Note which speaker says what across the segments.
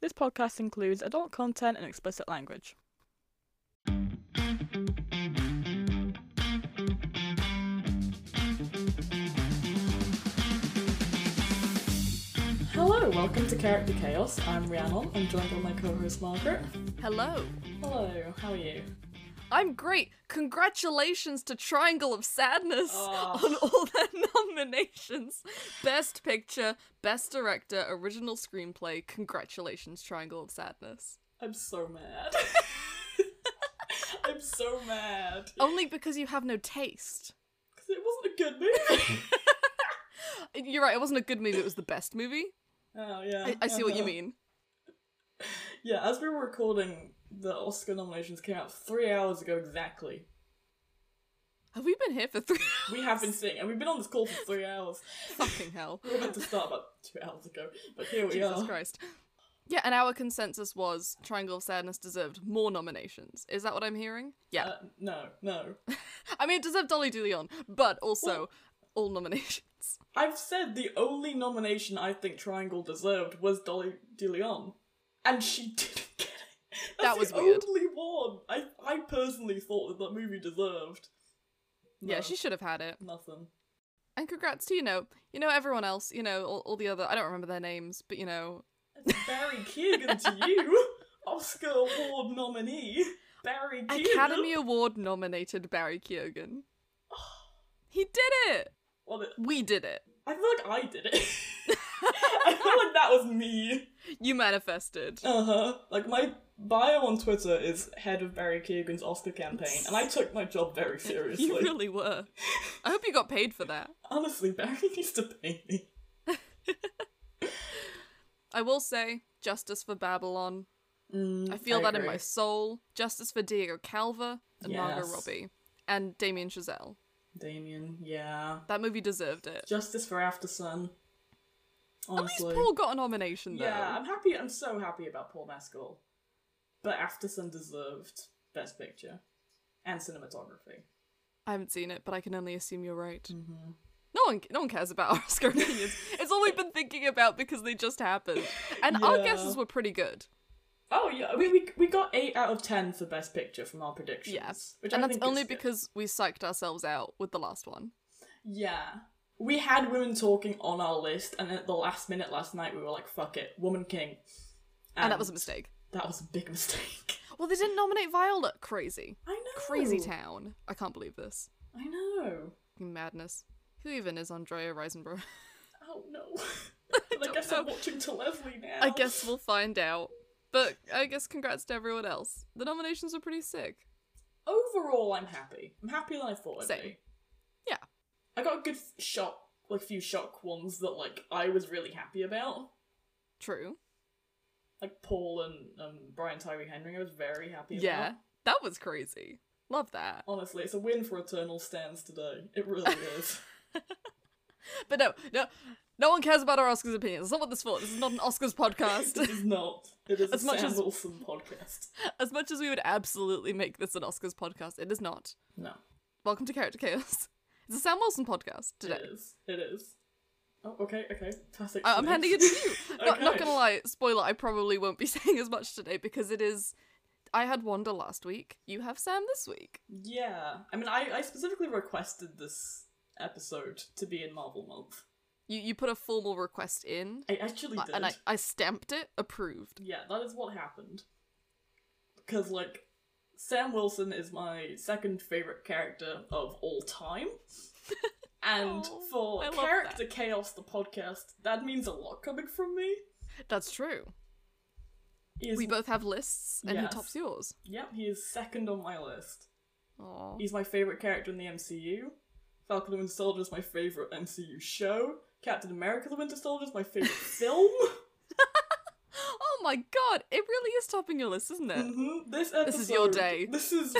Speaker 1: This podcast includes adult content and explicit language. Hello, welcome to Character Chaos. I'm Rhiannon. I'm joined by my co-host Margaret.
Speaker 2: Hello.
Speaker 1: Hello, how are you?
Speaker 2: I'm great. Congratulations to Triangle of Sadness
Speaker 1: Oh.
Speaker 2: on all their nominations. Best Picture, Best Director, Original Screenplay. Congratulations, Triangle of Sadness.
Speaker 1: I'm so mad. I'm so mad.
Speaker 2: Only because you have no taste.
Speaker 1: Because it wasn't a good movie.
Speaker 2: Uh, You're right, it wasn't a good movie, it was the best movie.
Speaker 1: oh yeah.
Speaker 2: I, I see what you
Speaker 1: uh-huh.
Speaker 2: mean.
Speaker 1: Yeah, as we were recording, the Oscar nominations came out three hours ago exactly.
Speaker 2: Have we been here for three
Speaker 1: We have been sitting, and we've been on this call for three hours.
Speaker 2: Fucking hell.
Speaker 1: We were meant to start about two hours ago, but here we
Speaker 2: Jesus
Speaker 1: are.
Speaker 2: Christ. Yeah, and our consensus was Triangle of Sadness deserved more nominations. Is that what I'm hearing? Yeah.
Speaker 1: Uh, no, no.
Speaker 2: I mean, it deserved Dolly De Leon, but also all nominations.
Speaker 1: I've said the only nomination I think Triangle deserved was Dolly De Leon, and she didn't get it. That's
Speaker 2: That was
Speaker 1: the
Speaker 2: weird.
Speaker 1: Only one. I I personally thought that that movie deserved.
Speaker 2: Yeah,
Speaker 1: No,
Speaker 2: she should have had it.
Speaker 1: nothing.
Speaker 2: And congrats to you know, you know everyone else, you know all, all the other. I don't remember their names, but you know,
Speaker 1: Barry Keoghan to you, Oscar Award nominee. Barry Keoghan.
Speaker 2: Academy Award nominated Barry Keoghan. He did it.
Speaker 1: Well, it-
Speaker 2: We did it.
Speaker 1: I feel like I did it. I feel like that was me.
Speaker 2: You manifested.
Speaker 1: Uh huh. Like my bio on Twitter is head of Barry Keegan's Oscar campaign, and I took my job very seriously.
Speaker 2: You really were. I hope you got paid for that.
Speaker 1: Honestly, Barry needs to pay me.
Speaker 2: I will say, justice for Babylon.
Speaker 1: Mm,
Speaker 2: I feel that in
Speaker 1: agree.
Speaker 2: my soul. Justice for Diego Calva and Margot
Speaker 1: Yes.
Speaker 2: Robbie and Damien Chazelle.
Speaker 1: Damien, yeah.
Speaker 2: That movie deserved it.
Speaker 1: Justice for After Sun.
Speaker 2: At least
Speaker 1: Honestly.
Speaker 2: Paul got a nomination though.
Speaker 1: yeah, I'm happy. I'm so happy about Paul Mescal, but After Sun deserved Best Picture and cinematography.
Speaker 2: I haven't seen it, but I can only assume you're right.
Speaker 1: Mm-hmm.
Speaker 2: No one, no one cares about our Oscar opinions. It's all we've been thinking about because they just happened, and our
Speaker 1: Yeah.
Speaker 2: guesses were pretty good.
Speaker 1: Oh yeah, we, we we got eight out of ten for Best Picture from our predictions.
Speaker 2: Yeah.
Speaker 1: which
Speaker 2: and
Speaker 1: I
Speaker 2: that's
Speaker 1: think is
Speaker 2: only
Speaker 1: good.
Speaker 2: because we psyched ourselves out with the last one.
Speaker 1: Yeah. We had women talking on our list, and at the last minute last night, we were like, fuck it, Woman King.
Speaker 2: And, that was a mistake.
Speaker 1: That was a big mistake.
Speaker 2: Well, they didn't nominate Viola. Crazy,
Speaker 1: I know.
Speaker 2: crazy town. I can't believe this.
Speaker 1: I know.
Speaker 2: Madness. Who even is Andrea Risenborough?
Speaker 1: Oh no. But I,
Speaker 2: don't
Speaker 1: guess I'm
Speaker 2: know.
Speaker 1: watching to Leslie now.
Speaker 2: I guess we'll find out. But I guess congrats to everyone else. The nominations were pretty sick.
Speaker 1: Overall, I'm happy. I'm happier than I thought I'd
Speaker 2: Same.
Speaker 1: be.
Speaker 2: Yeah.
Speaker 1: I got a good f- shock, like, few shock ones that, like, I was really happy about.
Speaker 2: True.
Speaker 1: Like, Paul and um, Brian Tyree Henry, I was very happy about.
Speaker 2: Yeah, that was crazy. Love that.
Speaker 1: Honestly, it's a win for Eternal Stands today. It really is.
Speaker 2: But no, no, no one cares about our Oscars opinions. That's not what this is for. This is not an Oscars podcast.
Speaker 1: It is not. It is
Speaker 2: As
Speaker 1: a
Speaker 2: much
Speaker 1: Sam
Speaker 2: as-
Speaker 1: Wilson podcast.
Speaker 2: as much as we would absolutely make this an Oscars podcast, it is not.
Speaker 1: No,
Speaker 2: Welcome to Character Chaos. It's a Sam Wilson podcast today.
Speaker 1: it is. It is. Oh, okay, okay. Fantastic.
Speaker 2: I- I'm handing it to you. Not, not
Speaker 1: Okay.
Speaker 2: gonna lie, spoiler, I probably won't be saying as much today because it is. I had Wanda last week. You have Sam this week.
Speaker 1: Yeah. I mean, I, I specifically requested this episode to be in Marvel Month.
Speaker 2: You you put a formal request in,
Speaker 1: I actually
Speaker 2: I-
Speaker 1: did.
Speaker 2: and I, I stamped it, approved.
Speaker 1: Yeah, that is what happened. Because, like, Sam Wilson is my second favourite character of all time. And
Speaker 2: Oh,
Speaker 1: for
Speaker 2: I love
Speaker 1: Character Chaos, the podcast, that means a lot coming from me.
Speaker 2: That's true.
Speaker 1: He is,
Speaker 2: We both have lists, and
Speaker 1: Yes.
Speaker 2: he tops yours.
Speaker 1: Yep, he is second on my list.
Speaker 2: Aww.
Speaker 1: He's my favourite character in the MCU. Falcon and Winter Soldier is my favourite MCU show. Captain America the Winter Soldier is my favourite film.
Speaker 2: Oh my god, it really is topping your list, isn't it?
Speaker 1: hmm This episode.
Speaker 2: This is your day.
Speaker 1: This is.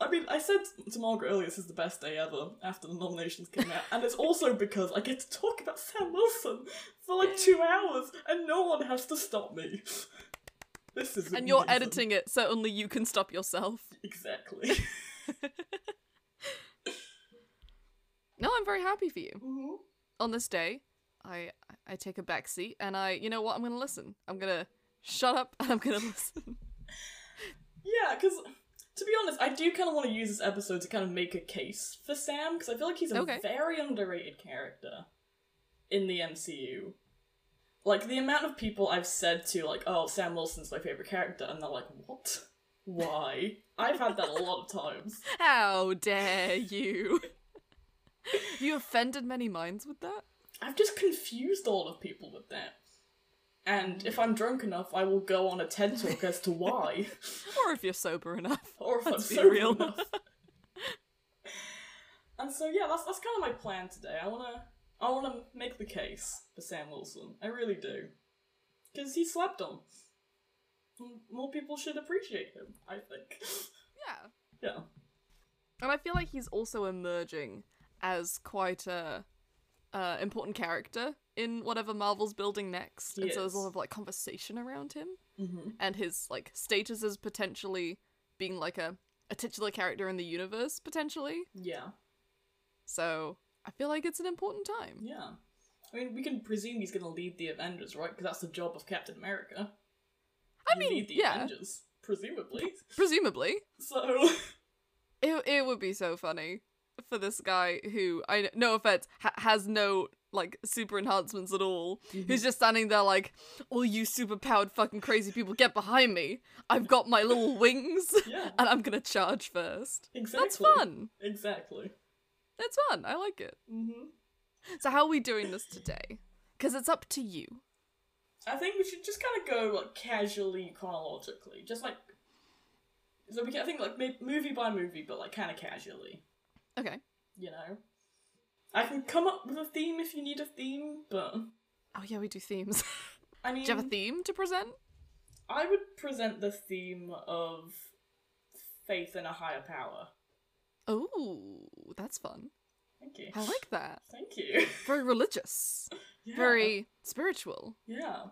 Speaker 1: I mean, I said to Margaret earlier, this is the best day ever after the nominations came out, and it's also because I get to talk about Sam Wilson for like two hours, and no one has to stop me. This is.
Speaker 2: And you're
Speaker 1: amazing.
Speaker 2: editing it, so only you can stop yourself.
Speaker 1: Exactly.
Speaker 2: No, I'm very happy for you.
Speaker 1: hmm
Speaker 2: On this day, I I take a back seat and I, you know what, I'm gonna listen. I'm gonna Shut up, and I'm gonna listen.
Speaker 1: Yeah, because to be honest, I do kind of want to use this episode to kind of make a case for Sam because I feel like he's a
Speaker 2: Okay.
Speaker 1: very underrated character in the MCU. Like the amount of people I've said to like, "Oh, Sam Wilson's my favorite character," and they're like, "What? Why?" I've had that a lot of times.
Speaker 2: How dare you? you offended many minds with that?
Speaker 1: I've just confused a lot of people with that. And if I'm drunk enough, I will go on a TED talk as to why.
Speaker 2: Or if you're sober enough.
Speaker 1: or if I'm
Speaker 2: Let's be
Speaker 1: sober
Speaker 2: real.
Speaker 1: enough. and so yeah, that's that's kind of my plan today. I wanna I wanna make the case for Sam Wilson. I really do, because he slept on. M- More people should appreciate him. I think.
Speaker 2: Yeah.
Speaker 1: yeah.
Speaker 2: And I feel like he's also emerging as quite a uh, important character in whatever Marvel's building next.
Speaker 1: He
Speaker 2: and so there's a
Speaker 1: is.
Speaker 2: lot of like conversation around him
Speaker 1: Mm-hmm.
Speaker 2: and his like status as potentially being like a, a titular character in the universe, potentially.
Speaker 1: Yeah.
Speaker 2: So I feel like it's an important time.
Speaker 1: Yeah. I mean, we can presume he's gonna lead the Avengers, right? Because that's the job of Captain America.
Speaker 2: I
Speaker 1: You
Speaker 2: mean,
Speaker 1: lead the
Speaker 2: yeah,
Speaker 1: Avengers, presumably.
Speaker 2: presumably.
Speaker 1: So
Speaker 2: It, it would be so funny for this guy who I no offense ha- has no like super enhancements at all.
Speaker 1: Mm-hmm.
Speaker 2: Who's just standing there like, all you super powered fucking crazy people, get behind me! I've got my little wings,
Speaker 1: yeah,
Speaker 2: and I'm gonna charge first.
Speaker 1: exactly.
Speaker 2: That's fun.
Speaker 1: Exactly.
Speaker 2: It's fun. I like it.
Speaker 1: Mm-hmm.
Speaker 2: So how are we doing this today? Because it's up to you.
Speaker 1: I think we should just kind of go like casually chronologically, just like so we can. I think like ma- movie by movie, but like kind of casually.
Speaker 2: Okay.
Speaker 1: You know, I can come up with a theme if you need a theme, but
Speaker 2: Oh yeah, we do themes.
Speaker 1: I mean,
Speaker 2: do you have a theme to present?
Speaker 1: I would present the theme of faith in a higher power.
Speaker 2: Oh, that's fun.
Speaker 1: Thank you.
Speaker 2: I like that.
Speaker 1: Thank you.
Speaker 2: Very religious.
Speaker 1: Yeah.
Speaker 2: Very spiritual.
Speaker 1: Yeah.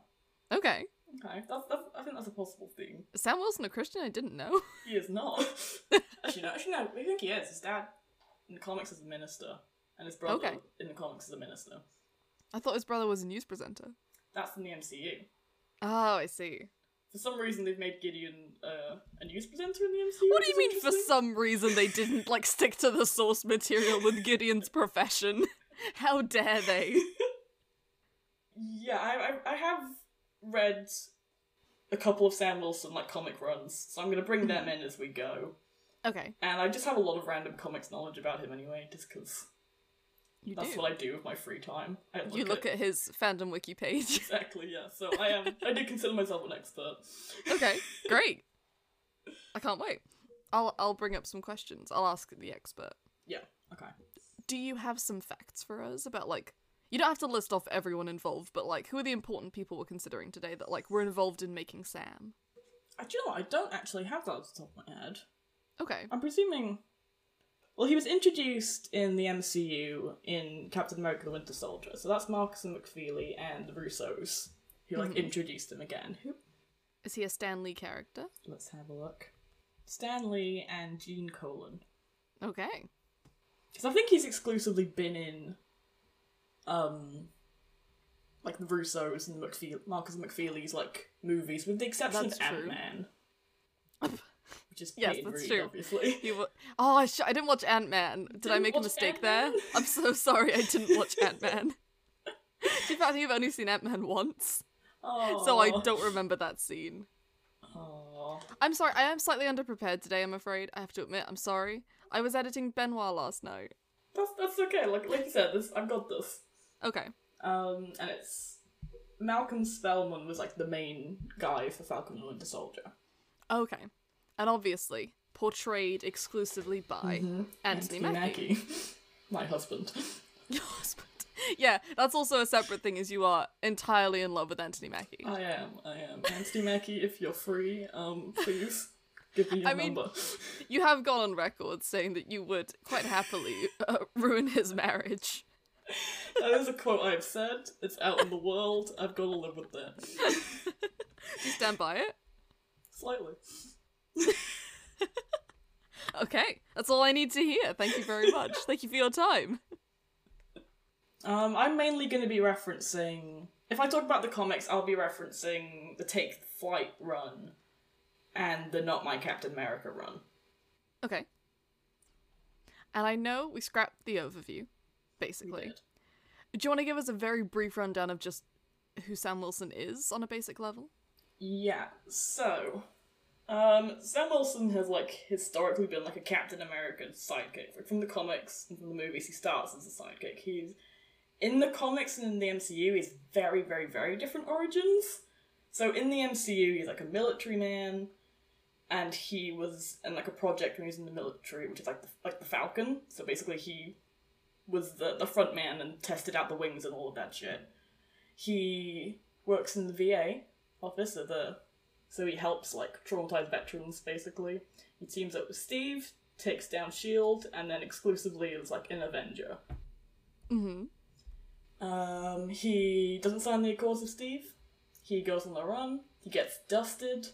Speaker 2: Okay.
Speaker 1: Okay. That's, that's, I think that's a possible theme.
Speaker 2: Is Sam Wilson a Christian? I didn't know.
Speaker 1: He is not. actually, no. Actually, no. I think he is. His dad in the comics is a minister, and his brother
Speaker 2: Okay.
Speaker 1: in the comics is a minister.
Speaker 2: I thought his brother was a news presenter.
Speaker 1: That's in the MCU.
Speaker 2: Oh, I see.
Speaker 1: For some reason, they've made Gideon uh, a news presenter in the MCU.
Speaker 2: What
Speaker 1: which
Speaker 2: do you
Speaker 1: is
Speaker 2: mean for
Speaker 1: interesting.
Speaker 2: some reason they didn't like stick to the source material with Gideon's profession? How dare they?
Speaker 1: Yeah, I, I, I have read a couple of Sam Wilson like comic runs, so I'm gonna bring them
Speaker 2: Mm-hmm.
Speaker 1: in as we go.
Speaker 2: Okay,
Speaker 1: And I just have a lot of random comics knowledge about him anyway, just because
Speaker 2: you
Speaker 1: that's
Speaker 2: do.
Speaker 1: what I do with my free time. I look
Speaker 2: you look at his fandom wiki page.
Speaker 1: exactly yeah. So I am. I do consider myself an expert.
Speaker 2: okay, great. I can't wait. I'll I'll bring up some questions. I'll ask the expert.
Speaker 1: Yeah. Okay.
Speaker 2: Do you have some facts for us about like you don't have to list off everyone involved, but like who are the important people we're considering today that like were involved in making Sam?
Speaker 1: I do you know what? I don't actually have that off the top of my head.
Speaker 2: Okay.
Speaker 1: I'm presuming. Well, he was introduced in the MCU in Captain America: The Winter Soldier, so that's Marcus and McFeely and the Russos who
Speaker 2: Mm-hmm.
Speaker 1: like introduced him again. Who?
Speaker 2: Is he a Stanley character?
Speaker 1: Let's have a look. Stanley and Gene Colan,
Speaker 2: Okay.
Speaker 1: because I think he's exclusively been in, um, like the Russos and McFeely, Marcus and McFeely's like movies, with the exception
Speaker 2: That's
Speaker 1: of Ant
Speaker 2: true.
Speaker 1: Man, which is
Speaker 2: Yes,
Speaker 1: Peyton
Speaker 2: that's
Speaker 1: Reed,
Speaker 2: true.
Speaker 1: obviously.
Speaker 2: He wa- oh, I, sh- I didn't watch Ant Man. Did I
Speaker 1: Didn't
Speaker 2: make a
Speaker 1: watch
Speaker 2: mistake
Speaker 1: Ant-Man?
Speaker 2: there? I'm so sorry. I didn't watch Ant Man. In fact, I think I've only seen Ant Man once, so I
Speaker 1: Aw.
Speaker 2: don't remember that scene.
Speaker 1: Aw.
Speaker 2: I'm sorry. I am slightly underprepared today. I'm afraid. I have to admit. I'm sorry. I was editing Benoit last night.
Speaker 1: That's that's okay. Like like you said, this I've got this.
Speaker 2: Okay.
Speaker 1: Um, and it's Malcolm Spellman was like the main guy for Falcon and the Winter Soldier.
Speaker 2: Okay. And obviously portrayed exclusively by
Speaker 1: Mm-hmm.
Speaker 2: Anthony Mackie.
Speaker 1: my husband.
Speaker 2: Your husband. Yeah, that's also a separate thing. Is you are entirely in love with Anthony Mackie.
Speaker 1: I am. I am Anthony Mackie. If you're free, um, please give me your
Speaker 2: I mean-
Speaker 1: number.
Speaker 2: You have gone on record saying that you would quite happily uh, ruin his marriage.
Speaker 1: that is a quote I have said. It's out in the world. I've got to live with that
Speaker 2: Do you stand by it?
Speaker 1: slightly.
Speaker 2: Okay, that's all I need to hear. Thank you very much. Thank you for your time.
Speaker 1: Um, I'm mainly going to be referencing if I talk about the comics, I'll be referencing the Take Flight run and the Not My Captain America run.
Speaker 2: Okay. And I know we scrapped the overview,
Speaker 1: We
Speaker 2: basically.
Speaker 1: did.
Speaker 2: Do you want to give us a very brief rundown of just who Sam Wilson is on a basic level?
Speaker 1: Yeah. So, um, Sam Wilson has like historically been like a Captain American sidekick. Like from the comics and from the movies, he starts as a sidekick. He's in the comics and in the MCU, he's very, very, very different origins. So in the MCU, he's like a military man, and he was in like a project when he was in the military, which is like the, like the Falcon. So basically, he was the the front man and tested out the wings and all of that shit. He works in the VA office at the so he helps like traumatized veterans basically. He teams up with Steve, takes down Shield, E and then exclusively is like an Avenger.
Speaker 2: Mm-hmm.
Speaker 1: Um, he doesn't sign the Accords of Steve. He goes on the run. He gets dusted.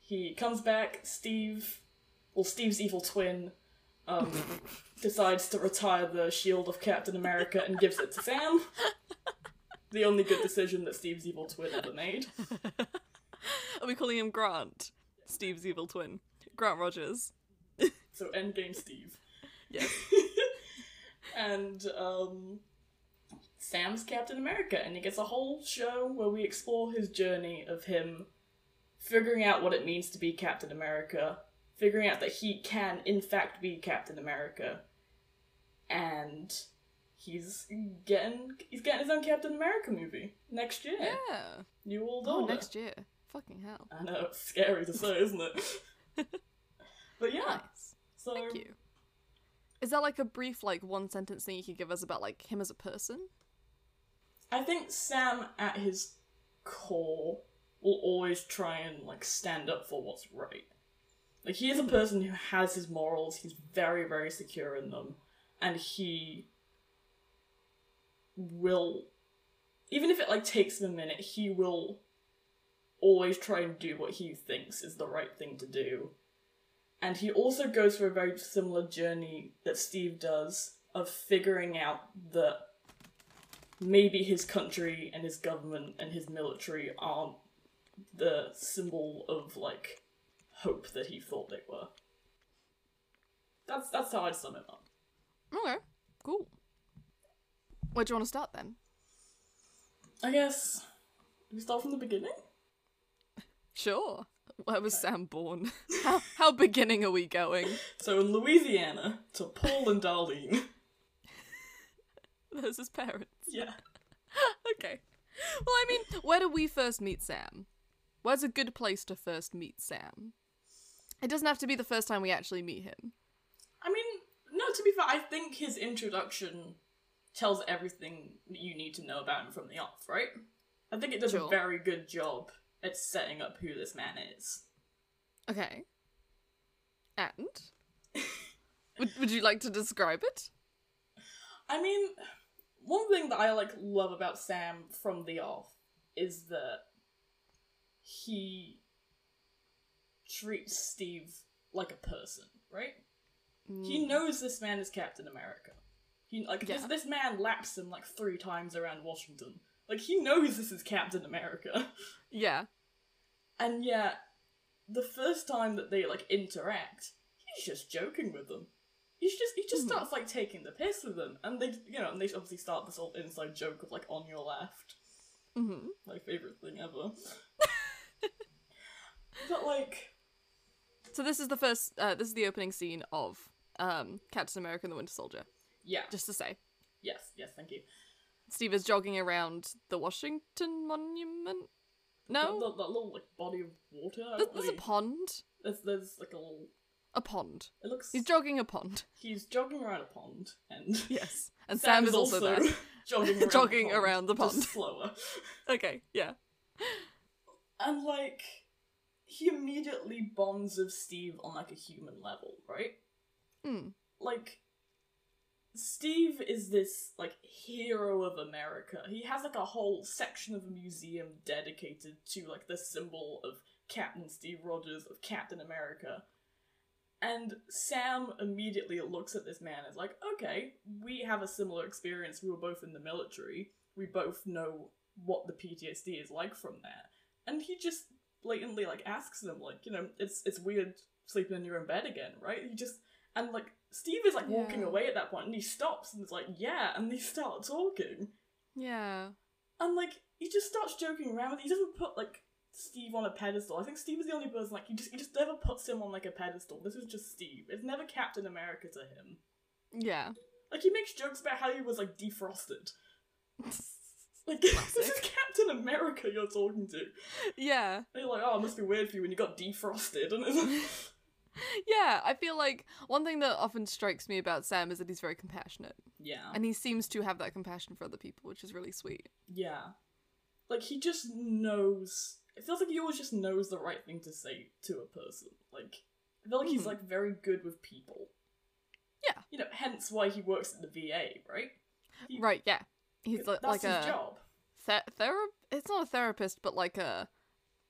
Speaker 1: He comes back. Steve, well, Steve's evil twin, um, decides to retire the shield E of Captain America and gives it to Sam. The only good decision that Steve's evil twin ever made.
Speaker 2: Are we calling him Grant? Steve's evil twin. Grant Rogers.
Speaker 1: So, endgame Steve.
Speaker 2: Yes.
Speaker 1: and um, Sam's Captain America, and he gets a whole show where we explore his journey of him figuring out what it means to be Captain America, figuring out that he can, in fact, be Captain America, and he's getting he's getting his own Captain America movie next year.
Speaker 2: yeah.
Speaker 1: You all
Speaker 2: Oh,
Speaker 1: know
Speaker 2: next year. Fucking hell.
Speaker 1: I know it's scary to say, isn't it? but yeah,
Speaker 2: Nice.
Speaker 1: so
Speaker 2: Thank you. Is there like a brief, like one sentence thing you could give us about like him as a person?
Speaker 1: I think Sam, at his core, will always try and like stand up for what's right. Like he is a person who has his morals. He's very, very secure in them, and he will, even if it like takes him a minute, he will always try and do what he thinks is the right thing to do. And he also goes through a very similar journey that Steve does of figuring out that maybe his country and his government and his military aren't the symbol of like hope that he thought they were. That's that's how I'd sum it up.
Speaker 2: Okay. Cool. Where do you want to start then?
Speaker 1: I guess we start from the beginning.
Speaker 2: Sure. Where was Sam born? how, how beginning are we going?
Speaker 1: So in Louisiana, to Paul and Darlene.
Speaker 2: There's his parents.
Speaker 1: yeah.
Speaker 2: Okay. Well, I mean, where do we first meet Sam? Where's a good place to first meet Sam? It doesn't have to be the first time we actually meet him.
Speaker 1: I mean, no. To be fair, I think his introduction tells everything that you need to know about him from the off, right? I think it does a
Speaker 2: Sure.
Speaker 1: very good job at setting up who this man is.
Speaker 2: Okay. And? would, would you like to describe it?
Speaker 1: I mean, one thing that I like love about Sam from the off is that he treats Steve like a person, right? He knows this man is Captain America. He like
Speaker 2: Yeah.
Speaker 1: this, this man laps him like three times around Washington. Like he knows this is Captain America.
Speaker 2: Yeah.
Speaker 1: And yet, the first time that they like interact, he's just joking with them. He's just he just
Speaker 2: Mhm.
Speaker 1: starts like taking the piss with them, and they you know and they obviously start this whole inside joke of like on your left,
Speaker 2: hmm
Speaker 1: my favorite thing ever. but like,
Speaker 2: So this is the first. Uh, this is the opening scene of um, Captain America and the Winter Soldier.
Speaker 1: yeah,
Speaker 2: Just to say,
Speaker 1: yes, yes, thank you.
Speaker 2: Steve is jogging around the Washington Monument.
Speaker 1: That-
Speaker 2: No,
Speaker 1: that, that little like body of water. I
Speaker 2: Oh. Th-
Speaker 1: don't
Speaker 2: there's a
Speaker 1: really-
Speaker 2: pond.
Speaker 1: there's, there's like a little.
Speaker 2: A pond.
Speaker 1: It looks
Speaker 2: He's jogging a pond.
Speaker 1: he's jogging around a pond, and
Speaker 2: Yes. And Sam, is also, there.
Speaker 1: jogging around
Speaker 2: Jogging
Speaker 1: the pond,
Speaker 2: around the
Speaker 1: just
Speaker 2: pond.
Speaker 1: slower.
Speaker 2: Okay, yeah.
Speaker 1: and like he immediately bonds with Steve on like a human level, right?
Speaker 2: Mm.
Speaker 1: Like Steve is this like hero of America. He has like a whole section of a museum dedicated to like the symbol of Captain Steve Rogers of Captain America. And Sam immediately looks at this man and is like, okay, we have a similar experience. We were both in the military. We both know what the PTSD is like from that. And he just blatantly like asks them like, you know, it's it's weird sleeping in your own bed again, right? He just and like Steve is like walking
Speaker 2: Yeah.
Speaker 1: away at that point and he stops and is like, yeah, and they start talking.
Speaker 2: Yeah.
Speaker 1: And like he just starts joking around with it. he doesn't put like Steve on a pedestal. I think Steve is the only person like he just he just never puts him on like a pedestal. This is just Steve. It's never Captain America to him.
Speaker 2: Yeah.
Speaker 1: Like he makes jokes about how he was like defrosted. Like this is Captain America you're talking to.
Speaker 2: yeah.
Speaker 1: And you're like, oh, it must be weird for you when you got defrosted. And it's like,
Speaker 2: Yeah, I feel like one thing that often strikes me about Sam is that he's very compassionate.
Speaker 1: yeah,
Speaker 2: And he seems to have that compassion for other people, which is really sweet.
Speaker 1: yeah. Like he just knows. It feels like he always just knows the right thing to say to a person. Like I feel like he's
Speaker 2: Mhm.
Speaker 1: like very good with people.
Speaker 2: Yeah.
Speaker 1: You know, hence why he works at the VA, right? He-
Speaker 2: Right, yeah. He's li-
Speaker 1: That's
Speaker 2: like
Speaker 1: his
Speaker 2: a
Speaker 1: job.
Speaker 2: ther- therap it's not a therapist, but like a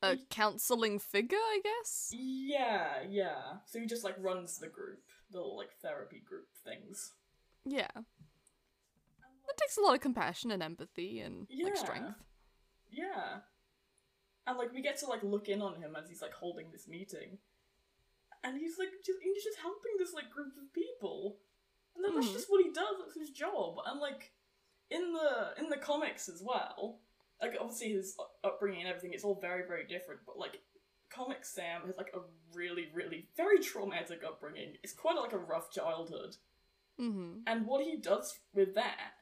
Speaker 2: a
Speaker 1: He-
Speaker 2: counseling figure, I guess.
Speaker 1: Yeah, yeah. So he just like runs the group, the little, like therapy group things.
Speaker 2: Yeah. That takes a lot of compassion and empathy and like
Speaker 1: Yeah.
Speaker 2: strength.
Speaker 1: Yeah. And like we get to like look in on him as he's like holding this meeting. And he's like just he's just helping this like group of people. And then that's
Speaker 2: Mhm.
Speaker 1: just what he does, that's his job. And like in the in the comics as well, like obviously his u- upbringing and everything, it's all very, very different, but like comic Sam has like a really, really very traumatic upbringing. It's quite like a rough childhood.
Speaker 2: Mm-hmm.
Speaker 1: And what he does with that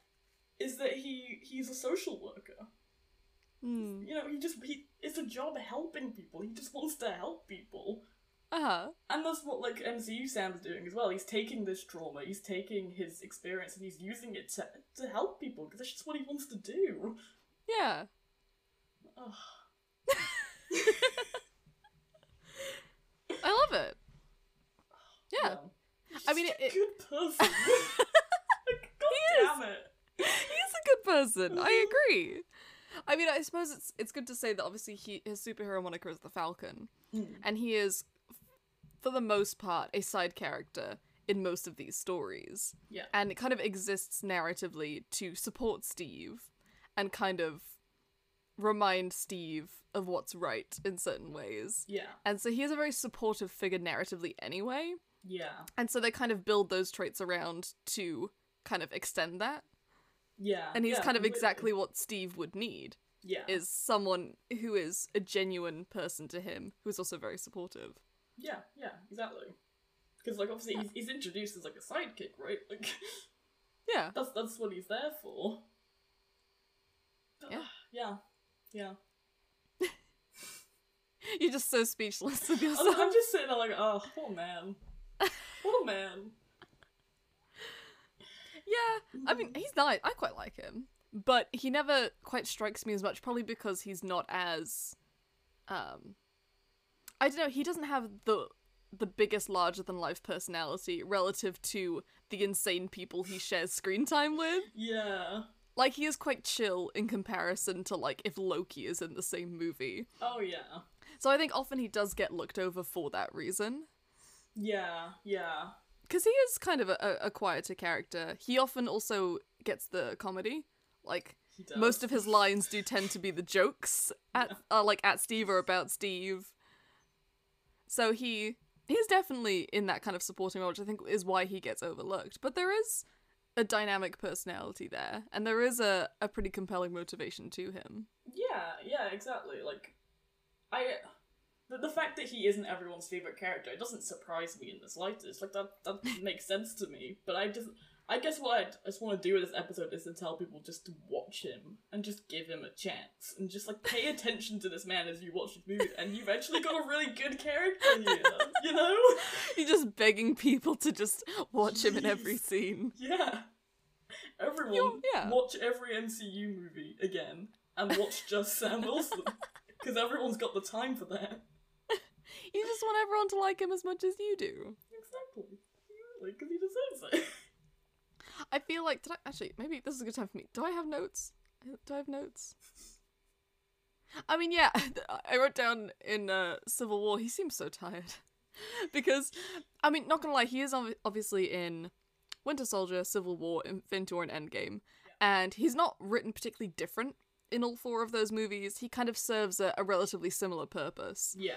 Speaker 1: is that he he's a social worker.
Speaker 2: Mm.
Speaker 1: You know, he just he it's a job helping people. He just wants to help people.
Speaker 2: Uh-huh.
Speaker 1: And that's what like MCU Sam's doing as well. He's taking this trauma, he's taking his experience and he's using it to to help people because that's just what he wants to do.
Speaker 2: Yeah.
Speaker 1: Ugh.
Speaker 2: I love it. Yeah.
Speaker 1: He's
Speaker 2: I mean,
Speaker 1: just a
Speaker 2: it-
Speaker 1: good person. Like, God
Speaker 2: He is.
Speaker 1: damn it.
Speaker 2: He's a good person. I agree. I mean, I suppose it's it's good to say that obviously he his superhero moniker is the Falcon,
Speaker 1: Hmm.
Speaker 2: and he is, for the most part, a side character in most of these stories.
Speaker 1: Yeah.
Speaker 2: and it kind of exists narratively to support Steve, and kind of remind Steve of what's right in certain ways.
Speaker 1: Yeah.
Speaker 2: And so he is a very supportive figure narratively anyway.
Speaker 1: Yeah.
Speaker 2: And so they kind of build those traits around to kind of extend that.
Speaker 1: Yeah.
Speaker 2: And he's
Speaker 1: yeah,
Speaker 2: kind of
Speaker 1: completely.
Speaker 2: exactly what Steve would need
Speaker 1: Yeah.
Speaker 2: is someone who is a genuine person to him, who is also very supportive.
Speaker 1: Yeah, yeah, exactly. Because like obviously he's, he's introduced as like a sidekick, right? Like
Speaker 2: Yeah.
Speaker 1: that's that's what he's there for.
Speaker 2: Yeah.
Speaker 1: yeah, yeah.
Speaker 2: You're just so speechless of
Speaker 1: I'm,
Speaker 2: yourself.
Speaker 1: I'm just sitting there like, oh, poor man, poor man.
Speaker 2: yeah. I mean, he's nice. I quite like him. But he never quite strikes me as much, probably because he's not as um I don't know, he doesn't have the the biggest larger than life personality relative to the insane people he shares screen time with.
Speaker 1: Yeah.
Speaker 2: Like he is quite chill in comparison to like if Loki is in the same movie.
Speaker 1: Oh yeah.
Speaker 2: So I think often he does get looked over for that reason.
Speaker 1: Yeah. Yeah.
Speaker 2: Because he is kind of a, a, a quieter character. He often also gets the comedy. Like
Speaker 1: He does.
Speaker 2: most of his lines do tend to be the jokes at uh, like at Steve or about Steve. So he he's definitely in that kind of supporting role, which I think is why he gets overlooked. But there is a dynamic personality there, and there is a, a pretty compelling motivation to him.
Speaker 1: Yeah. Yeah. Exactly. Like, I. The, the fact that he isn't everyone's favorite character it doesn't surprise me in the slightest. Like that that makes sense to me. But I just I guess what I just want to do with this episode is to tell people just to watch him and just give him a chance and just like pay attention to this man as you watch the movie and you've actually got a really good character here. You know?
Speaker 2: He's just begging people to just watch him in every
Speaker 1: Jeez.
Speaker 2: scene.
Speaker 1: Yeah. Everyone
Speaker 2: You- yeah.
Speaker 1: watch every MCU movie again and watch just Sam Wilson because everyone's got the time for that.
Speaker 2: You just want everyone to like him as much as you do.
Speaker 1: Exactly. Like, because he deserves it.
Speaker 2: I feel like did I actually maybe this is a good time for me. Do I have notes? Do I have notes? I mean, yeah, I wrote down in uh, Civil War. He seems so tired because, I mean, not gonna lie, he is obvi- obviously in Winter Soldier, Civil War, Infinity War, and Endgame, and he's not written particularly different in all four of those movies, he kind of serves a, a relatively similar purpose.
Speaker 1: Yeah.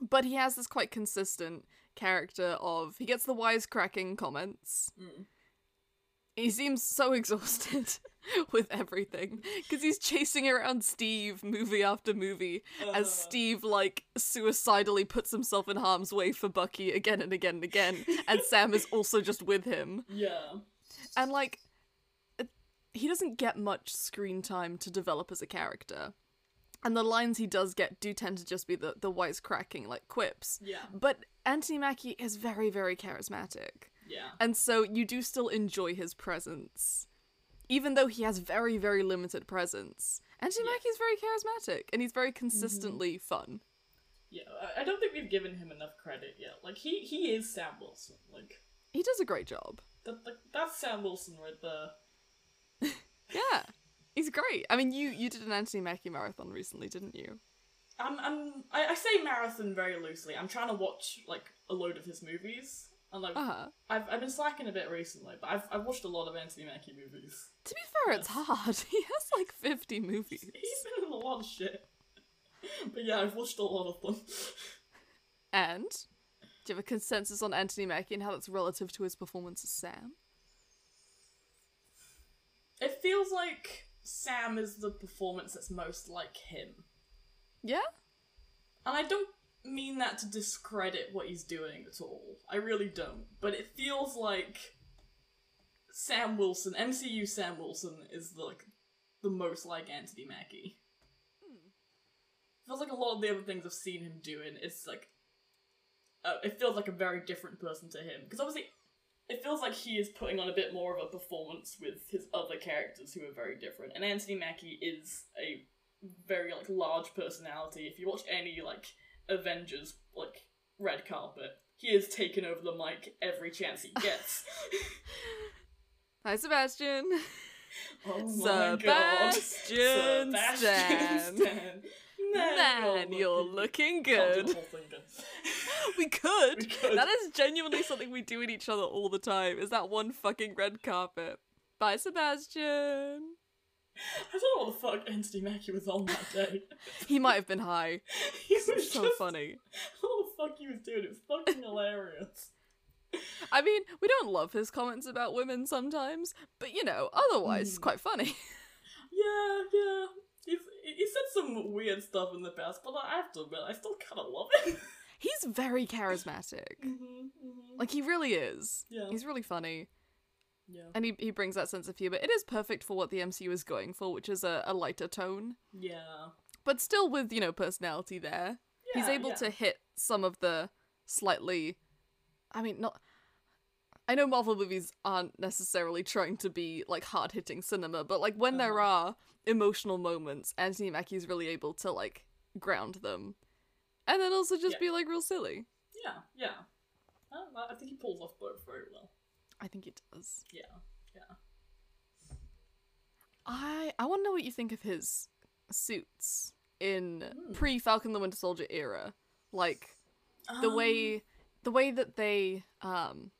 Speaker 2: But he has this quite consistent character of he gets the wisecracking comments.
Speaker 1: Mm.
Speaker 2: He seems so exhausted with everything because he's chasing around Steve movie after movie as
Speaker 1: Uh.
Speaker 2: Steve like suicidally puts himself in harm's way for Bucky again and again and again, and Sam is also just with him.
Speaker 1: Yeah.
Speaker 2: And like, it- he doesn't get much screen time to develop as a character, and the lines he does get do tend to just be the the wisecracking like quips.
Speaker 1: Yeah.
Speaker 2: But Anthony Mackie is very very charismatic,
Speaker 1: Yeah.
Speaker 2: and so you do still enjoy his presence. Even though he has very, very limited presence, Anthony
Speaker 1: Yeah.
Speaker 2: Mackie is very charismatic and he's very consistently fun.
Speaker 1: Yeah. I, I don't think we've given him enough credit yet. Like he he is Sam Wilson. Like
Speaker 2: He does a great job.
Speaker 1: that, that that's Sam Wilson right there.
Speaker 2: Yeah, he's great. I mean, you you did an Anthony Mackie marathon recently, didn't you?
Speaker 1: I'm, I'm I, I say marathon very loosely. I'm trying to watch like a load of his movies. And like
Speaker 2: Uh huh.
Speaker 1: I've I've been slacking a bit recently, but I've I've watched a lot of Anthony Mackie movies.
Speaker 2: To be fair, it's hard. He has like fifty movies,
Speaker 1: He's been in a lot of shit. But yeah, I've watched a lot of them.
Speaker 2: and do you have a consensus on Anthony Mackie and how that's relative to his performance as Sam?
Speaker 1: It feels like Sam is the performance that's most like him.
Speaker 2: Yeah,
Speaker 1: And I don't mean that to discredit what he's doing at all. I really don't. But it feels like Sam Wilson, MCU Sam Wilson, is like the most like Anthony Mackie. Feels like a lot of the other things I've seen him doing. It's like uh, it feels like a very different person to him because obviously it feels like he is putting on a bit more of a performance with his other characters who are very different. And Anthony Mackie is a very like large personality. If you watch any like Avengers like red carpet, he is taking over the mic every chance he gets.
Speaker 2: hi Sebastian.
Speaker 1: oh my god.
Speaker 2: Sebastian Stan.
Speaker 1: Stan.
Speaker 2: Man, you're looking good. We could.
Speaker 1: We could.
Speaker 2: That is genuinely something we do with each other all the time. Is that one fucking red carpet? Bye, Sebastian.
Speaker 1: I don't know what the fuck Anthony Mackie was on that day.
Speaker 2: He might have been high.
Speaker 1: he was
Speaker 2: So
Speaker 1: just,
Speaker 2: funny.
Speaker 1: What the fuck he was doing? It was fucking hilarious.
Speaker 2: I mean, we don't love his comments about women sometimes, but you know, otherwise, it's
Speaker 1: Mm.
Speaker 2: quite funny.
Speaker 1: Yeah, yeah. He's, he said some weird stuff in the past, but I have to admit, I still kind of love it.
Speaker 2: He's very charismatic.
Speaker 1: Mhm, mhm.
Speaker 2: Like, he really is.
Speaker 1: yeah,
Speaker 2: He's really funny.
Speaker 1: yeah,
Speaker 2: And he, he brings that sense of humor. It is perfect for what the MCU is going for, which is a, a lighter tone,
Speaker 1: yeah.
Speaker 2: but still with, you know, personality there. he's
Speaker 1: Yeah,
Speaker 2: able
Speaker 1: yeah.
Speaker 2: to hit some of the slightly i mean not i know marvel movies aren't necessarily trying to be like hard-hitting cinema but like when there
Speaker 1: Uh-huh.
Speaker 2: are emotional moments anthony mackie's really able to like ground them and then also just
Speaker 1: Yeah.
Speaker 2: be like real silly
Speaker 1: Yeah, yeah. I, don't know, I think he pulls off both very well.
Speaker 2: i think it does
Speaker 1: Yeah, yeah.
Speaker 2: i i want to know what you think of his suits in
Speaker 1: Hmm.
Speaker 2: pre falcon the winter soldier era like the
Speaker 1: Um,
Speaker 2: way the way that they um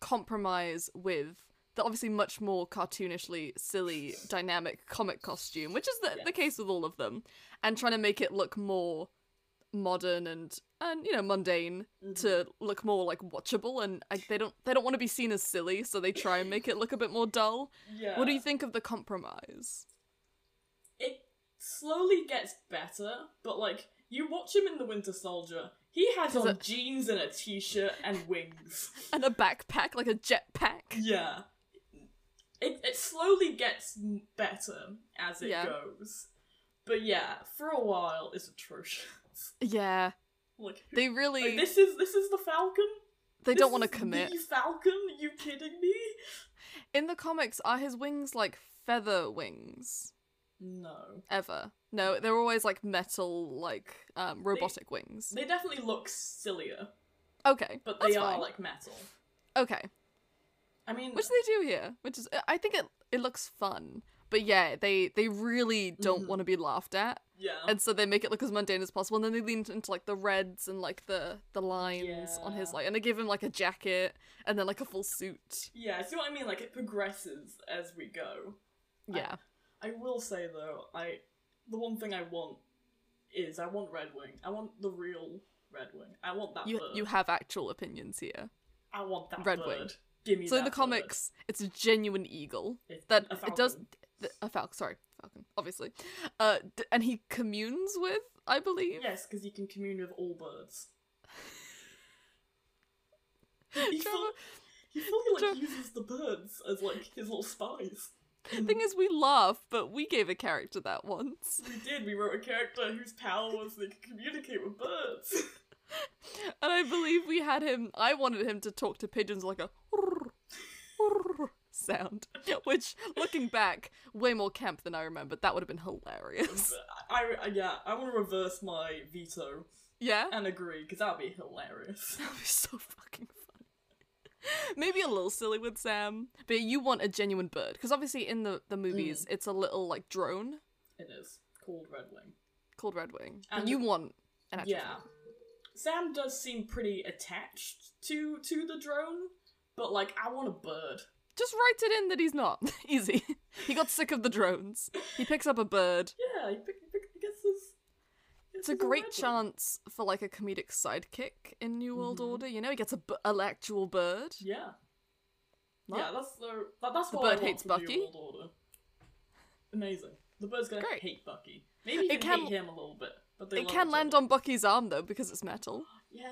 Speaker 2: compromise with the obviously much more cartoonishly silly dynamic comic costume which is the, the
Speaker 1: Yes.
Speaker 2: case with all of them and trying to make it look more modern and and you know mundane
Speaker 1: mhm.
Speaker 2: to look more like watchable and like they don't they don't want to be seen as silly so they try and make it look a bit more dull
Speaker 1: yeah.
Speaker 2: what do you think of the compromise
Speaker 1: It slowly gets better, but like you watch him in the Winter Soldier, he has
Speaker 2: He's
Speaker 1: on
Speaker 2: a-
Speaker 1: jeans and a t-shirt and wings.
Speaker 2: and a backpack like a jetpack
Speaker 1: yeah. It it slowly gets m- better as it
Speaker 2: Yeah.
Speaker 1: goes, but yeah, for a while it's atrocious.
Speaker 2: yeah
Speaker 1: like, who-
Speaker 2: they
Speaker 1: like,
Speaker 2: really
Speaker 1: this is this is the Falcon.
Speaker 2: they
Speaker 1: This
Speaker 2: don't want to
Speaker 1: is
Speaker 2: commit
Speaker 1: The Falcon? you kidding me?
Speaker 2: In the comics, are his wings like feather wings
Speaker 1: No.
Speaker 2: ever? No, they're always like metal, like um, robotic wings.
Speaker 1: They definitely look sillier,
Speaker 2: Okay,
Speaker 1: but
Speaker 2: that's
Speaker 1: they are
Speaker 2: fine.
Speaker 1: like metal.
Speaker 2: okay,
Speaker 1: I mean,
Speaker 2: which they do here, which is I think it it looks fun, but yeah, they they really don't
Speaker 1: Mhm.
Speaker 2: want to be laughed at,
Speaker 1: yeah,
Speaker 2: and so they make it look as mundane as possible, and then they lean into like the reds and like the the lines on his
Speaker 1: Yeah.
Speaker 2: like, and they give him like a jacket and then like a full suit.
Speaker 1: yeah. See what I mean? Like it progresses as we go.
Speaker 2: Yeah,
Speaker 1: I will say though, I the one thing I want is I want Red Wing. I want the real Red Wing. I want that
Speaker 2: You
Speaker 1: bird.
Speaker 2: you have actual opinions here.
Speaker 1: I want that
Speaker 2: Red
Speaker 1: bird.
Speaker 2: Wing.
Speaker 1: Give me
Speaker 2: So in the
Speaker 1: that bird.
Speaker 2: comics, it's a genuine eagle
Speaker 1: It's
Speaker 2: that
Speaker 1: a
Speaker 2: it does
Speaker 1: falcon.
Speaker 2: th- a falcon. Sorry, falcon, obviously. Uh, d- and he communes with, I believe.
Speaker 1: Yes, because you can commune with all birds. he,
Speaker 2: Trevor,
Speaker 1: full, he fully like
Speaker 2: Trevor-
Speaker 1: uses the birds as like his little spies.
Speaker 2: the thing is, we laugh, but we gave a character that once.
Speaker 1: We did. We wrote a character whose power was they could communicate with birds.
Speaker 2: And I believe we had him. I wanted him to talk to pigeons like a sound, which, looking back, way more camp than I remembered. That would have been hilarious.
Speaker 1: I, I yeah, I want to reverse my veto
Speaker 2: Yeah,
Speaker 1: and agree because that would be hilarious.
Speaker 2: that would be so fucking funny. Maybe a little silly with Sam, but you want a genuine bird because obviously in the the movies
Speaker 1: Mm.
Speaker 2: it's a little like drone
Speaker 1: It is called Red Wing.
Speaker 2: called Red Wing,
Speaker 1: And-
Speaker 2: and you want an actual
Speaker 1: yeah.
Speaker 2: bird.
Speaker 1: Sam does seem pretty attached to to the drone, but like I want a bird.
Speaker 2: Just write it in that he's not easy. he got sick of the drones. He picks up a bird.
Speaker 1: Yeah, he, pick, he, pick, he gets this.
Speaker 2: It's a great chance for like a comedic sidekick in New World
Speaker 1: Mhm.
Speaker 2: Order. You know, he gets a b- an actual bird.
Speaker 1: Yeah.
Speaker 2: Not-
Speaker 1: Yeah, that's the that, that's
Speaker 2: The
Speaker 1: what
Speaker 2: bird
Speaker 1: I want
Speaker 2: hates
Speaker 1: from New
Speaker 2: Bucky.
Speaker 1: World Order. Amazing. The bird's gonna
Speaker 2: Great.
Speaker 1: hate Bucky. Maybe he
Speaker 2: It
Speaker 1: can,
Speaker 2: can-
Speaker 1: hate him a little bit, but they
Speaker 2: It can land on Bucky's arm though because it's metal.
Speaker 1: Yeah.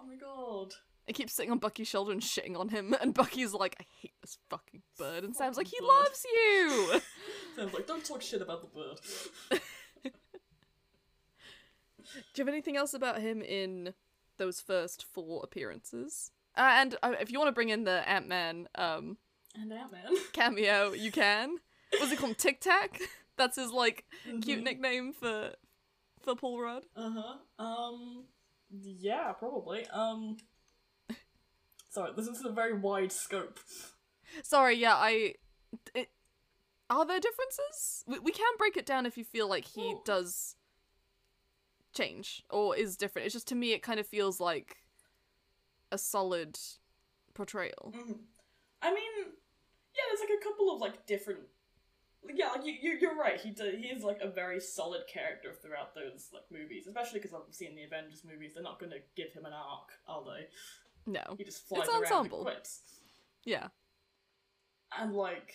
Speaker 1: Oh my god.
Speaker 2: It keeps sitting on Bucky's shoulder and shitting on him, and Bucky's like, "I hate this fucking bird," and Sam's like, "He
Speaker 1: Fucking bird.
Speaker 2: loves you."
Speaker 1: Sounds like don't talk shit about the bird.
Speaker 2: Do you have anything else about him in those first four appearances? Uh, and uh, if you want to bring in the Ant Man um,
Speaker 1: and Ant Man.
Speaker 2: cameo, you can. Was it called Tic Tac? That's his like cute nickname for for Paul Rudd.
Speaker 1: Uh huh. Um. Yeah, probably. Um. Sorry, this is a very wide scope.
Speaker 2: Sorry, yeah, I. It, are there differences? We, we can break it down if you feel like he
Speaker 1: Well-
Speaker 2: does change or is different. It's just to me, it kind of feels like a solid portrayal.
Speaker 1: Mhm. I mean, yeah, there's like a couple of like different. Yeah, like you, you, you're right. He do, he is like a very solid character throughout those like movies, especially because obviously in the Avengers movies, they're not going to give him an arc, are they?
Speaker 2: No,
Speaker 1: He just flies
Speaker 2: It's
Speaker 1: around
Speaker 2: ensemble.
Speaker 1: and quips.
Speaker 2: yeah,
Speaker 1: And like,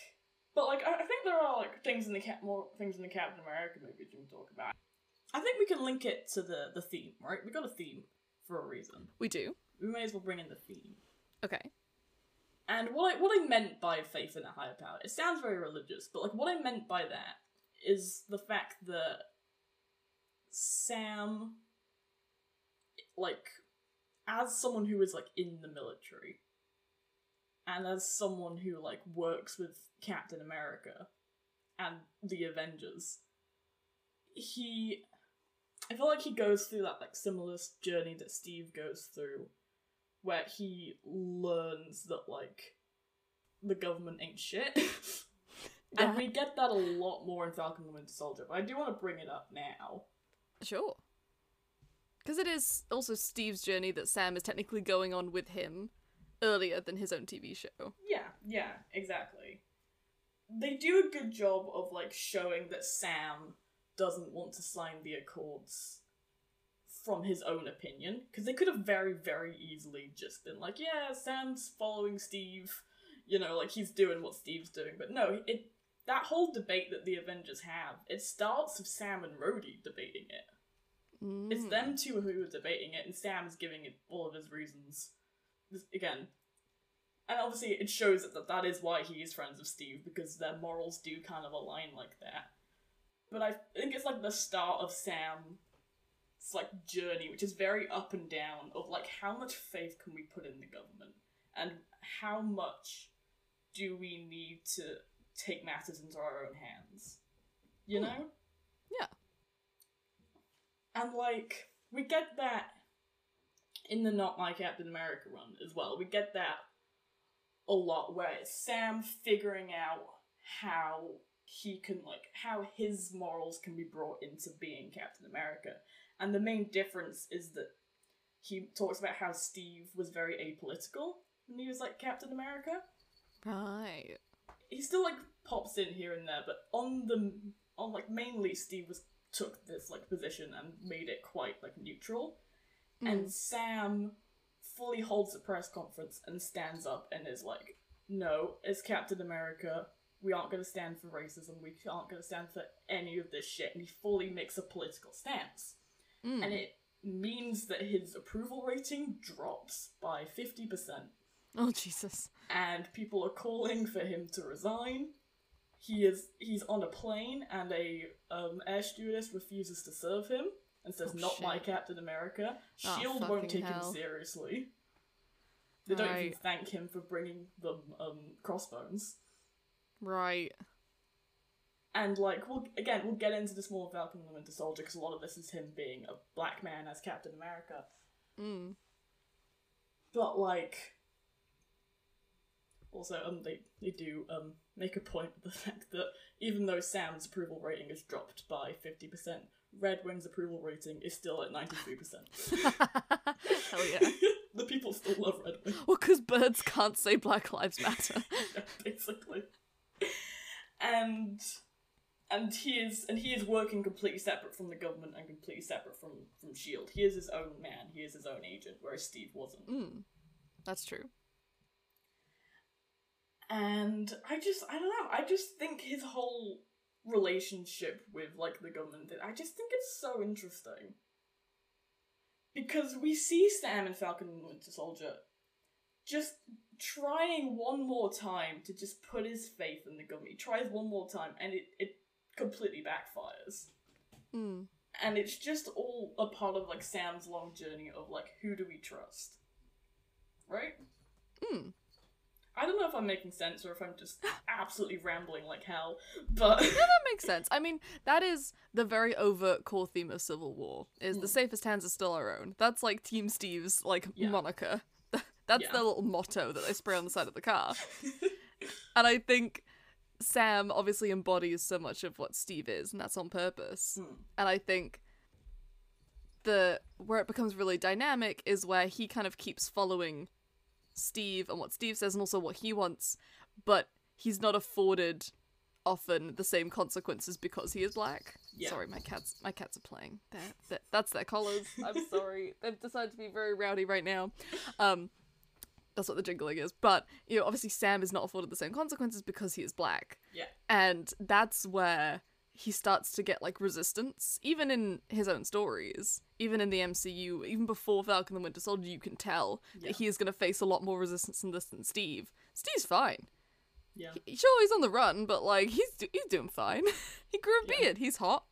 Speaker 1: but like, I, I think there are like things in the cap more things in the Captain America movie we can talk about. I think we can link it to the the theme, right? We got a theme for a reason.
Speaker 2: we do.
Speaker 1: We may as well bring in the theme.
Speaker 2: Okay,
Speaker 1: And what I, what I meant by faith in a higher power, it sounds very religious, but like what I meant by that is the fact that Sam, like, as someone who is like in the military, and as someone who like works with Captain America and the Avengers, he, I feel like he goes through that like similar s- journey that Steve goes through where he learns that like the government ain't shit.
Speaker 2: Yeah.
Speaker 1: And we get that a lot more in Falcon and Winter Soldier, but I do want to bring it up now.
Speaker 2: sure. Because it is also Steve's journey that Sam is technically going on with him earlier than his own TV show.
Speaker 1: Yeah, yeah, exactly. They do a good job of like showing that Sam doesn't want to sign the Accords from his own opinion because they could have very, very easily just been like, "Yeah, Sam's following Steve," you know, like he's doing what Steve's doing. But no, it that whole debate that the Avengers have it starts with Sam and Rhodey debating it. It's
Speaker 2: Mm.
Speaker 1: them two who are debating it, and Sam's giving it all of his reasons. This- Again. And obviously, it shows that that is why he is friends with Steve, because their morals do kind of align like that. But I think it's like the start of Sam's like journey, which is very up and down of like how much faith can we put in the government, and how much do we need to take matters into our own hands, you
Speaker 2: Hmm.
Speaker 1: know?
Speaker 2: Yeah.
Speaker 1: And like we get that in the Not My Captain America run as well. We get that a lot where it's Sam figuring out how he can like how his morals can be brought into being Captain America. And the main difference is that he talks about how Steve was very apolitical when he was like Captain America
Speaker 2: Right.
Speaker 1: he still like pops in here and there, but on the on like mainly Steve was took this like position and made it quite like neutral. And Sam fully holds a press conference and stands up and is like, No, it's Captain America. We aren't going to stand for racism. We aren't going to stand for any of this shit. And he fully makes a political stance.
Speaker 2: Mm.
Speaker 1: And it means that his approval rating drops by 50%.
Speaker 2: oh Jesus.
Speaker 1: And people are calling for him to resign. He is he's on a plane and a um, air stewardess refuses to serve him and says,
Speaker 2: Oh,
Speaker 1: "Not my
Speaker 2: shit.
Speaker 1: Captain America."
Speaker 2: Oh,
Speaker 1: Shield E won't
Speaker 2: fucking
Speaker 1: take
Speaker 2: hell.
Speaker 1: him seriously. They don't even
Speaker 2: Right.
Speaker 1: thank him for bringing them um, crossbones.
Speaker 2: Right.
Speaker 1: And like, we'll again, we'll get into this more of Falcon and the Winter Soldier because a lot of this is him being a black man as Captain America.
Speaker 2: Mm.
Speaker 1: But like, also, um, they they do um make a point of the fact that even though Sam's approval rating has dropped by fifty percent, Red Wing's approval rating is still at ninety three percent.
Speaker 2: Hell yeah.
Speaker 1: The people still love Red Wing.
Speaker 2: Well, because birds can't say Black Lives Matter.
Speaker 1: Yeah, basically. And and he is and he is working completely separate from the government and completely separate from from Shield. E He is his own man. He is his own agent, whereas Steve wasn't.
Speaker 2: mm. That's true.
Speaker 1: And I just I don't know. I just think his whole relationship with like the government. I just think it's so interesting because we see Sam and Falcon and the Winter Soldier just trying one more time to just put his faith in the government. He tries one more time, and it it completely backfires.
Speaker 2: Mm.
Speaker 1: And it's just all a part of like Sam's long journey of like who do we trust, right?
Speaker 2: Mm.
Speaker 1: I don't know if I'm making sense or if I'm just absolutely rambling like hell, but
Speaker 2: That makes sense. I mean, that is the very overt core theme of Civil War. Is the
Speaker 1: Mm.
Speaker 2: safest hands are still our own. That's like Team Steve's like
Speaker 1: Yeah.
Speaker 2: moniker. That's
Speaker 1: Yeah.
Speaker 2: their little motto that they spray on the side of the car. and I think Sam obviously embodies so much of what Steve is, and that's on purpose.
Speaker 1: Mm.
Speaker 2: And I think the where it becomes really dynamic is where he kind of keeps following Steve and what Steve says and also what he wants, but he's not afforded often the same consequences because he is black.
Speaker 1: Yeah.
Speaker 2: Sorry, my cats my cats are playing. They're, they that's their collars. I'm sorry. They've decided to be very rowdy right now. Um that's what the jingling is. But, you know, obviously Sam is not afforded the same consequences because he is black
Speaker 1: yeah,
Speaker 2: and that's where he starts to get like resistance even in his own stories even in the mcu even before falcon and the winter soldier you can tell
Speaker 1: Yeah.
Speaker 2: that he is going to face a lot more resistance in this than steve steve's fine
Speaker 1: yeah,
Speaker 2: sure he's on the run but like he's, do- he's doing fine he grew a
Speaker 1: Yeah.
Speaker 2: beard he's hot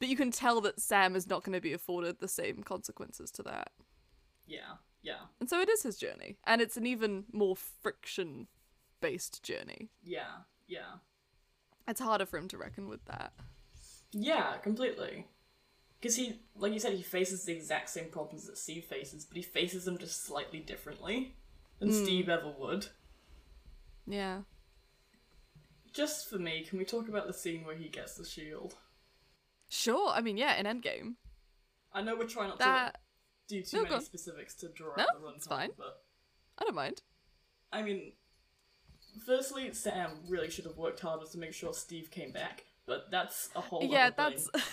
Speaker 2: but you can tell that sam is not going to be afforded the same consequences to that
Speaker 1: yeah, yeah,
Speaker 2: and so it is his journey and it's an even more friction based journey
Speaker 1: yeah, yeah,
Speaker 2: it's harder for him to reckon with that
Speaker 1: yeah, completely. Because he, like you said, he faces the exact same problems that Steve faces, but he faces them just slightly differently than Steve ever would.
Speaker 2: yeah
Speaker 1: Just for me, can we talk about the scene where he gets the shield?
Speaker 2: Sure. I mean, yeah, in Endgame.
Speaker 1: I know we're trying not
Speaker 2: That
Speaker 1: to do too
Speaker 2: No, go
Speaker 1: many
Speaker 2: on.
Speaker 1: specifics to draw
Speaker 2: No,
Speaker 1: out the runtime,
Speaker 2: it's fine.
Speaker 1: but
Speaker 2: I don't mind.
Speaker 1: I mean, firstly, Sam really should have worked harder to make sure Steve came back, but that's a whole.
Speaker 2: yeah,
Speaker 1: other
Speaker 2: that's
Speaker 1: thing.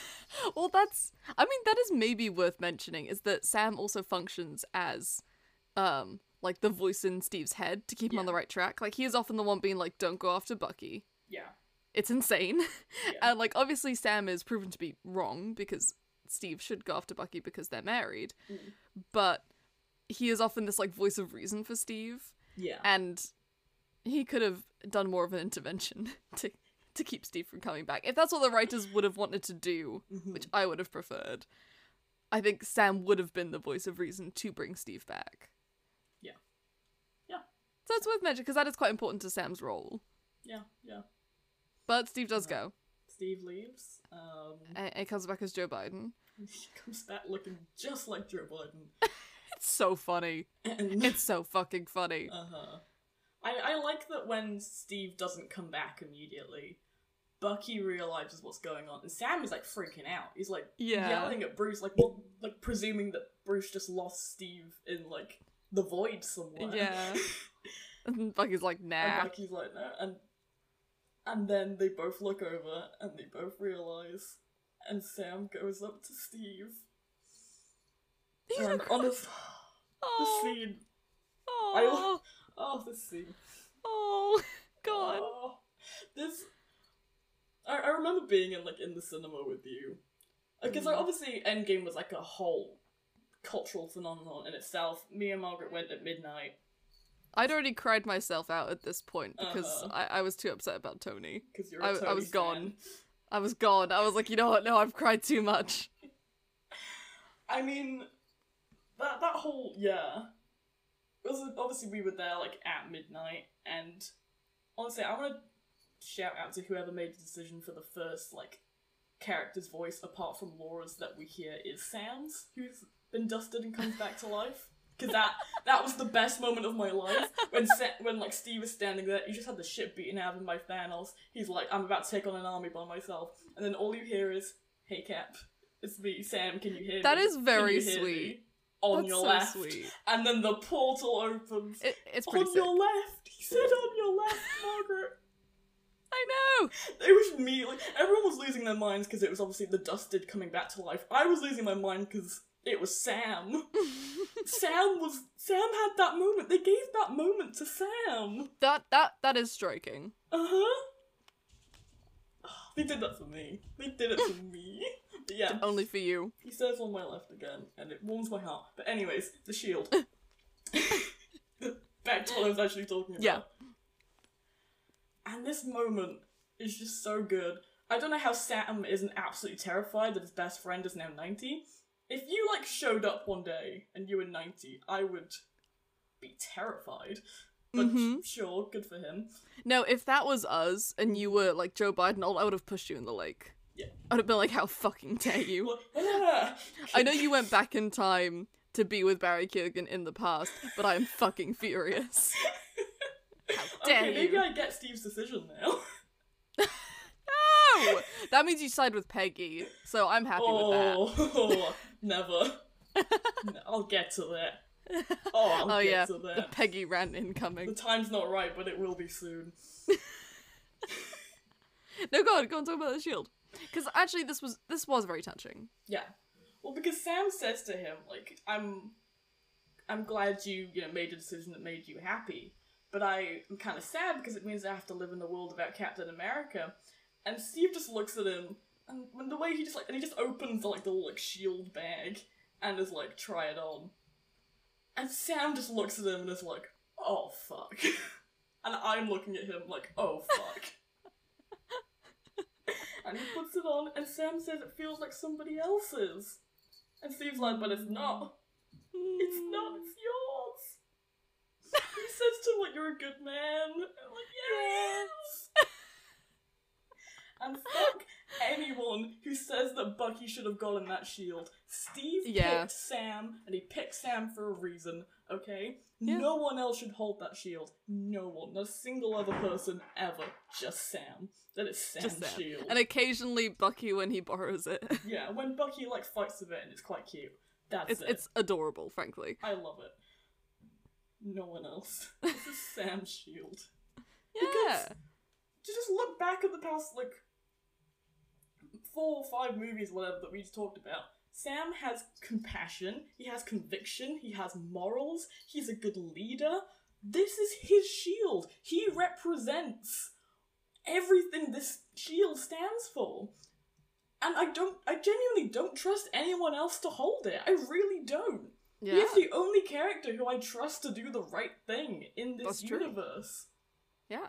Speaker 2: Well, that's I mean, that is maybe worth mentioning is that Sam also functions as um like the voice in Steve's head to keep him on
Speaker 1: Yeah.
Speaker 2: the right track. Like he is often the one being like don't go after Bucky.
Speaker 1: yeah,
Speaker 2: It's insane.
Speaker 1: Yeah.
Speaker 2: and like obviously Sam is proven to be wrong because Steve should go after Bucky because they're married.
Speaker 1: Mm.
Speaker 2: But he is often this like voice of reason for Steve.
Speaker 1: yeah,
Speaker 2: and he could have done more of an intervention to to keep Steve from coming back. If that's what the writers would have wanted to do,
Speaker 1: Mhm.
Speaker 2: which I would have preferred, I think Sam would have been the voice of reason to bring Steve back.
Speaker 1: Yeah. Yeah.
Speaker 2: So it's worth mentioning because that is quite important to Sam's role.
Speaker 1: yeah, yeah.
Speaker 2: But Steve does
Speaker 1: Yeah.
Speaker 2: go.
Speaker 1: Steve leaves. Um,
Speaker 2: And and comes back as Joe Biden.
Speaker 1: he comes back looking just like Joe Biden.
Speaker 2: It's so funny.
Speaker 1: And
Speaker 2: It's so fucking funny.
Speaker 1: uh huh. I I like that when Steve doesn't come back immediately. Bucky realizes what's going on, and Sam is like freaking out. He's like
Speaker 2: Yeah.
Speaker 1: yelling at Bruce, like well, like presuming that Bruce just lost Steve in like the void somewhere.
Speaker 2: Yeah. And Bucky's like,
Speaker 1: And
Speaker 2: nah.
Speaker 1: Bucky's like, no. And And then they both look over and they both realize. And Sam goes up to Steve. And honest, the
Speaker 2: oh,
Speaker 1: scene.
Speaker 2: oh,
Speaker 1: Oh, this scene.
Speaker 2: oh, God.
Speaker 1: Oh, this. I, I remember being in like in the cinema with you, because like,
Speaker 2: Mm.
Speaker 1: obviously Endgame was like a whole cultural phenomenon in itself. Me and Margaret went at midnight
Speaker 2: I'd already cried myself out at this point because
Speaker 1: Uh-huh.
Speaker 2: I, I was too upset about Tony.
Speaker 1: because you're.
Speaker 2: I-
Speaker 1: I
Speaker 2: I was gone. I was gone. I was like, you know what? No, I've cried too much.
Speaker 1: I mean, that that whole yeah. It was- obviously, we were there like at midnight, and honestly, I want to shout out to whoever made the decision for the first like character's voice, apart from Laura's, that we hear is Sam's, who's been dusted and comes back to life. Because that that was the best moment of my life when Sa- when like Steve is standing there, you just had the shit beaten out of him by Thanos. He's like, I'm about to take on an army by myself, and then all you hear is, "Hey Cap, it's me, Sam. Can you hear
Speaker 2: That
Speaker 1: me?
Speaker 2: is
Speaker 1: Can
Speaker 2: very
Speaker 1: you hear me?"
Speaker 2: sweet.
Speaker 1: On
Speaker 2: That's
Speaker 1: your
Speaker 2: so
Speaker 1: left,
Speaker 2: sweet.
Speaker 1: and then the portal opens.
Speaker 2: It, it's
Speaker 1: on
Speaker 2: pretty sick.
Speaker 1: your left, he said. On your left, Margaret.
Speaker 2: I know.
Speaker 1: It was me. Like everyone was losing their minds because it was obviously the dusted coming back to life. I was losing my mind because it was Sam. Sam was Sam had that moment. They gave that moment to Sam.
Speaker 2: that that that is striking.
Speaker 1: Uh huh. They did that for me. They did it for me. But yeah,
Speaker 2: Only for you.
Speaker 1: he says on my left again, and it warms my heart. But anyways, the shield. Back to what I was actually talking about.
Speaker 2: Yeah.
Speaker 1: And this moment is just so good. I don't know how Sam isn't absolutely terrified that his best friend is now 90. If you like showed up one day and you were 90, I would be terrified. But
Speaker 2: Mhm.
Speaker 1: sure, good for him.
Speaker 2: No, if that was us and you were like Joe Biden, old, I would have pushed you in the lake.
Speaker 1: Yeah.
Speaker 2: I'd have been like, how fucking dare you?
Speaker 1: Well, ah.
Speaker 2: I know you went back in time to be with Barry Keoghan in the past, but I am fucking furious. How dare
Speaker 1: Okay,
Speaker 2: you?
Speaker 1: maybe I get Steve's decision now.
Speaker 2: No! That means you side with Peggy, so I'm happy with that.
Speaker 1: Oh, never. No, I'll get to that. Oh, I'll
Speaker 2: Oh,
Speaker 1: get
Speaker 2: yeah,
Speaker 1: to
Speaker 2: the
Speaker 1: that.
Speaker 2: Peggy rant
Speaker 1: The
Speaker 2: incoming.
Speaker 1: time's not right, but it will be soon.
Speaker 2: No, go on, go on, talk about the shield. Because actually, this was this was very touching.
Speaker 1: Yeah. Well, because Sam says to him, like, I'm, I'm glad you, you know, made a decision that made you happy, but I am kind of sad because it means I have to live in the world about Captain America. And Steve just looks at him, and when the way he just like, and he just opens like the like shield bag, and is like, try it on. And Sam just looks at him and is like, oh fuck. and I'm looking at him like, oh fuck. and he puts it on, and Sam says it feels like somebody else's. And Steve's like, but it's not. It's not, it's yours. he says to him, like, you're a good man. And I'm like, yeah, he is. and fuck anyone who says that Bucky should have gotten that shield. Steve
Speaker 2: Yeah.
Speaker 1: picked Sam, and he picked Sam for a reason, okay?
Speaker 2: Yeah.
Speaker 1: No one else should hold that shield. No one. Not a single other person ever. Just Sam. That is Sam's
Speaker 2: Just that.
Speaker 1: shield.
Speaker 2: And occasionally Bucky when he borrows it.
Speaker 1: Yeah, when Bucky like fights with it and it's quite cute. That's
Speaker 2: It's
Speaker 1: it.
Speaker 2: it's adorable, frankly.
Speaker 1: I love it. No one else. This is Sam's shield. Because-
Speaker 2: Yeah.
Speaker 1: To just look back at the past like four or five movies, whatever that we just talked about. Sam has compassion. He has conviction. He has morals. He's a good leader. This is his shield. He represents everything this shield stands for. And I don't. I genuinely don't trust anyone else to hold it. I really don't.
Speaker 2: Yeah.
Speaker 1: He's the only character who I trust to do the right thing in this
Speaker 2: That's true.
Speaker 1: universe.
Speaker 2: Yeah.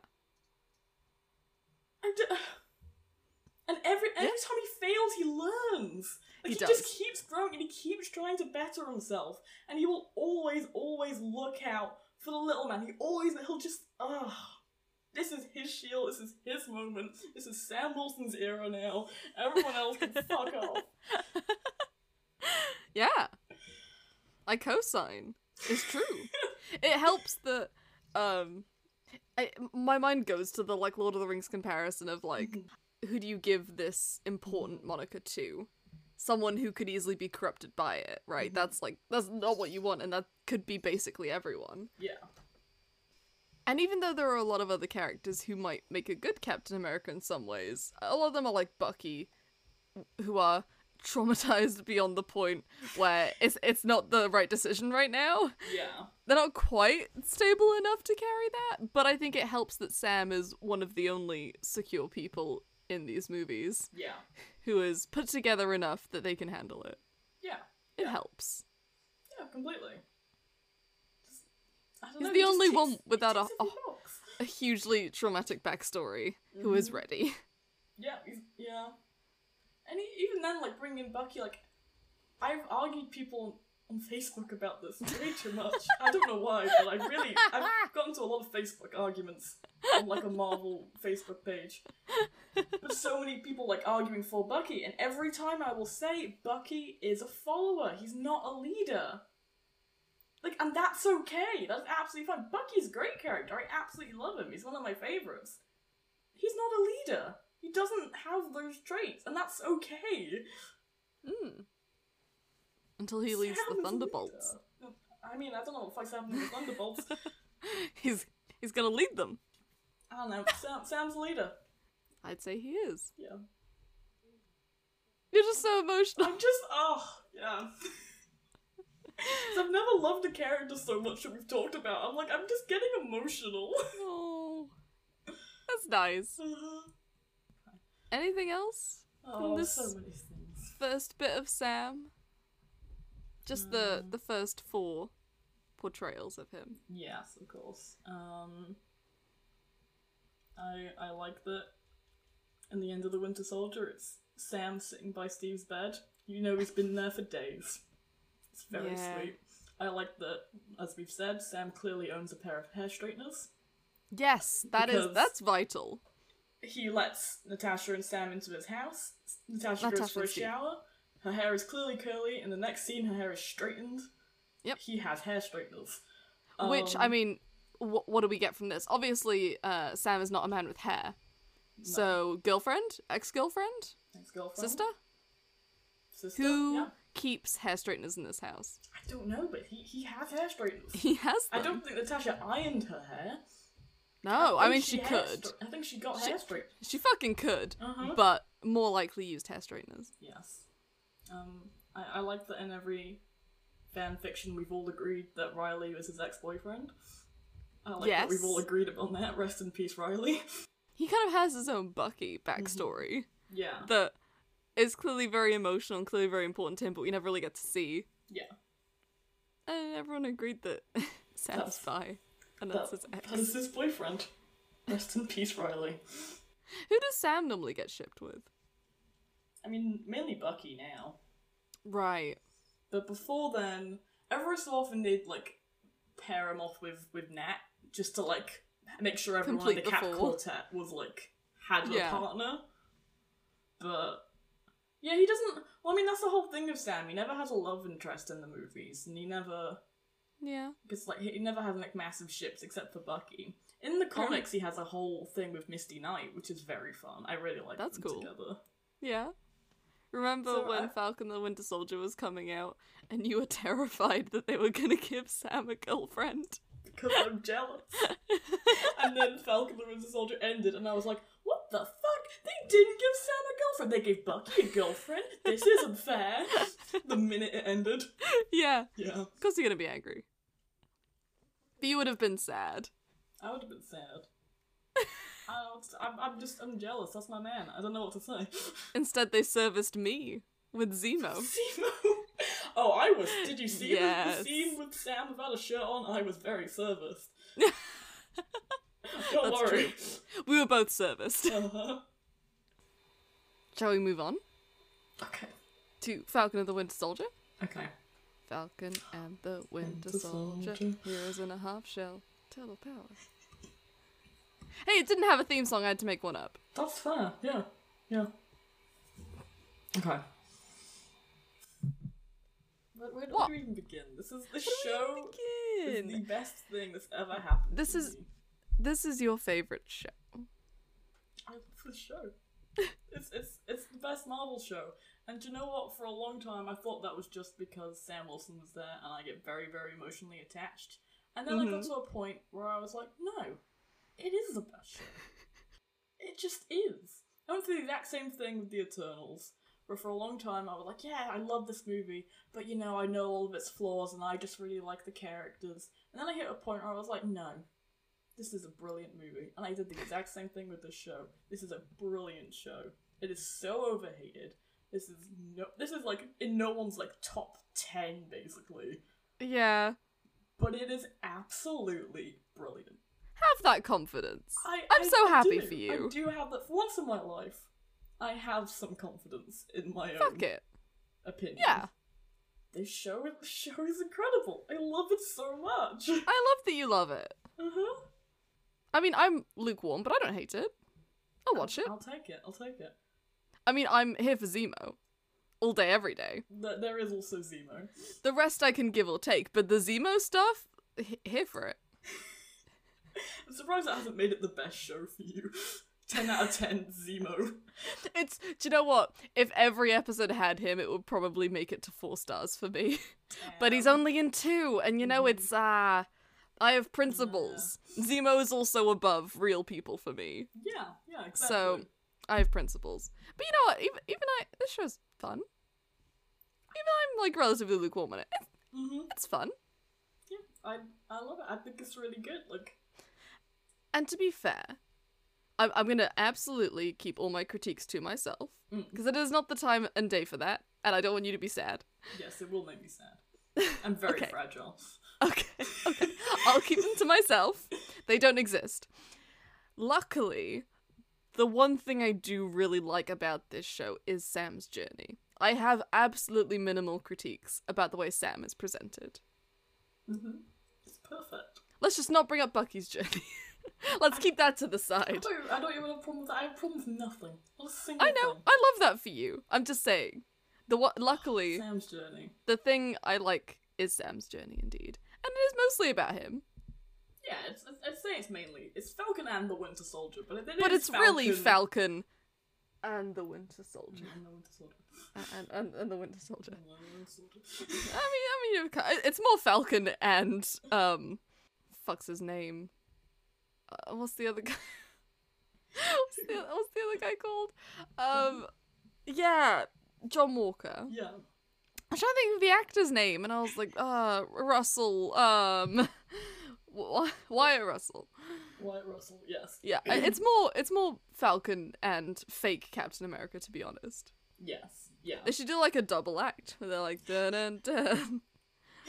Speaker 1: I d- uh, and every every
Speaker 2: Yeah.
Speaker 1: time he fails, he learns. Like,
Speaker 2: He
Speaker 1: he
Speaker 2: does.
Speaker 1: just keeps growing and he keeps trying to better himself. And he will always, always look out for the little man. He always, he'll just, ugh. This is his shield. This is his moment. This is Sam Wilson's era now. Everyone else can fuck off.
Speaker 2: Yeah. I co-sign. It's true. it helps that um I, my mind goes to the like Lord of the Rings comparison of like
Speaker 1: Mhm.
Speaker 2: who do you give this important moniker to? Someone who could easily be corrupted by it, right?
Speaker 1: Mhm.
Speaker 2: That's like that's not what you want and that could be basically everyone.
Speaker 1: Yeah.
Speaker 2: And even though there are a lot of other characters who might make a good Captain America in some ways, a lot of them are like Bucky, who are traumatized beyond the point where it's it's not the right decision right now.
Speaker 1: Yeah.
Speaker 2: They're not quite stable enough to carry that, but I think it helps that Sam is one of the only secure people in these movies
Speaker 1: Yeah.
Speaker 2: who is put together enough that they can handle it.
Speaker 1: Yeah.
Speaker 2: It helps.
Speaker 1: Yeah, completely. Just- I don't
Speaker 2: He's
Speaker 1: know,
Speaker 2: the
Speaker 1: he just
Speaker 2: only
Speaker 1: ticks-
Speaker 2: one
Speaker 1: he
Speaker 2: without a-
Speaker 1: ticks every box.
Speaker 2: A hugely traumatic backstory who is
Speaker 1: Mhm.
Speaker 2: ready.
Speaker 1: Yeah, he's, yeah. And he, even then, like bringing Bucky, like I've argued people on Facebook about this way too much. I don't know why, but I really I've gotten to a lot of Facebook arguments on like a Marvel Facebook page. But so many people like arguing for Bucky, and every time I will say Bucky is a follower. He's not a leader. Like, and that's okay. That's absolutely fine. Bucky's a great character. I absolutely love him. He's one of my favorites he's not a leader. He doesn't have those traits, and that's okay.
Speaker 2: Mm. Until he leads
Speaker 1: Sam's
Speaker 2: the
Speaker 1: a
Speaker 2: Thunderbolts.
Speaker 1: leader. I mean, I don't know what the fuck's happening with Thunderbolts.
Speaker 2: He's he's gonna lead them.
Speaker 1: I don't know. Sam, Sam's a leader.
Speaker 2: I'd say he is.
Speaker 1: Yeah.
Speaker 2: You're just so emotional.
Speaker 1: I'm just, oh, yeah. 'Cause I've never loved a character so much that we've talked about. I'm like, I'm just getting emotional.
Speaker 2: Oh, that's nice. Anything else?
Speaker 1: oh,
Speaker 2: This-
Speaker 1: so many things.
Speaker 2: First bit of Sam. Just the
Speaker 1: Hmm.
Speaker 2: the first four portrayals of him.
Speaker 1: Yes, of course. Um, I I like that. In the end of the Winter Soldier, it's Sam sitting by Steve's bed. You know he's been there for days. It's very
Speaker 2: Yeah.
Speaker 1: sweet. I like that, as we've said, Sam clearly owns a pair of hair straighteners.
Speaker 2: Yes, that is
Speaker 1: Because-
Speaker 2: that's vital.
Speaker 1: He lets Natasha and Sam into his house. Natasha, goes
Speaker 2: Natasha
Speaker 1: for a
Speaker 2: and Steve.
Speaker 1: shower. Her hair is clearly curly. In the next scene, her hair is straightened.
Speaker 2: Yep.
Speaker 1: He has hair straighteners.
Speaker 2: Which I
Speaker 1: Um,
Speaker 2: mean, wh- what do we get from this? Obviously, uh, Sam is not a man with hair. So girlfriend, ex girlfriend,
Speaker 1: ex-girlfriend,
Speaker 2: sister,
Speaker 1: sister,
Speaker 2: who
Speaker 1: yeah.
Speaker 2: keeps hair straighteners in this house.
Speaker 1: I don't know, but he, he has hair straighteners.
Speaker 2: He has
Speaker 1: I
Speaker 2: them.
Speaker 1: don't think Natasha ironed her hair.
Speaker 2: No, Oh, I
Speaker 1: think
Speaker 2: mean she,
Speaker 1: had
Speaker 2: could.
Speaker 1: stra- I think she got
Speaker 2: She-
Speaker 1: hair straight.
Speaker 2: She fucking could,
Speaker 1: Uh-huh.
Speaker 2: but more likely used hair straighteners.
Speaker 1: Yes. Um, I, I like that in every fan fiction we've all agreed that Riley was his ex-boyfriend. I like that we've
Speaker 2: Yes.
Speaker 1: all agreed upon that. Rest in peace, Riley.
Speaker 2: He kind of has his own Bucky backstory
Speaker 1: yeah.
Speaker 2: that is clearly very emotional and clearly very important to him, but we never really get to see.
Speaker 1: Yeah.
Speaker 2: And everyone agreed that Sam's
Speaker 1: That's-
Speaker 2: bi, and that's his ex.
Speaker 1: that is his boyfriend. Rest in peace, Riley.
Speaker 2: Who does Sam normally get shipped with?
Speaker 1: I mean, mainly Bucky now.
Speaker 2: Right.
Speaker 1: But before then, every so often they'd like pair him off with with Nat just to like make sure everyone
Speaker 2: Complete
Speaker 1: in the
Speaker 2: the
Speaker 1: cat
Speaker 2: four.
Speaker 1: quartet was like had a
Speaker 2: Yeah.
Speaker 1: partner. But yeah, he doesn't. Well, I mean, that's the whole thing of Sam. He never has a love interest in the movies, and he never
Speaker 2: Yeah.
Speaker 1: because like he never has like massive ships except for Bucky. In the comics, he has a whole thing with Misty Knight, which is very fun. I really like
Speaker 2: That's
Speaker 1: them
Speaker 2: cool.
Speaker 1: together.
Speaker 2: Yeah. Remember
Speaker 1: So
Speaker 2: when
Speaker 1: I-
Speaker 2: Falcon the Winter Soldier was coming out and you were terrified that they were going to give Sam a girlfriend?
Speaker 1: because I'm jealous. and then Falcon the Winter Soldier ended, and I was like, what the fuck? They didn't give Sam a girlfriend. They gave Bucky a girlfriend. This isn't fair. The minute it ended.
Speaker 2: yeah.
Speaker 1: Yeah.
Speaker 2: Of course you're gonna be angry. But you would have been sad.
Speaker 1: I would have been sad. I don't, I'm, I'm just, I'm jealous. That's my man. I don't know what to say.
Speaker 2: Instead, they serviced me with Zemo.
Speaker 1: Zemo. Oh, I was. Did you see the-
Speaker 2: Yes.
Speaker 1: the, scene with Sam without a shirt on? I was very serviced. don't
Speaker 2: That's
Speaker 1: worry.
Speaker 2: We were both serviced.
Speaker 1: Uh-huh.
Speaker 2: Shall we move on
Speaker 1: Okay.
Speaker 2: to Falcon and the Winter Soldier?
Speaker 1: Okay.
Speaker 2: Falcon and the Winter
Speaker 1: Winter
Speaker 2: Soldier,
Speaker 1: Soldier.
Speaker 2: heroes in a half shell, turtle power. Hey, it didn't have a theme song. I had to make one up.
Speaker 1: That's fair, yeah. Yeah. Okay. Where, where do
Speaker 2: What?
Speaker 1: we even begin? This is the
Speaker 2: Where do
Speaker 1: show
Speaker 2: we
Speaker 1: is the
Speaker 2: begin?
Speaker 1: best thing that's ever happened.
Speaker 2: This
Speaker 1: to
Speaker 2: is-
Speaker 1: me.
Speaker 2: This is your favorite show.
Speaker 1: I love the show. it's it's it's the best Marvel show. And do you know what? For a long time, I thought that was just because Sam Wilson was there, and I get very very emotionally attached. And then I got
Speaker 2: Mhm.
Speaker 1: to a point where I was like, no, it is the best show. it just is. I went through the exact same thing with the Eternals, where for a long time I was like, yeah, I love this movie, but you know, I know all of its flaws and I just really like the characters. And then I hit a point where I was like, no, this is a brilliant movie. And I did the exact same thing with this show. This is a brilliant show. It is so overhated. This is no this is like in no one's like top ten basically.
Speaker 2: Yeah.
Speaker 1: But it is absolutely brilliant.
Speaker 2: Have that confidence.
Speaker 1: I,
Speaker 2: I'm so happy
Speaker 1: do.
Speaker 2: for you.
Speaker 1: I do have that for once in my life. I have some confidence in my own
Speaker 2: Fuck it.
Speaker 1: opinion.
Speaker 2: Yeah.
Speaker 1: This show this show is incredible. I love it so much. Uh-huh. Uh
Speaker 2: I love that you love it.
Speaker 1: huh.
Speaker 2: I mean, I'm lukewarm, but I don't hate it. I'll watch it.
Speaker 1: I'll take it. I'll take it.
Speaker 2: I mean, I'm here for Zemo. All day, every day.
Speaker 1: Th- there is also Zemo.
Speaker 2: The rest I can give or take, but the Zemo stuff, h- here for it.
Speaker 1: I'm surprised that hasn't made it the best show for you. 10 out of 10, Zemo.
Speaker 2: It's do you know what? If every episode had him, it would probably make it to four stars for me. but he's
Speaker 1: Damn.
Speaker 2: only in two, and you know
Speaker 1: Mhm.
Speaker 2: it's uh I have principles. Zemo is also above real people for me.
Speaker 1: Yeah, yeah, exactly.
Speaker 2: So- I have principles. But you know what? Even, even I this show's fun. Even I'm like relatively lukewarm on it. It's,
Speaker 1: hmm
Speaker 2: it's fun.
Speaker 1: Yeah, I, I love it. I think it's really good. Like,
Speaker 2: And to be fair, I'm, I'm going to absolutely keep all my critiques to myself
Speaker 1: Mm.
Speaker 2: because it is not the time and day for that, and I don't want you to be sad.
Speaker 1: yes, it will make me sad. I'm very
Speaker 2: Okay.
Speaker 1: fragile.
Speaker 2: Okay, okay. I'll keep them to myself. They don't exist. Luckily, the one thing I do really like about this show is Sam's journey. I have absolutely minimal critiques about the way Sam is presented.
Speaker 1: hmm It's perfect.
Speaker 2: Let's just not bring up Bucky's journey. Let's keep that to the
Speaker 1: I
Speaker 2: side.
Speaker 1: don't, I don't even have a problem with that. I have a problem with nothing. Not a single
Speaker 2: I know.
Speaker 1: thing.
Speaker 2: I love that for you. I'm just saying. The one, luckily,
Speaker 1: Sam's journey.
Speaker 2: the thing I like is Sam's journey indeed. And it is mostly about him.
Speaker 1: Yeah, it's, it's, I'd say it's mainly it's Falcon and the Winter Soldier, but it, it
Speaker 2: but
Speaker 1: is
Speaker 2: it's really
Speaker 1: Falcon.
Speaker 2: Falcon and the Winter Soldier.
Speaker 1: And the Winter Soldier.
Speaker 2: And, and, and the Winter Soldier.
Speaker 1: And the Winter Soldier.
Speaker 2: I mean, I mean, it ki- it's more Falcon and um, fuck's his name. Uh, what's the other guy? what's, the, what's the other guy called? Um, yeah, John Walker.
Speaker 1: yeah.
Speaker 2: I was trying to think of the actor's name, and I was like, uh, Russell. Um, why, why Russell?
Speaker 1: Wyatt Russell, yes.
Speaker 2: Yeah, I- it's more it's more Falcon and fake Captain America to be honest.
Speaker 1: Yes. Yeah.
Speaker 2: They should do like a double act where they're like dun dun dun.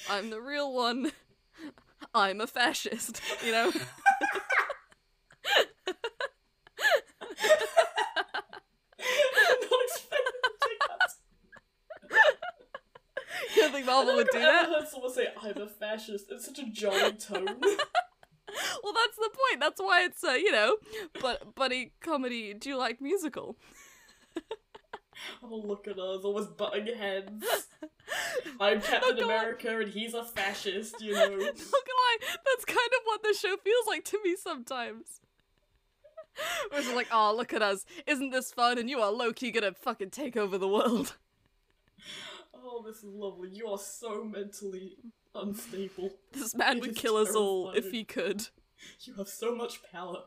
Speaker 2: I'm the real one. I'm a fascist, you know.
Speaker 1: I'm not expecting to take that.
Speaker 2: You don't think Marvel would do
Speaker 1: I've
Speaker 2: that?
Speaker 1: never heard someone say I'm a fascist in such a jolly tone.
Speaker 2: Well, that's the point. That's why it's uh, you know, but buddy comedy. Do you like musical?
Speaker 1: oh, look at us, always butting heads. I'm Captain
Speaker 2: Oh, God.
Speaker 1: America and he's a fascist, you
Speaker 2: Not
Speaker 1: know.
Speaker 2: gonna lie, that's kind of what the show feels like to me sometimes. Where it's like, oh, look at us. Isn't this fun? And you are low key gonna fucking take over the world.
Speaker 1: Oh, this is lovely. You are so mentally unstable.
Speaker 2: This man
Speaker 1: It
Speaker 2: would
Speaker 1: is
Speaker 2: kill us all if
Speaker 1: terrifying.
Speaker 2: he could.
Speaker 1: You have so much power.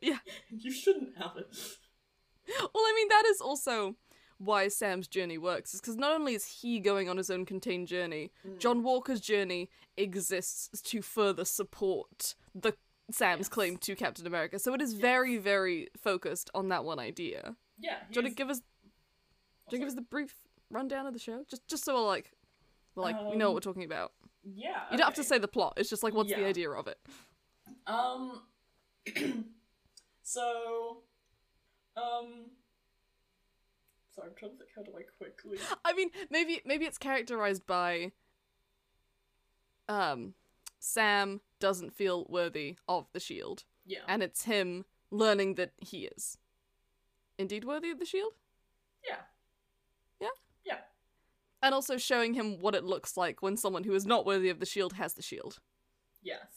Speaker 2: Yeah.
Speaker 1: And you shouldn't have it.
Speaker 2: Well, I mean, that is also why Sam's journey works, is because not only is he going on his own contained journey,
Speaker 1: Mm.
Speaker 2: John Walker's journey exists to further support the Sam's
Speaker 1: Yes.
Speaker 2: claim to Captain America. So it is very, very focused on that one idea.
Speaker 1: Yeah.
Speaker 2: Do you
Speaker 1: he's-
Speaker 2: want to give us? Do you want to give us the brief rundown of the show? Just, just so we're like, we're like, we know what
Speaker 1: Um,
Speaker 2: we're talking about.
Speaker 1: yeah.
Speaker 2: You don't have to
Speaker 1: okay.
Speaker 2: say the plot. It's just like, what's the
Speaker 1: Yeah.
Speaker 2: idea of it?
Speaker 1: Um. so. Um. Sorry, I'm trying to think. How do I quickly?
Speaker 2: I mean, maybe, maybe it's characterized by, um, Sam doesn't feel worthy of the shield,
Speaker 1: Yeah.
Speaker 2: and it's him learning that he is, indeed worthy of the shield,
Speaker 1: yeah.
Speaker 2: and also showing him what it looks like when someone who is not worthy of the shield has the shield.
Speaker 1: Yes.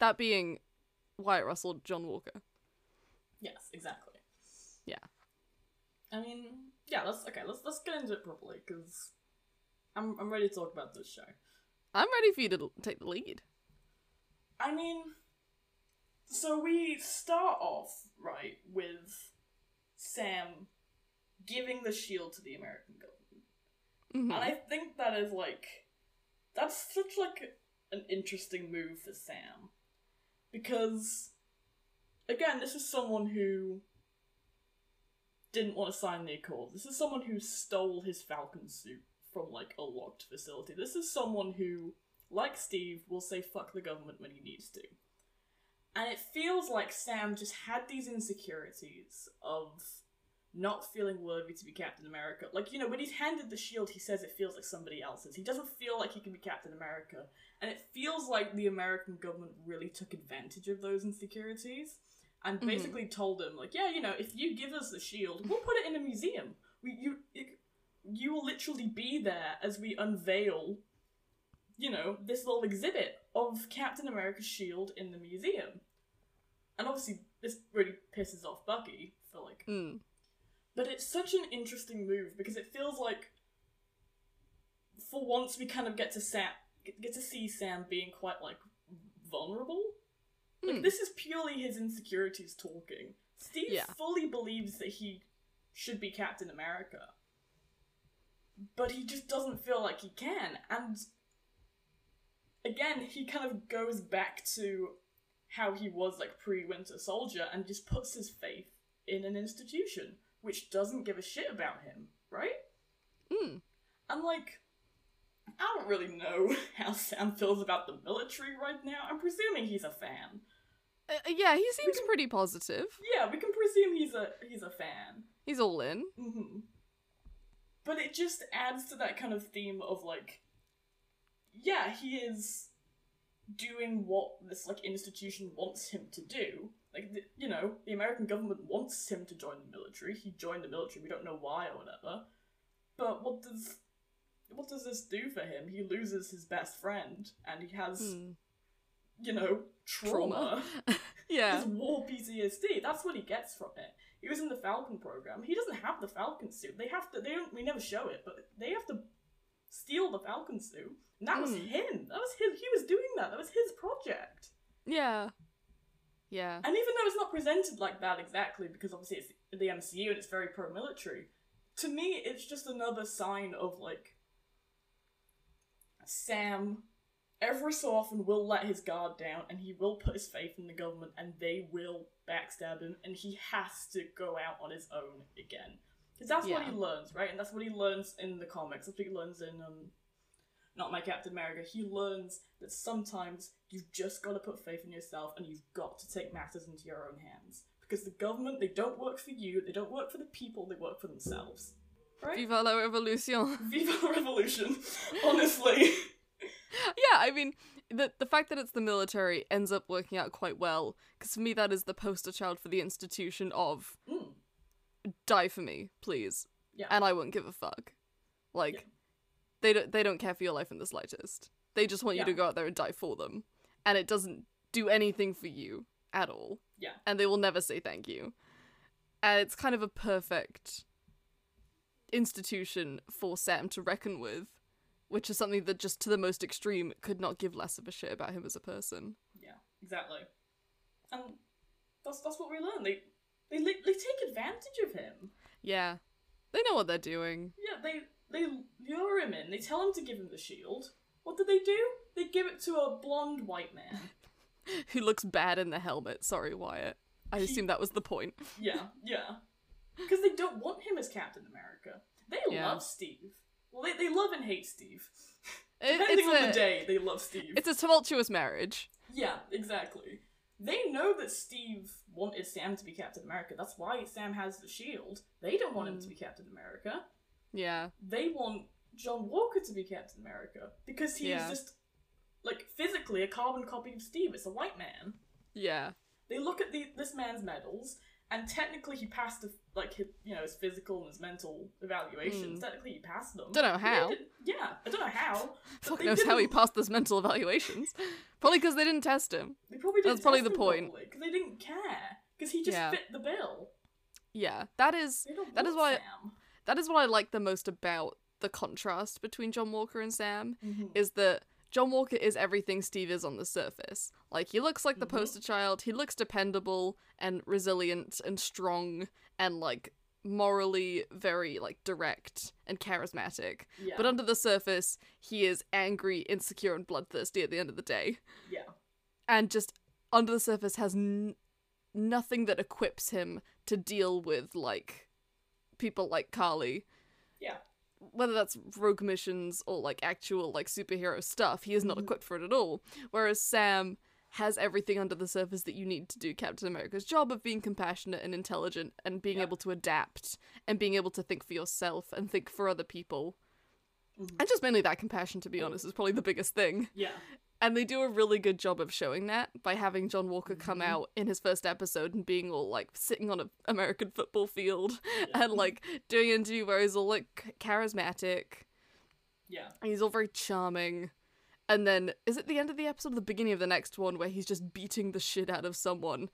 Speaker 2: That being, Wyatt Russell, John Walker.
Speaker 1: Yes. Exactly.
Speaker 2: Yeah.
Speaker 1: I mean, yeah. Let's okay. Let's let's get into it properly because I'm I'm ready to talk about this show.
Speaker 2: I'm ready for you to l- take the lead.
Speaker 1: I mean, so we start off, right, with Sam giving the shield to the American government.
Speaker 2: Mhm.
Speaker 1: And I think that is like that's such like an interesting move for Sam. Because again, this is someone who didn't want to sign the accord. This is someone who stole his Falcon suit from like a locked facility. This is someone who, like Steve, will say fuck the government when he needs to. And it feels like Sam just had these insecurities of not feeling worthy to be Captain America. Like, you know, when he's handed the shield, he says it feels like somebody else's. He doesn't feel like he can be Captain America. And it feels like the American government really took advantage of those insecurities and
Speaker 2: Mhm.
Speaker 1: basically told him, like, yeah, you know, if you give us the shield, we'll put it in a museum. We, you, it, you will literally be there as we unveil, you know, this little exhibit of Captain America's shield in the museum. And obviously, this really pisses off Bucky for, like,
Speaker 2: Mm.
Speaker 1: but it's such an interesting move because it feels like, for once, we kind of get to Sam get get to see Sam being quite like vulnerable. Like
Speaker 2: Hmm.
Speaker 1: this is purely his insecurities talking. Steve
Speaker 2: Yeah.
Speaker 1: fully believes that he should be Captain America, but he just doesn't feel like he can. And again, he kind of goes back to how he was like pre Winter Soldier and just puts his faith in an institution which doesn't give a shit about him, right?
Speaker 2: Mm.
Speaker 1: I'm like, I don't really know how Sam feels about the military right now. I'm presuming he's a fan.
Speaker 2: Uh, uh, yeah, he seems pretty positive.
Speaker 1: Yeah, we can presume he's a he's a fan.
Speaker 2: He's all in.
Speaker 1: hmm But it just adds to that kind of theme of like, yeah, he is doing what this like institution wants him to do. Like the, you know, the American government wants him to join the military. He joined the military. We don't know why or whatever. But what does what does this do for him? He loses his best friend, and he has
Speaker 2: Hmm.
Speaker 1: you know
Speaker 2: Trauma.
Speaker 1: trauma.
Speaker 2: Yeah.
Speaker 1: His war PTSD. That's what he gets from it. He was in the Falcon program. He doesn't have the Falcon suit. They have to. They don't. We never show it, but they have to steal the Falcon suit. And that was
Speaker 2: Mm.
Speaker 1: him. That was his. He was doing that. That was his project.
Speaker 2: Yeah. Yeah.
Speaker 1: And even though it's not presented like that exactly, because obviously it's the MCU and it's very pro military, to me it's just another sign of like Sam every so often will let his guard down and he will put his faith in the government and they will backstab him and he has to go out on his own again. Because that's what
Speaker 2: Yeah.
Speaker 1: he learns, right? And that's what he learns in the comics. That's what he learns in um, not my Captain America, he learns that sometimes you've just got to put faith in yourself and you've got to take matters into your own hands. Because the government, they don't work for you, they don't work for the people, they work for themselves. Right?
Speaker 2: Viva la revolution.
Speaker 1: Viva la revolution. Honestly.
Speaker 2: yeah, I mean, the the fact that it's the military ends up working out quite well because for me that is the poster child for the institution of
Speaker 1: Mm.
Speaker 2: die for me, please,
Speaker 1: Yeah.
Speaker 2: and I won't give a fuck. Like,
Speaker 1: Yeah.
Speaker 2: they don't they don't care for your life in the slightest. They just want
Speaker 1: Yeah.
Speaker 2: you to go out there and die for them, and it doesn't do anything for you at all.
Speaker 1: Yeah.
Speaker 2: and they will never say thank you. And it's kind of a perfect institution for Sam to reckon with, which is something that just to the most extreme could not give less of a shit about him as a person.
Speaker 1: Yeah, exactly. And that's that's what we learn. They they, li- they take advantage of him.
Speaker 2: Yeah, they know what they're doing.
Speaker 1: Yeah, they they lure him in. They tell him to give him the shield. What do they do? They give it to a blonde white man.
Speaker 2: Who looks bad in the helmet? Sorry, Wyatt. I assume that was the point.
Speaker 1: Yeah, yeah. Because they don't want him as Captain America. They
Speaker 2: Yeah.
Speaker 1: love Steve. Well, they, they love and hate Steve.
Speaker 2: It-
Speaker 1: Depending
Speaker 2: it's
Speaker 1: on
Speaker 2: a,
Speaker 1: the day, they love Steve.
Speaker 2: It's a tumultuous marriage.
Speaker 1: Yeah, exactly. They know that Steve wanted Sam to be Captain America. That's why Sam has the shield. They don't want
Speaker 2: Mm.
Speaker 1: him to be Captain America.
Speaker 2: Yeah.
Speaker 1: They want John Walker to be Captain America because he
Speaker 2: Yeah.
Speaker 1: is just like physically a carbon copy of Steve. It's a white man.
Speaker 2: Yeah.
Speaker 1: they look at the, this man's medals and technically he passed the, like his, you know his physical and his mental evaluations
Speaker 2: Mm.
Speaker 1: technically he passed them
Speaker 2: Dunno
Speaker 1: But they
Speaker 2: how.
Speaker 1: didn't- yeah i don't know how but
Speaker 2: Fuck
Speaker 1: they
Speaker 2: knows how he
Speaker 1: didn't-
Speaker 2: passed those mental evaluations. Probably because they didn't test him.
Speaker 1: they probably didn't
Speaker 2: That's probably
Speaker 1: test
Speaker 2: the
Speaker 1: him
Speaker 2: point.
Speaker 1: properly, 'cause they didn't care because he just
Speaker 2: Yeah.
Speaker 1: fit the bill
Speaker 2: Yeah. That is
Speaker 1: they don't
Speaker 2: That is
Speaker 1: want
Speaker 2: why- that is what I like the most about the contrast between John Walker and Sam
Speaker 1: Sam. Mhm.
Speaker 2: is that John Walker is everything Steve is on the surface. Like he looks like the
Speaker 1: Mhm.
Speaker 2: poster child. He looks dependable and resilient and strong and like morally very like direct and charismatic.
Speaker 1: Yeah.
Speaker 2: But uh, under the surface, he is angry, insecure, and bloodthirsty at the end of the day.
Speaker 1: yeah.
Speaker 2: And just under the surface has n- nothing that equips him to deal with like people like Carly.
Speaker 1: Yeah.
Speaker 2: Whether that's rogue missions or like actual like superhero stuff, he is not
Speaker 1: Mhm.
Speaker 2: equipped for it at all. Whereas Sam has everything under the surface that you need to do Captain America's job of being compassionate and intelligent and being
Speaker 1: Yeah.
Speaker 2: able to adapt and being able to think for yourself and think for other people.
Speaker 1: Mhm.
Speaker 2: And just mainly that compassion,
Speaker 1: Mm-hmm.
Speaker 2: to be honest, is probably the biggest thing.
Speaker 1: Yeah.
Speaker 2: And they do a really good job of showing that by having John Walker come
Speaker 1: Mhm.
Speaker 2: out in his first episode and being all like sitting on an American football field
Speaker 1: Yeah.
Speaker 2: and like doing an interview where he's all like charismatic
Speaker 1: yeah.
Speaker 2: and he's all very charming. And then is it the end of the episode or the beginning of the next one where he's just beating the shit out of someone?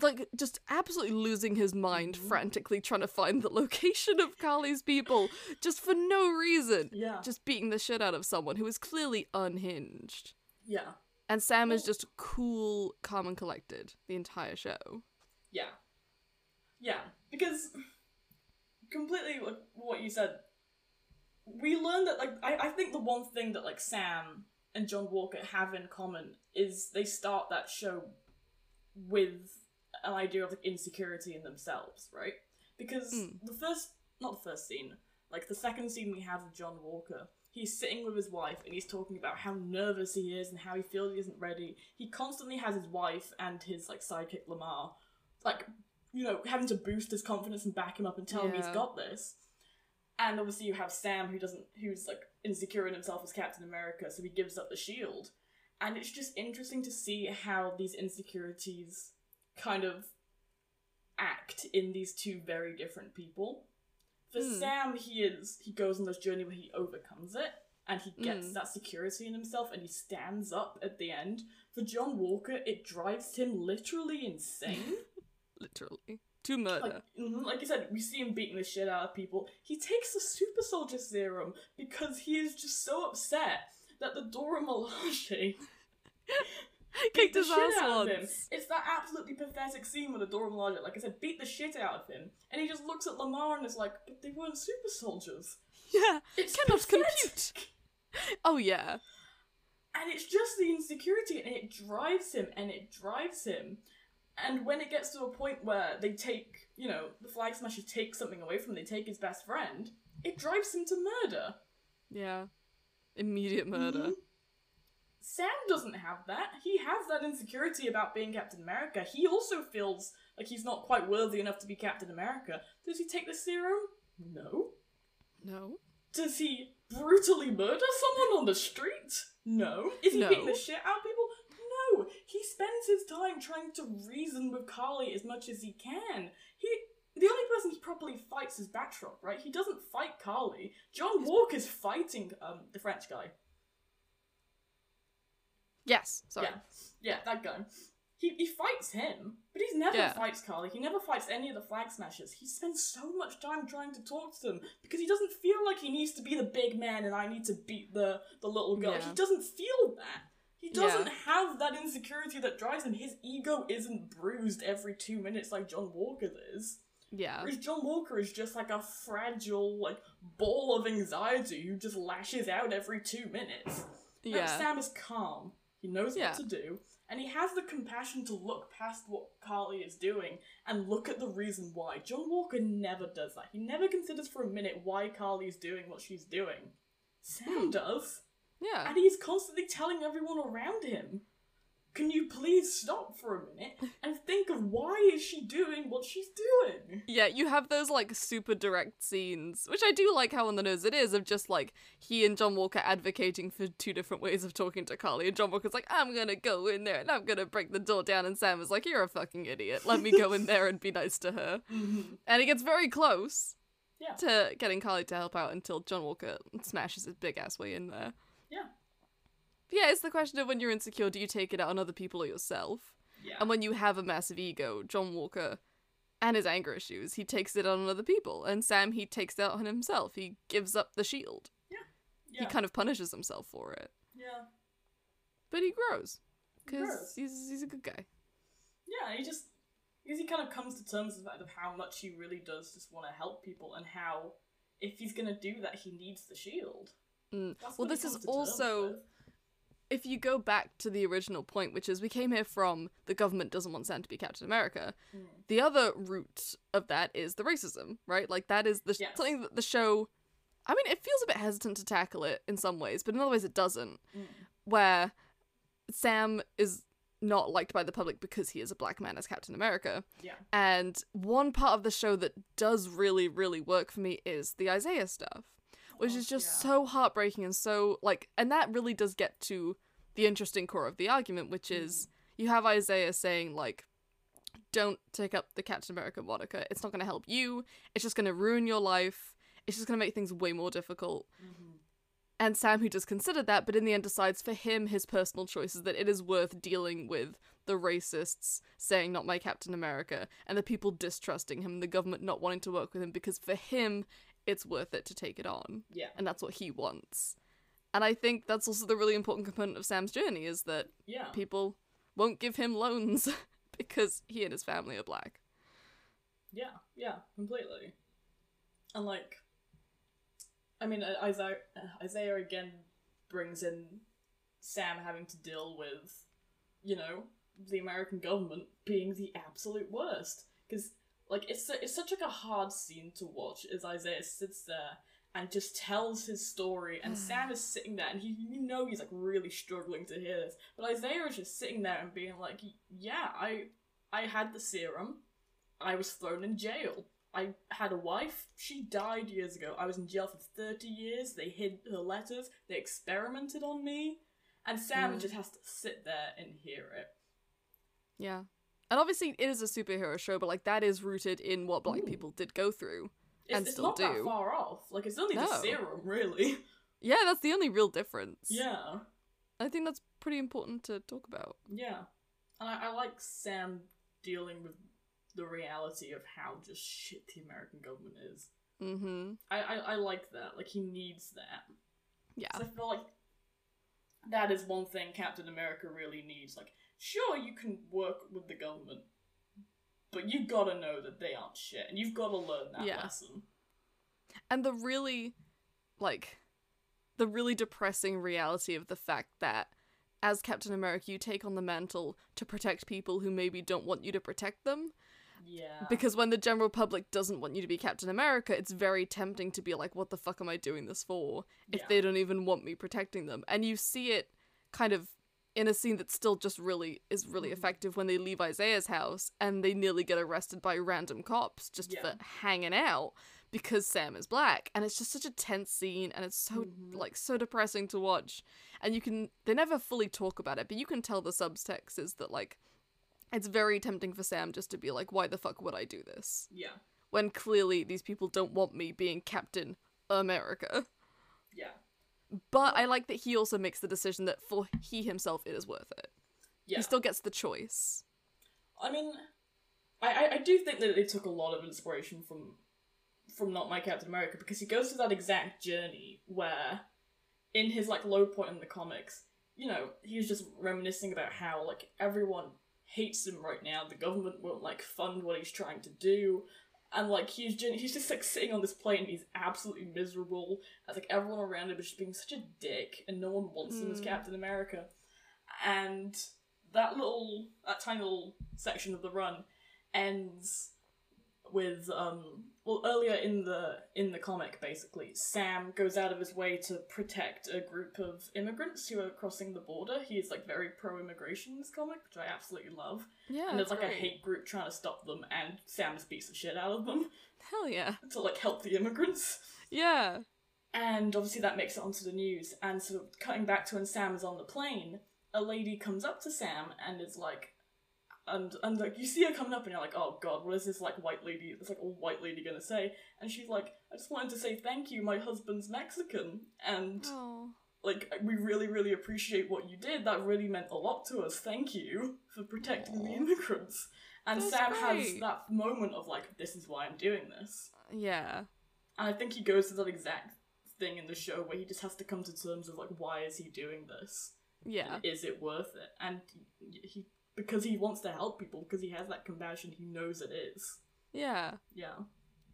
Speaker 2: Like just absolutely losing his mind,
Speaker 1: Mhm.
Speaker 2: frantically trying to find the location of Carly's people just for no reason
Speaker 1: Yeah.
Speaker 2: just beating the shit out of someone who is clearly unhinged.
Speaker 1: Yeah.
Speaker 2: And Sam is
Speaker 1: Well-
Speaker 2: just cool, calm, and collected the entire show.
Speaker 1: Yeah. Yeah. Because completely like what you said, we learned that like I, I think the one thing that like Sam and John Walker have in common is they start that show with an idea of like insecurity in themselves, right? Because
Speaker 2: Mm.
Speaker 1: the first not the first scene, like the second scene we have of John Walker, he's sitting with his wife and he's talking about how nervous he is and how he feels he isn't ready. He constantly has his wife and his like sidekick Lamar, like you know, having to boost his confidence and back him up and tell him
Speaker 2: Yeah.
Speaker 1: he's got this. And obviously you have Sam who doesn't who's like insecure in himself as Captain America, so he gives up the shield. And it's just interesting to see how these insecurities kind of act in these two very different people. For
Speaker 2: Hmm.
Speaker 1: Sam, he is he goes on this journey where he overcomes it and he gets
Speaker 2: Mm.
Speaker 1: that security in himself and he stands up at the end. For John Walker, it drives him literally insane.
Speaker 2: Literally. To murder.
Speaker 1: Like, mhm, like you said, we see him beating the shit out of people. He takes the super soldier serum because he is just so upset that the Dora Milaje
Speaker 2: Kicked
Speaker 1: the
Speaker 2: his
Speaker 1: shit
Speaker 2: ass
Speaker 1: out of him.
Speaker 2: once.
Speaker 1: It's that absolutely pathetic scene with Adora Milaje, like I said, beat the shit out of him, and he just looks at Lamar and is like, "But they weren't super soldiers."
Speaker 2: Yeah.
Speaker 1: It's
Speaker 2: Cannot
Speaker 1: pathetic.
Speaker 2: compute. Oh, yeah.
Speaker 1: And it's just the insecurity, and it drives him, and it drives him. And when it gets to a point where they take, you know, the Flag Smasher takes something away from him, they take his best friend, it drives him to murder.
Speaker 2: Yeah. Immediate murder.
Speaker 1: Mhm. Sam doesn't have that. He has that insecurity about being Captain America. He also feels like he's not quite worthy enough to be Captain America. Does he take the serum? No.
Speaker 2: No.
Speaker 1: Does he brutally murder someone on the street? No. Is he
Speaker 2: No.
Speaker 1: beating the shit out of people? No. He spends his time trying to reason with Carly as much as he can. He the only person he properly fights is Batroc, right? He doesn't fight Carly. John Walker's fighting um the French guy.
Speaker 2: Yes. Sorry.
Speaker 1: Yeah, yeah, that guy. He, he fights him, but he's never
Speaker 2: Yeah.
Speaker 1: fights Carly. He never fights any of the flag smashers. He spends so much time trying to talk to them because he doesn't feel like he needs to be the big man and I need to beat the, the little girl.
Speaker 2: Yeah.
Speaker 1: He doesn't feel that. He
Speaker 2: Yeah.
Speaker 1: doesn't have that insecurity that drives him. His ego isn't bruised every two minutes like John Walker's is.
Speaker 2: Yeah.
Speaker 1: Whereas John Walker is just like a fragile, like, ball of anxiety who just lashes out every two minutes. No,
Speaker 2: Yeah.
Speaker 1: Oh, Sam is calm. He knows
Speaker 2: Yeah.
Speaker 1: what to do, and he has the compassion to look past what Carly is doing and look at the reason why. John Walker never does that. He never considers for a minute why Carly is doing what she's doing. Sam
Speaker 2: Hmm.
Speaker 1: does,
Speaker 2: Yeah.
Speaker 1: and he's constantly telling everyone around him, "Can you please stop for a minute and think of why is she doing what she's doing?"
Speaker 2: Yeah, you have those like super direct scenes, which I do like how on the nose it is, of just like he and John Walker advocating for two different ways of talking to Carly. And John Walker's like, I'm gonna go in there and I'm gonna break the door down. And Sam is like, You're a fucking idiot. Let me go in there and be nice to her.
Speaker 1: Mm-hmm.
Speaker 2: And he gets very close
Speaker 1: Yeah.
Speaker 2: to getting Carly to help out until John Walker smashes his big ass way in there.
Speaker 1: Yeah.
Speaker 2: But yeah, it's the question of when you're insecure, do you take it out on other people or yourself?
Speaker 1: Yeah.
Speaker 2: And when you have a massive ego, John Walker and his anger issues, he takes it out on other people. And Sam, he takes it out on himself. He gives up the shield.
Speaker 1: yeah.
Speaker 2: He kind of punishes himself for it.
Speaker 1: yeah.
Speaker 2: but he grows because
Speaker 1: Grows.
Speaker 2: he's he's a good guy.
Speaker 1: Yeah, he just because he kind of comes to terms with the fact of how much he really does just want to help people and how if he's gonna do that he needs the shield.
Speaker 2: Mm.
Speaker 1: That's
Speaker 2: Well,
Speaker 1: what he
Speaker 2: this is
Speaker 1: comes to terms
Speaker 2: also-
Speaker 1: with.
Speaker 2: If you go back to the original point, which is we came here from the government doesn't want Sam to be Captain America.
Speaker 1: Mm.
Speaker 2: The other root of that is the racism, right? Like that is the
Speaker 1: Yes.
Speaker 2: something that the show. I mean, it feels a bit hesitant to tackle it in some ways, but in other ways it doesn't.
Speaker 1: Mm.
Speaker 2: where Sam is not liked by the public because he is a black man as Captain America.
Speaker 1: Yeah.
Speaker 2: And one part of the show that does really, really work for me is the Isaiah stuff, which
Speaker 1: Oh,
Speaker 2: is just
Speaker 1: yeah.
Speaker 2: so heartbreaking and so, like, and that really does get to the interesting core of the argument, which
Speaker 1: Mm.
Speaker 2: is you have Isaiah saying, like, don't take up the Captain America moniker. It's not going to help you. It's just going to ruin your life. It's just going to make things way more difficult.
Speaker 1: Mhm.
Speaker 2: And Sam, who does consider that, but in the end decides for him, his personal choice is that it is worth dealing with the racists saying, not my Captain America, and the people distrusting him, and the government not wanting to work with him, because for him, it's worth it to take it on.
Speaker 1: Yeah.
Speaker 2: And that's what he wants. And I think that's also the really important component of Sam's journey is that
Speaker 1: Yeah.
Speaker 2: people won't give him loans because he and his family are black.
Speaker 1: Yeah, yeah, completely. And like, I mean, uh, Isaiah, uh, Isaiah again brings in Sam having to deal with, you know, the American government being the absolute worst. Because like, it's su- it's such like a hard scene to watch as Isaiah sits there and just tells his story, and Sam is sitting there, and he you know he's like really struggling to hear this, but Isaiah is just sitting there and being like, yeah, I I had the serum. I was thrown in jail. I had a wife. She died years ago. I was in jail for 30 years. They hid her letters. They experimented on me. And Sam
Speaker 2: Mm.
Speaker 1: just has to sit there and hear it.
Speaker 2: Yeah. And obviously, it is a superhero show, but like that is rooted in what black
Speaker 1: Ooh.
Speaker 2: people did go through.
Speaker 1: It's,
Speaker 2: And
Speaker 1: it's
Speaker 2: still
Speaker 1: not that
Speaker 2: do.
Speaker 1: far off. Like, it's only the
Speaker 2: No.
Speaker 1: serum, really.
Speaker 2: Yeah, that's the only real difference.
Speaker 1: yeah.
Speaker 2: I think that's pretty important to talk about.
Speaker 1: Yeah. And I, I like Sam dealing with the reality of how just shit the American government is.
Speaker 2: Mm-hmm.
Speaker 1: I, I, I like that. Like, he needs that.
Speaker 2: Yeah.
Speaker 1: 'Cause I feel like that is one thing Captain America really needs. Like, sure, you can work with the government, but you gotta know that they aren't shit, and you've gotta learn that
Speaker 2: Yeah.
Speaker 1: lesson.
Speaker 2: And the really like the really depressing reality of the fact that as Captain America you take on the mantle to protect people who maybe don't want you to protect them
Speaker 1: Yeah.
Speaker 2: because when the general public doesn't want you to be Captain America it's very tempting to be like what the fuck am I doing this for if
Speaker 1: Yeah.
Speaker 2: they don't even want me protecting them and you see it kind of in a scene that still just really is really
Speaker 1: Mhm.
Speaker 2: effective when they leave Isaiah's house and they nearly get arrested by random cops just
Speaker 1: Yeah.
Speaker 2: for hanging out because Sam is black and it's just such a tense scene and it's so
Speaker 1: Mhm.
Speaker 2: like so depressing to watch and you can they never fully talk about it but you can tell the subtext is that like it's very tempting for Sam just to be like why the fuck would I do this
Speaker 1: yeah.
Speaker 2: when clearly these people don't want me being Captain America
Speaker 1: Yeah.
Speaker 2: but I like that he also makes the decision that for he himself it is worth it
Speaker 1: Yeah.
Speaker 2: he still gets the choice.
Speaker 1: I mean, I, I, I do think that they took a lot of inspiration from from Not My Captain America because he goes through that exact journey where, in his like low point in the comics, you know, he's just reminiscing about how like everyone hates him right now. The government won't like fund what he's trying to do. And like he's gen- he's just like sitting on this plane, and he's absolutely miserable. As like everyone around him is just being such a dick, and no one wants him as
Speaker 2: Mm.
Speaker 1: Captain America. And that little that tiny little section of the run ends with um well earlier in the in the comic basically sam goes out of his way to protect a group of immigrants who are crossing the border he's like very pro-immigration in this comic which i absolutely love
Speaker 2: Yeah,
Speaker 1: and
Speaker 2: it's
Speaker 1: there's like a
Speaker 2: Oh, great.
Speaker 1: hate group trying to stop them and sam just beats the shit out of them
Speaker 2: Hell yeah,
Speaker 1: to like help the immigrants
Speaker 2: yeah.
Speaker 1: and obviously that makes it onto the news. And sort of cutting back to when Sam is on the plane, a lady comes up to Sam and is like, and and like you see her coming up and you're like, oh god, what is this like white lady? This like old white lady gonna say? And she's like, I just wanted to say thank you. My husband's Mexican, and
Speaker 2: Oh.
Speaker 1: like we really really appreciate what you did. That really meant a lot to us. Thank you for protecting the
Speaker 2: Aw.
Speaker 1: immigrants. And
Speaker 2: That's
Speaker 1: Sam has
Speaker 2: great.
Speaker 1: that moment of like, this is why I'm doing this.
Speaker 2: Yeah.
Speaker 1: And I think he goes to that exact thing in the show where he just has to come to terms with like why is he doing this?
Speaker 2: Yeah.
Speaker 1: And is it worth it? And he because he wants to help people because he has that compassion, he knows it is.
Speaker 2: Yeah.
Speaker 1: Yeah.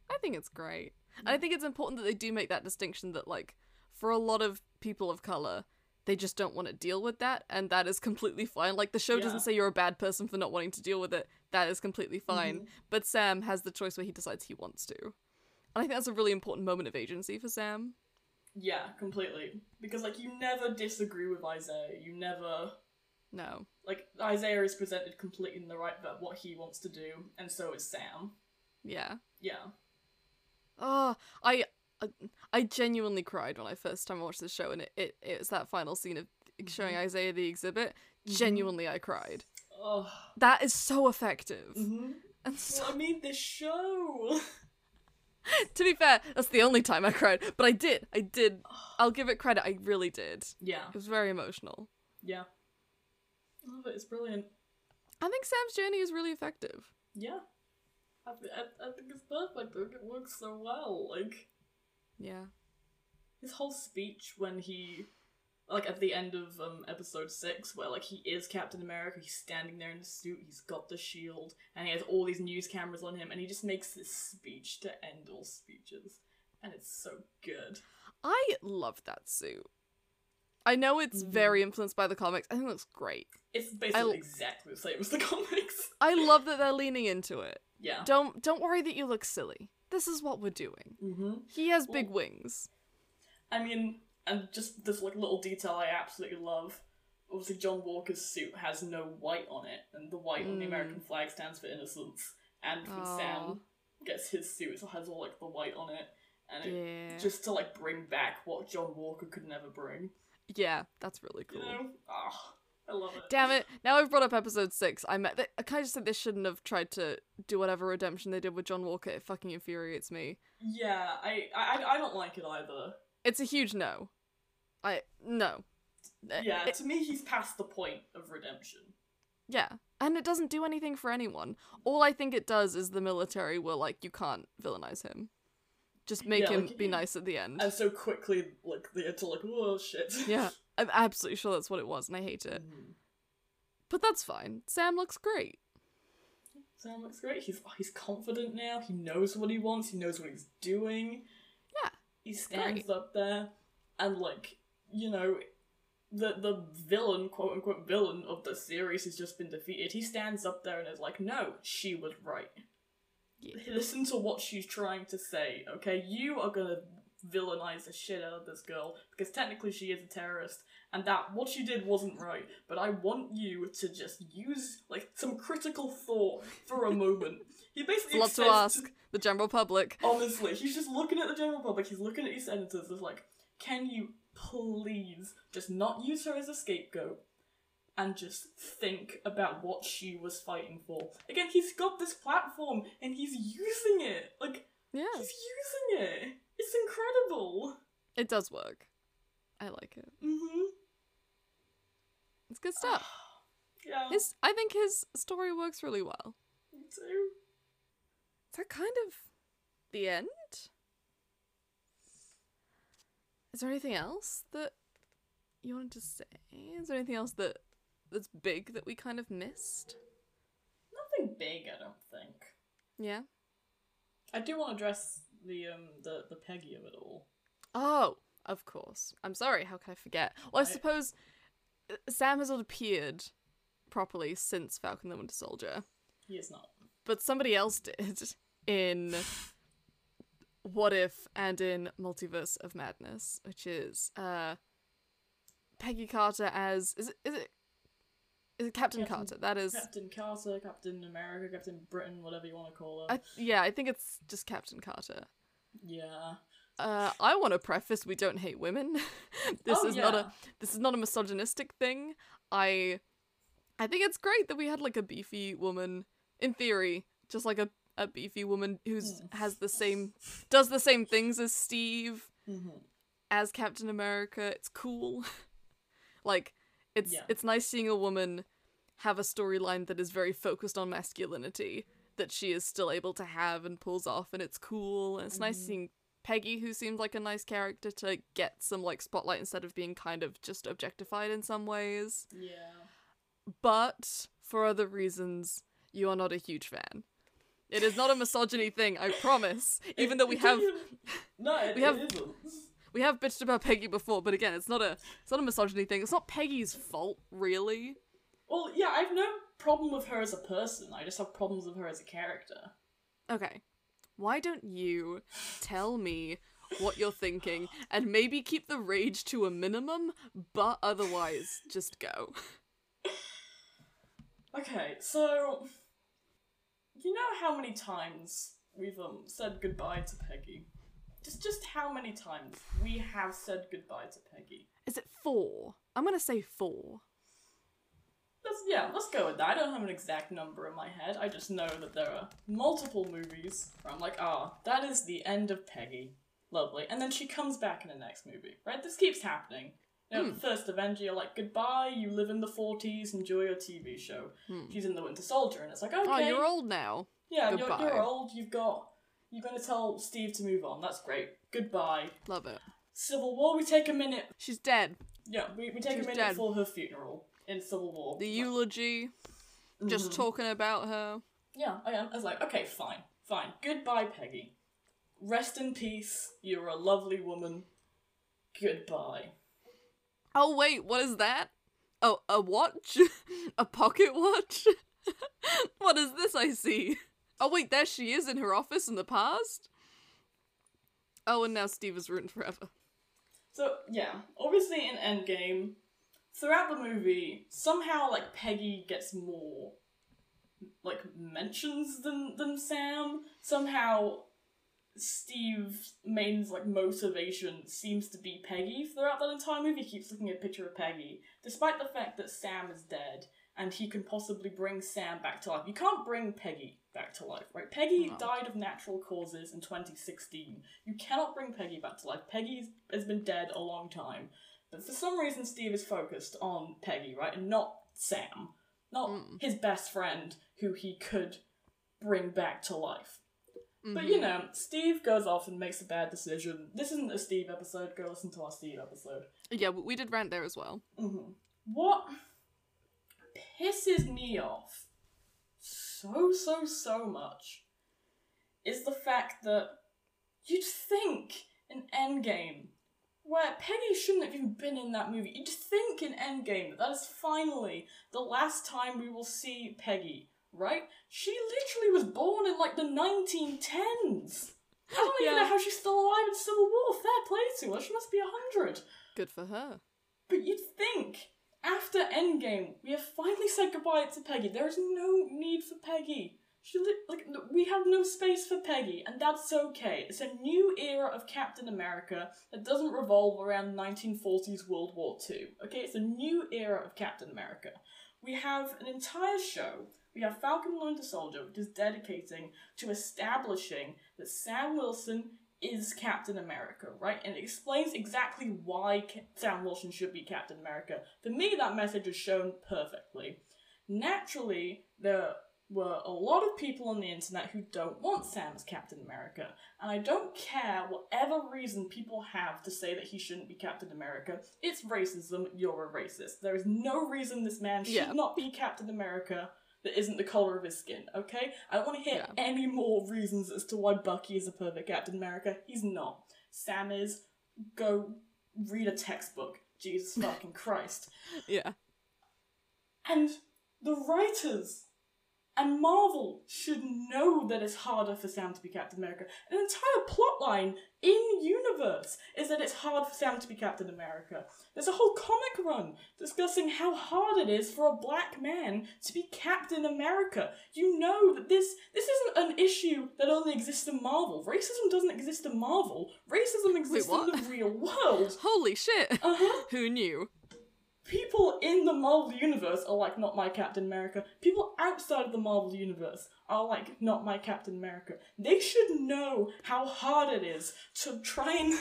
Speaker 2: I think it's great. And I think it's important that they do make that distinction that, like, for a lot of people of color, they just don't want to deal with that, and that is completely fine. Like, the show
Speaker 1: Yeah.
Speaker 2: doesn't say you're a bad person for not wanting to deal with it, that is completely fine.
Speaker 1: Mhm.
Speaker 2: But Sam has the choice where he decides he wants to. And I think that's a really important moment of agency for Sam.
Speaker 1: Yeah, completely. Because like you never disagree with Isaiah. You never
Speaker 2: No.
Speaker 1: like Isaiah is presented completely in the right about what he wants to do, and so is Sam.
Speaker 2: Yeah.
Speaker 1: Yeah.
Speaker 2: Oh, I I- I genuinely cried when I first time I watched the show, and it, it, it was that final scene of showing Isaiah the exhibit.
Speaker 1: Mhm.
Speaker 2: Genuinely, I cried.
Speaker 1: Oh.
Speaker 2: That is so effective.
Speaker 1: hmm
Speaker 2: And so,
Speaker 1: Well, I mean, this show.
Speaker 2: to be fair, that's the only time I cried, but I did. I did. I'll give it credit. I really did.
Speaker 1: Yeah.
Speaker 2: It was very emotional.
Speaker 1: Yeah. I love it. It's brilliant.
Speaker 2: I think Sam's journey is really effective.
Speaker 1: Yeah. I, th- I, I think it's perfect. I think it works so well. Like,
Speaker 2: Yeah.
Speaker 1: his whole speech when he. Like, at the end of um, episode 6, where, like, he is Captain America, he's standing there in the suit, he's got the shield, and he has all these news cameras on him, and he just makes this speech to end all speeches. And it's so good.
Speaker 2: I love that suit. I know it's
Speaker 1: Mhm.
Speaker 2: very influenced by the comics. I think it looks great.
Speaker 1: It's basically
Speaker 2: I-
Speaker 1: exactly the same as the comics.
Speaker 2: I love that they're leaning into it.
Speaker 1: Yeah.
Speaker 2: Don't don't worry that you look silly. This is what we're doing.
Speaker 1: Mm-hmm.
Speaker 2: He has big
Speaker 1: Well-
Speaker 2: wings.
Speaker 1: I mean, and just this like little detail I absolutely love. Obviously, John Walker's suit has no white on it, and the white on the
Speaker 2: Mm.
Speaker 1: American flag stands for innocence. And when Sam gets his suit, it has all like the white on it, and it,
Speaker 2: Yeah.
Speaker 1: just to like bring back what John Walker could never bring.
Speaker 2: yeah, that's really cool.
Speaker 1: You know, ah, I love it.
Speaker 2: Damn it! Now I've brought up episode six. I met. I kind of just said they shouldn't have tried to do whatever redemption they did with John Walker. It fucking infuriates me.
Speaker 1: Yeah, I, I I don't like it either.
Speaker 2: It's a huge no. I no. Uh,
Speaker 1: Yeah,
Speaker 2: it-
Speaker 1: to me, he's past the point of redemption.
Speaker 2: yeah. And it doesn't do anything for anyone. All I think it does is the military will like you can't villainize him. Just make
Speaker 1: Yeah,
Speaker 2: him
Speaker 1: like-
Speaker 2: be nice at the end.
Speaker 1: And so quickly, like they're to like, oh shit.
Speaker 2: yeah, I'm absolutely sure that's what it was, and I hate it.
Speaker 1: Mhm.
Speaker 2: But that's fine. Sam looks great.
Speaker 1: Sam looks great. He's oh, he's confident now. He knows what he wants. He knows what he's doing.
Speaker 2: Yeah,
Speaker 1: He stands up there, and like you know, the the villain, quote unquote villain of the series, has just been defeated. He stands up there and is like, "No, she was right.
Speaker 2: Yeah.
Speaker 1: Listen to what she's trying to say. Okay, you are gonna." villainize the shit out of this girl because technically she is a terrorist and that what she did wasn't right but i want you to just use like some critical thought for a moment he
Speaker 2: It's
Speaker 1: basically
Speaker 2: a lot to
Speaker 1: says
Speaker 2: ask. The general public.
Speaker 1: Honestly, he's just looking at the general public, he's looking at these senators, he's like, can you please just not use her as a scapegoat and just think about what she was fighting for? Again, he's got this platform and he's using it. Like,
Speaker 2: Yeah,
Speaker 1: he's using it. It's incredible.
Speaker 2: it does work. I like it.
Speaker 1: Mm-hmm.
Speaker 2: It's good stuff.
Speaker 1: Yeah,
Speaker 2: His, I think his story works really well.
Speaker 1: me too.
Speaker 2: Is that kind of the end? Is there anything else that you wanted to say? Is there anything else that that's big that we kind of missed?
Speaker 1: Nothing big, I don't think.
Speaker 2: Yeah.
Speaker 1: I do want to address the um the, the Peggy of it all.
Speaker 2: Oh, of course. I'm sorry. How could I forget? Well, I
Speaker 1: Right.
Speaker 2: suppose uh, Sam has not appeared properly since Falcon the Winter Soldier,
Speaker 1: He is not.
Speaker 2: but somebody else did in What If and in Multiverse of Madness, which is uh Peggy Carter as is it is it is it Captain,
Speaker 1: Captain-
Speaker 2: Carter? That is.
Speaker 1: Captain Carter, Captain America, Captain Britain, whatever you want to call her.
Speaker 2: I, yeah, I think it's just Captain Carter.
Speaker 1: Yeah.
Speaker 2: Uh, I want to preface: we don't hate women. this
Speaker 1: Oh,
Speaker 2: is not
Speaker 1: yeah.
Speaker 2: a this is not a misogynistic thing. I I think it's great that we had like a beefy woman in theory, just like a, a beefy woman who's
Speaker 1: Mm.
Speaker 2: has the same does the same things as Steve Mm-hmm.
Speaker 1: Mhm.
Speaker 2: as Captain America. It's cool. like it's
Speaker 1: Yeah.
Speaker 2: it's nice seeing a woman have a storyline that is very focused on masculinity that she is still able to have and pulls off and it's cool and it's nice
Speaker 1: Mhm.
Speaker 2: seeing Peggy, who seemed like a nice character, to get some like spotlight instead of being kind of just objectified in some ways.
Speaker 1: Yeah.
Speaker 2: But for other reasons, you are not a huge fan. It is not a misogyny thing, I promise. Even though we have
Speaker 1: No, it,
Speaker 2: we have-
Speaker 1: it isn't.
Speaker 2: we have bitched about Peggy before, but again, it's not a it's not a misogyny thing. It's not Peggy's fault, really.
Speaker 1: Well, yeah, I've no problem with her as a person. I just have problems with her as a character.
Speaker 2: Okay. Why don't you tell me what you're thinking and maybe keep the rage to a minimum, but otherwise just go.
Speaker 1: Okay, so you know how many times we've um, said goodbye to Peggy? Just just how many times we have said goodbye to Peggy?
Speaker 2: Is it 4? I'm going to say 4.
Speaker 1: Let's, yeah, let's go with that. I don't have an exact number in my head. I just know that there are multiple movies where I'm like, ah, that is the end of Peggy. Lovely. And then she comes back in the next movie, right? This keeps happening. You know,
Speaker 2: Hmm.
Speaker 1: the first Avenger, you're like, goodbye, you live in the 40s, enjoy your TV show. She's in The Winter Soldier, and it's like, okay.
Speaker 2: Oh, Hmm. you're old now.
Speaker 1: Yeah, you're,
Speaker 2: Goodbye.
Speaker 1: you're old. You've got. You're going to tell Steve to move on. That's great. Goodbye.
Speaker 2: Love it.
Speaker 1: Civil War. We take a minute.
Speaker 2: She's dead.
Speaker 1: Yeah, we, we take
Speaker 2: She's
Speaker 1: a minute
Speaker 2: dead.
Speaker 1: for her funeral in Civil War.
Speaker 2: The eulogy, just talking about her.
Speaker 1: yeah, I, I was like, okay, fine, fine. Goodbye, Peggy. Rest in peace. You're a lovely woman. Goodbye.
Speaker 2: Oh wait, what is that? Oh, a watch? a pocket watch? what is this I see? Oh wait, there she is in her office in the past. Oh, and now Steve is ruined forever.
Speaker 1: So yeah, obviously in Endgame, throughout the movie, somehow like Peggy gets more like mentions than than Sam. Somehow Steve's main like motivation seems to be Peggy throughout that entire movie. He keeps looking at a picture of Peggy, despite the fact that Sam is dead and he can possibly bring Sam back to life. You can't bring Peggy back to life, right? Peggy died of natural causes in 2016. You cannot bring Peggy back to life. Peggy has been dead a long time. But for some reason, Steve is focused on Peggy, right? And not Sam. Not his best friend who he could bring back to life. But
Speaker 2: Mm-hmm.
Speaker 1: you know, Steve goes off and makes a bad decision. This isn't a Steve episode. Go listen to our Steve episode.
Speaker 2: Yeah, we we did rant there as well.
Speaker 1: What pisses me off so, so, so much is the fact that you'd think in Endgame, where Peggy shouldn't have even been in that movie, you'd think in Endgame that that is finally the last time we will see Peggy, right? She literally was born in like the 1910s. I don't even
Speaker 2: Yeah.
Speaker 1: know how she's still alive in Civil War. Fair play to her. She must be 100.
Speaker 2: Good for her.
Speaker 1: But you'd think after Endgame, we have finally said goodbye to Peggy. There is no need for Peggy. She li- like n- we have no space for Peggy, and that's okay. It's a new era of Captain America that doesn't revolve around 1940s World War II. Okay, it's a new era of Captain America. We have an entire show. We have Falcon and the Winter Soldier, which is dedicating to establishing that Sam Wilson is Captain America, right? And it explains exactly why Ca- Sam Wilson should be Captain America. For me, that message is shown perfectly. Naturally, there were a lot of people on the internet who don't want Sam as Captain America, and I don't care whatever reason people have to say that he shouldn't be Captain America. It's racism, you're a racist. There is no reason this man should
Speaker 2: Yeah.
Speaker 1: not be Captain America that isn't the color of his skin, okay? I don't want to hear
Speaker 2: Yeah.
Speaker 1: any more reasons as to why Bucky is a perfect Captain America. He's not. Sam is. Go read a textbook. Jesus fucking Christ.
Speaker 2: Yeah.
Speaker 1: And the writers and Marvel should know that it's harder for Sam to be Captain America. An entire plotline in universe is that it's hard for Sam to be Captain America. There's a whole comic run discussing how hard it is for a black man to be Captain America. You know that this this isn't an issue that only exists in Marvel. Racism doesn't exist in Marvel. Racism exists
Speaker 2: what?
Speaker 1: in the real world.
Speaker 2: Holy shit.
Speaker 1: Uh-huh
Speaker 2: Who knew?
Speaker 1: people in the Marvel universe are like not my Captain America. People outside of the Marvel universe are like not my Captain America. They should know how hard it is to try and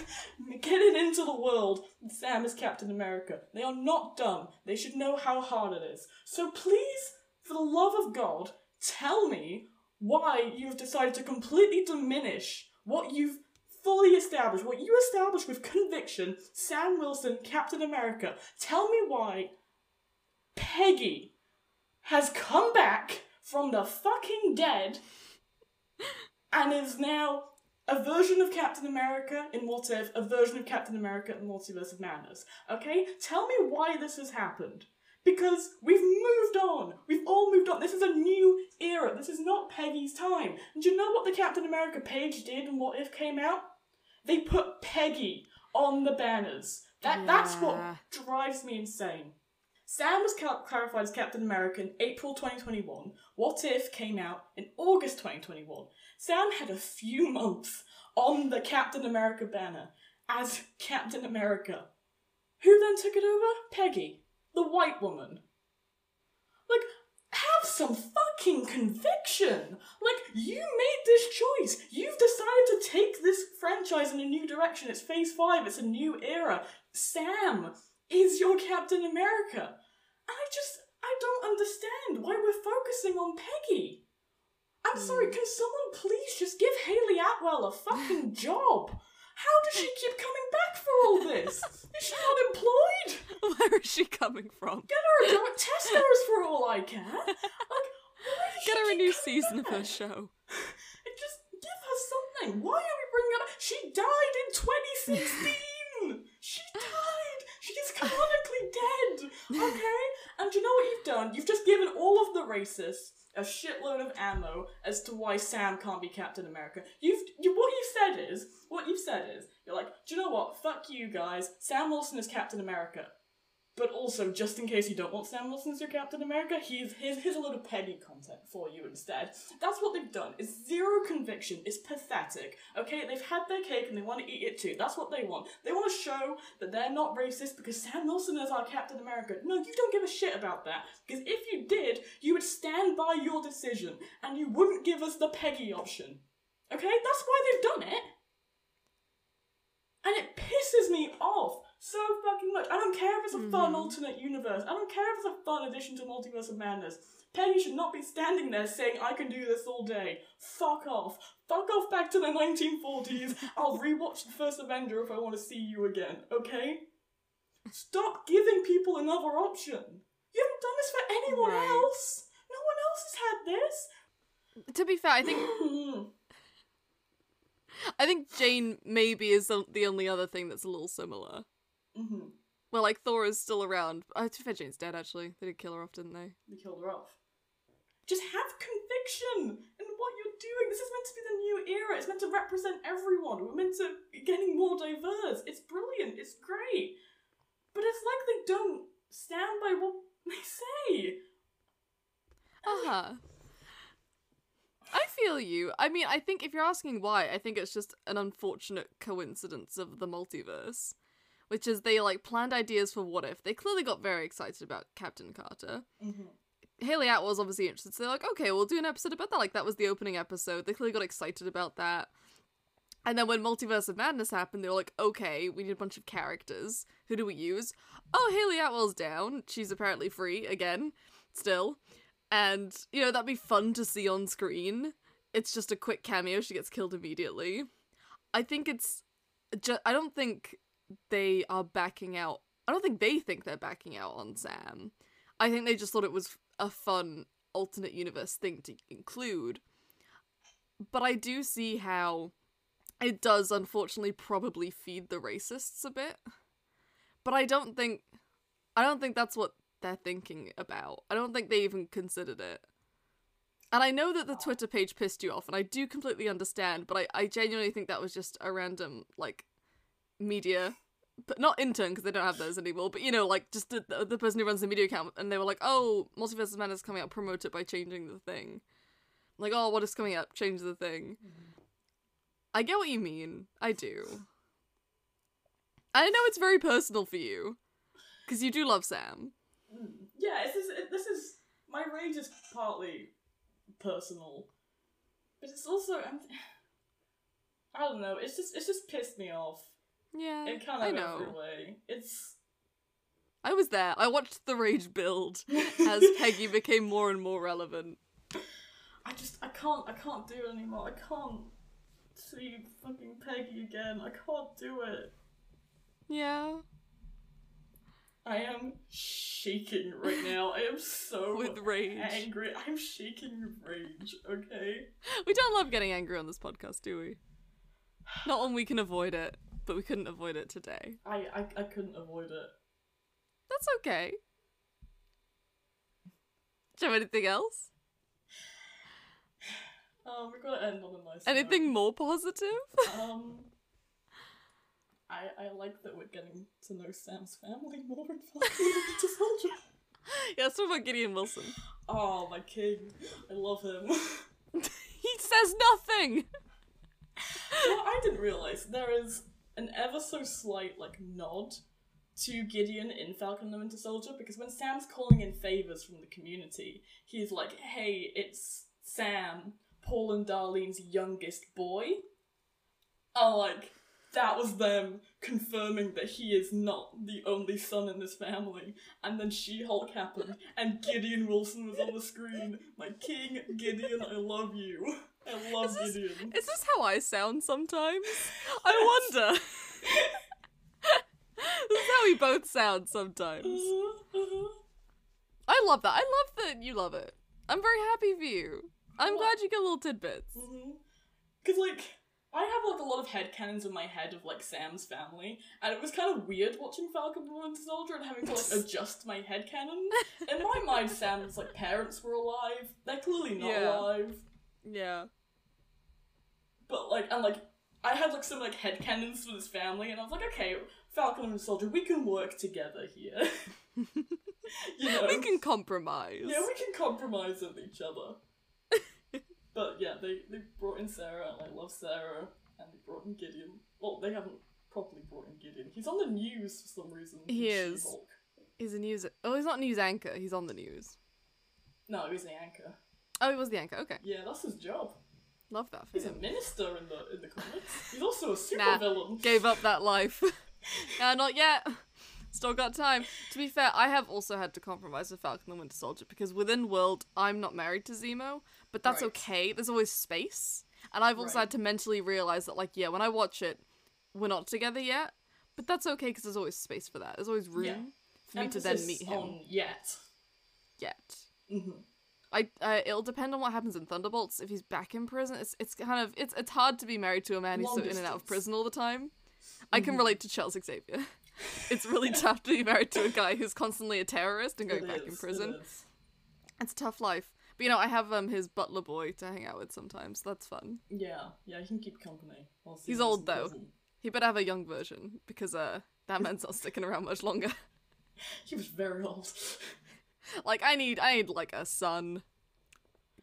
Speaker 1: get it into the world. that Sam is Captain America. They are not dumb. They should know how hard it is. So please, for the love of God, tell me why you've decided to completely diminish what you've fully established, what you established with conviction, Sam Wilson, Captain America. Tell me why Peggy has come back from the fucking dead and is now a version of Captain America in What If, a version of Captain America in Multiverse of Madness. Okay? Tell me why this has happened. Because we've moved on. We've all moved on. This is a new era. This is not Peggy's time. And do you know what the Captain America page did and What If came out? They put Peggy on the banners. That, That's
Speaker 2: Yeah.
Speaker 1: what drives me insane. Sam was cal- clarified as Captain America in April 2021. What If came out in August 2021. Sam had a few months on the Captain America banner as Captain America. Who then took it over? Peggy, the white woman. Like, have some fucking conviction! Like, you made this choice! You've decided to take this franchise in a new direction. It's phase five, it's a new era. Sam is your Captain America. And I just, I don't understand why we're focusing on Peggy. I'm sorry, can someone please just give Haley Atwell a fucking job? How does she keep coming back for all this? Is she not employed?
Speaker 2: Where is she coming from?
Speaker 1: Get her a job at Tesco's for all I care. Like, why does
Speaker 2: Get
Speaker 1: she
Speaker 2: her a
Speaker 1: keep
Speaker 2: new
Speaker 1: coming
Speaker 2: season of
Speaker 1: back?
Speaker 2: her show.
Speaker 1: It just give her something. Why are we bringing up? She died in 2016. she died. She is canonically dead. Okay. And you know what you've done? You've just given all of the racists a shitload of ammo as to why Sam can't be Captain America. You've you, what you've said is what you've said is you're like, do you know what? Fuck you guys. Sam Wilson is Captain America. But also, just in case you don't want Sam Wilson as your Captain America, here's, here's, here's a load of petty content for you instead. That's what they've done. It's zero conviction. It's pathetic. Okay, they've had their cake and they want to eat it too. That's what they want. They want to show that they're not racist because Sam Wilson is our Captain America. No, you don't give a shit about that. Because if you did, you would stand by your decision and you wouldn't give us the Peggy option. Okay, that's why they've done it. And it pisses me off so fucking much. I don't care if it's a fun alternate universe. I don't care if it's a fun addition to Multiverse of Madness. Peggy should not be standing there saying, I can do this all day. Fuck off. Fuck off back to the 1940s. I'll rewatch the first Avenger if I want to see you again, okay? Stop giving people another option. You haven't done this for anyone
Speaker 2: Right.
Speaker 1: else. No one else has had this. Mm-hmm.
Speaker 2: To be fair, I think I think Jane maybe is the, the only other thing that's a little similar.
Speaker 1: hmm
Speaker 2: Well, like Thor is still around. Oh, to be fair, Jane's dead actually. They did kill her off, didn't they?
Speaker 1: They killed her off. Just have conviction in what you're doing. This is meant to be the new era. It's meant to represent everyone. We're meant to be getting more diverse. It's brilliant. It's great. But it's like they don't stand by what they say.
Speaker 2: Uh huh. I feel you. I mean, I think if you're asking why, I think it's just an unfortunate coincidence of the multiverse, which is they like planned ideas for what if. They clearly got very excited about Captain Carter. Haley Atwell's obviously interested, so they're like, okay, we'll do an episode about that. Like that was the opening episode. They clearly got excited about that. And then when Multiverse of Madness happened, they were like, okay, we need a bunch of characters. Who do we use? Oh, Haley Atwell's down. She's apparently free again, still. And, you know, that'd be fun to see on screen. It's just a quick cameo. She gets killed immediately. I think it's. Ju- I don't think they are backing out. I don't think they think they're backing out on Sam. I think they just thought it was a fun alternate universe thing to include. But I do see how it does unfortunately probably feed the racists a bit. But I don't think I don't think that's what they're thinking about. I don't think they even considered it. And I know that the Twitter page pissed you off, and I do completely understand, but I, I genuinely think that was just a random, like, media but not intern because they don't have those anymore. But you know, like just the, the, the person who runs the media account, and they were like, "Oh, Multiverse of Madness coming out. Promote it by changing the thing." Like, oh, what is coming up? Change the thing. I get what you mean. I do. I know it's very personal for you because you do love Sam.
Speaker 1: Mm. Yeah, this is it- this is my rage is partly personal, but it's also I'm, I don't know. It's just it's just pissed me off
Speaker 2: Yeah,
Speaker 1: in kind
Speaker 2: I
Speaker 1: of
Speaker 2: know.
Speaker 1: every way. It's
Speaker 2: I was there. I watched the rage build as Peggy became more and more relevant.
Speaker 1: I just I can't I can't do it anymore. I can't. see fucking Peggy again. I can't do it.
Speaker 2: Yeah.
Speaker 1: I am shaking right now. I am so
Speaker 2: With rage.
Speaker 1: angry. I'm shaking with rage, okay?
Speaker 2: We don't love getting angry on this podcast, do we? Not when we can avoid it, but we couldn't avoid it today.
Speaker 1: I, I, I couldn't avoid it.
Speaker 2: That's okay. Do you have anything else?
Speaker 1: Um, we've got to end on a nice
Speaker 2: Anything more positive?
Speaker 1: note. Um, I, I like that we're getting to know Sam's family more and fucking to soldier.
Speaker 2: yeah, let's talk about Gideon Wilson.
Speaker 1: Oh, my king. I love him.
Speaker 2: He says nothing!
Speaker 1: what I didn't realize there is an ever so slight like nod to Gideon in Falcon and the Winter Soldier because when Sam's calling in favors from the community, he's like, "Hey, it's Sam, Paul and Darlene's youngest boy." I'm like, that was them confirming that he is not the only son in this family. And then She Hulk happened, and Gideon Wilson was on the screen. My king, Gideon, I love you. I love
Speaker 2: Is this-
Speaker 1: Gideon.
Speaker 2: Is this how I sound sometimes? I wonder. this is how we both sound sometimes.
Speaker 1: Uh-huh, uh-huh.
Speaker 2: I love that. I love that you love it. I'm very happy for you. I'm
Speaker 1: Well-
Speaker 2: glad you get little tidbits.
Speaker 1: Because, Mm-hmm. like, I have, like, a lot of headcanons in my head of, like, Sam's family, and it was kind of weird watching Falcon and the Winter Soldier and having to, like, adjust my headcanon. In my mind, Sam's, like, parents were alive. They're clearly not
Speaker 2: Yeah.
Speaker 1: alive.
Speaker 2: Yeah.
Speaker 1: But, like, and, like, I had, like, some, like, headcanons for this family, and I was like, okay, Falcon and the Soldier, we can work together here. you know?
Speaker 2: We can compromise.
Speaker 1: Yeah, we can compromise with each other. but yeah, they, they brought in Sarah, and I love Sarah, and they brought in Gideon. Well, they haven't properly brought in Gideon. He's on the news for some reason. in
Speaker 2: He is.
Speaker 1: She-Hulk.
Speaker 2: He's a news. Oh, he's not a news anchor. He's on the news.
Speaker 1: No, he's an anchor.
Speaker 2: Oh, he was the anchor. Okay,
Speaker 1: Yeah, that's his job.
Speaker 2: love that for
Speaker 1: He's a
Speaker 2: him.
Speaker 1: minister in the in the comics. He's also a
Speaker 2: Nah,
Speaker 1: supervillain. villain.
Speaker 2: Gave up that life. nah, not yet. Still got time. To be fair, I have also had to compromise with Falcon and Winter Soldier because within world, I'm not married to Zemo, but that's
Speaker 1: Right.
Speaker 2: okay. There's always space, and I've also
Speaker 1: Right.
Speaker 2: had to mentally realize that, like, yeah, when I watch it, we're not together yet, but that's okay because there's always space for that. There's always room for me to then meet him.
Speaker 1: on yet.
Speaker 2: Yet.
Speaker 1: hmm
Speaker 2: I uh, it'll depend on what happens in Thunderbolts. If he's back in prison, it's it's kind of it's it's hard to be married to a man who's
Speaker 1: Long
Speaker 2: so in and out of
Speaker 1: distance.
Speaker 2: prison all the time. I
Speaker 1: Mm-hmm.
Speaker 2: can relate to Charles Xavier. it's really tough to be married to a guy who's constantly a terrorist and going back in prison. It's a tough life. But you know, I have um his butler boy to hang out with sometimes. That's fun.
Speaker 1: Yeah, yeah, he can keep company. while
Speaker 2: He's
Speaker 1: Zemo's
Speaker 2: old,
Speaker 1: in
Speaker 2: though.
Speaker 1: prison.
Speaker 2: He better have a young version because uh that man's not sticking around much longer.
Speaker 1: He was very old.
Speaker 2: like I need I need like a son,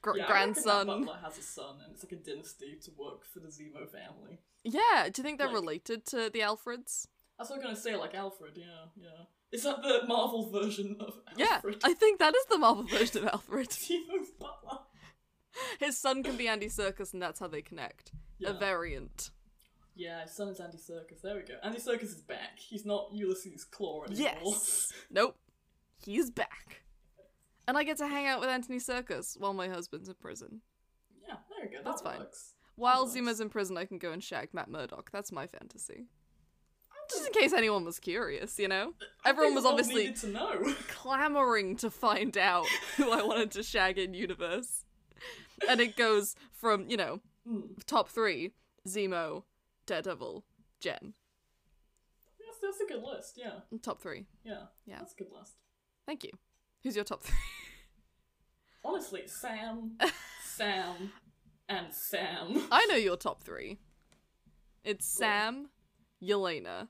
Speaker 2: gr-
Speaker 1: Yeah, I reckon that
Speaker 2: grandson.
Speaker 1: Butler has a son, and it's like a dynasty to work for the Zemo family.
Speaker 2: Yeah, do you think they're
Speaker 1: Like-
Speaker 2: related to the Alfreds?
Speaker 1: That's what I'm gonna say, like Alfred. Yeah, yeah. Is that the Marvel version of
Speaker 2: Yeah,
Speaker 1: Alfred?
Speaker 2: I think that is the Marvel version of Alfred.
Speaker 1: Zemo's butler.
Speaker 2: His son can be Andy Circus, and that's how they connect.
Speaker 1: Yeah.
Speaker 2: A variant.
Speaker 1: yeah, his son is Andy Circus. There we go. Andy Circus is back. He's not Ulysses Claw anymore.
Speaker 2: Yes. Nope. He's back. And I get to hang out with Anthony Circus while my husband's in prison.
Speaker 1: yeah, there we go.
Speaker 2: That's
Speaker 1: that
Speaker 2: fine.
Speaker 1: Works.
Speaker 2: While
Speaker 1: Nice.
Speaker 2: Zemo's in prison, I can go and shag Matt Murdock. That's my fantasy. Just in case anyone was curious, you know?
Speaker 1: I
Speaker 2: Everyone
Speaker 1: think
Speaker 2: was
Speaker 1: the world
Speaker 2: obviously
Speaker 1: needed to know.
Speaker 2: clamoring to find out who I wanted to shag in universe. And it goes from, you know,
Speaker 1: Hmm.
Speaker 2: top three Zemo, Daredevil, Jen.
Speaker 1: That's, that's a good list. Yeah,
Speaker 2: Top three.
Speaker 1: yeah,
Speaker 2: Yeah.
Speaker 1: That's a good list.
Speaker 2: Thank you. Who's your top three?
Speaker 1: Honestly, Sam, Sam, and Sam.
Speaker 2: I know your top three. It's Sam, Yelena.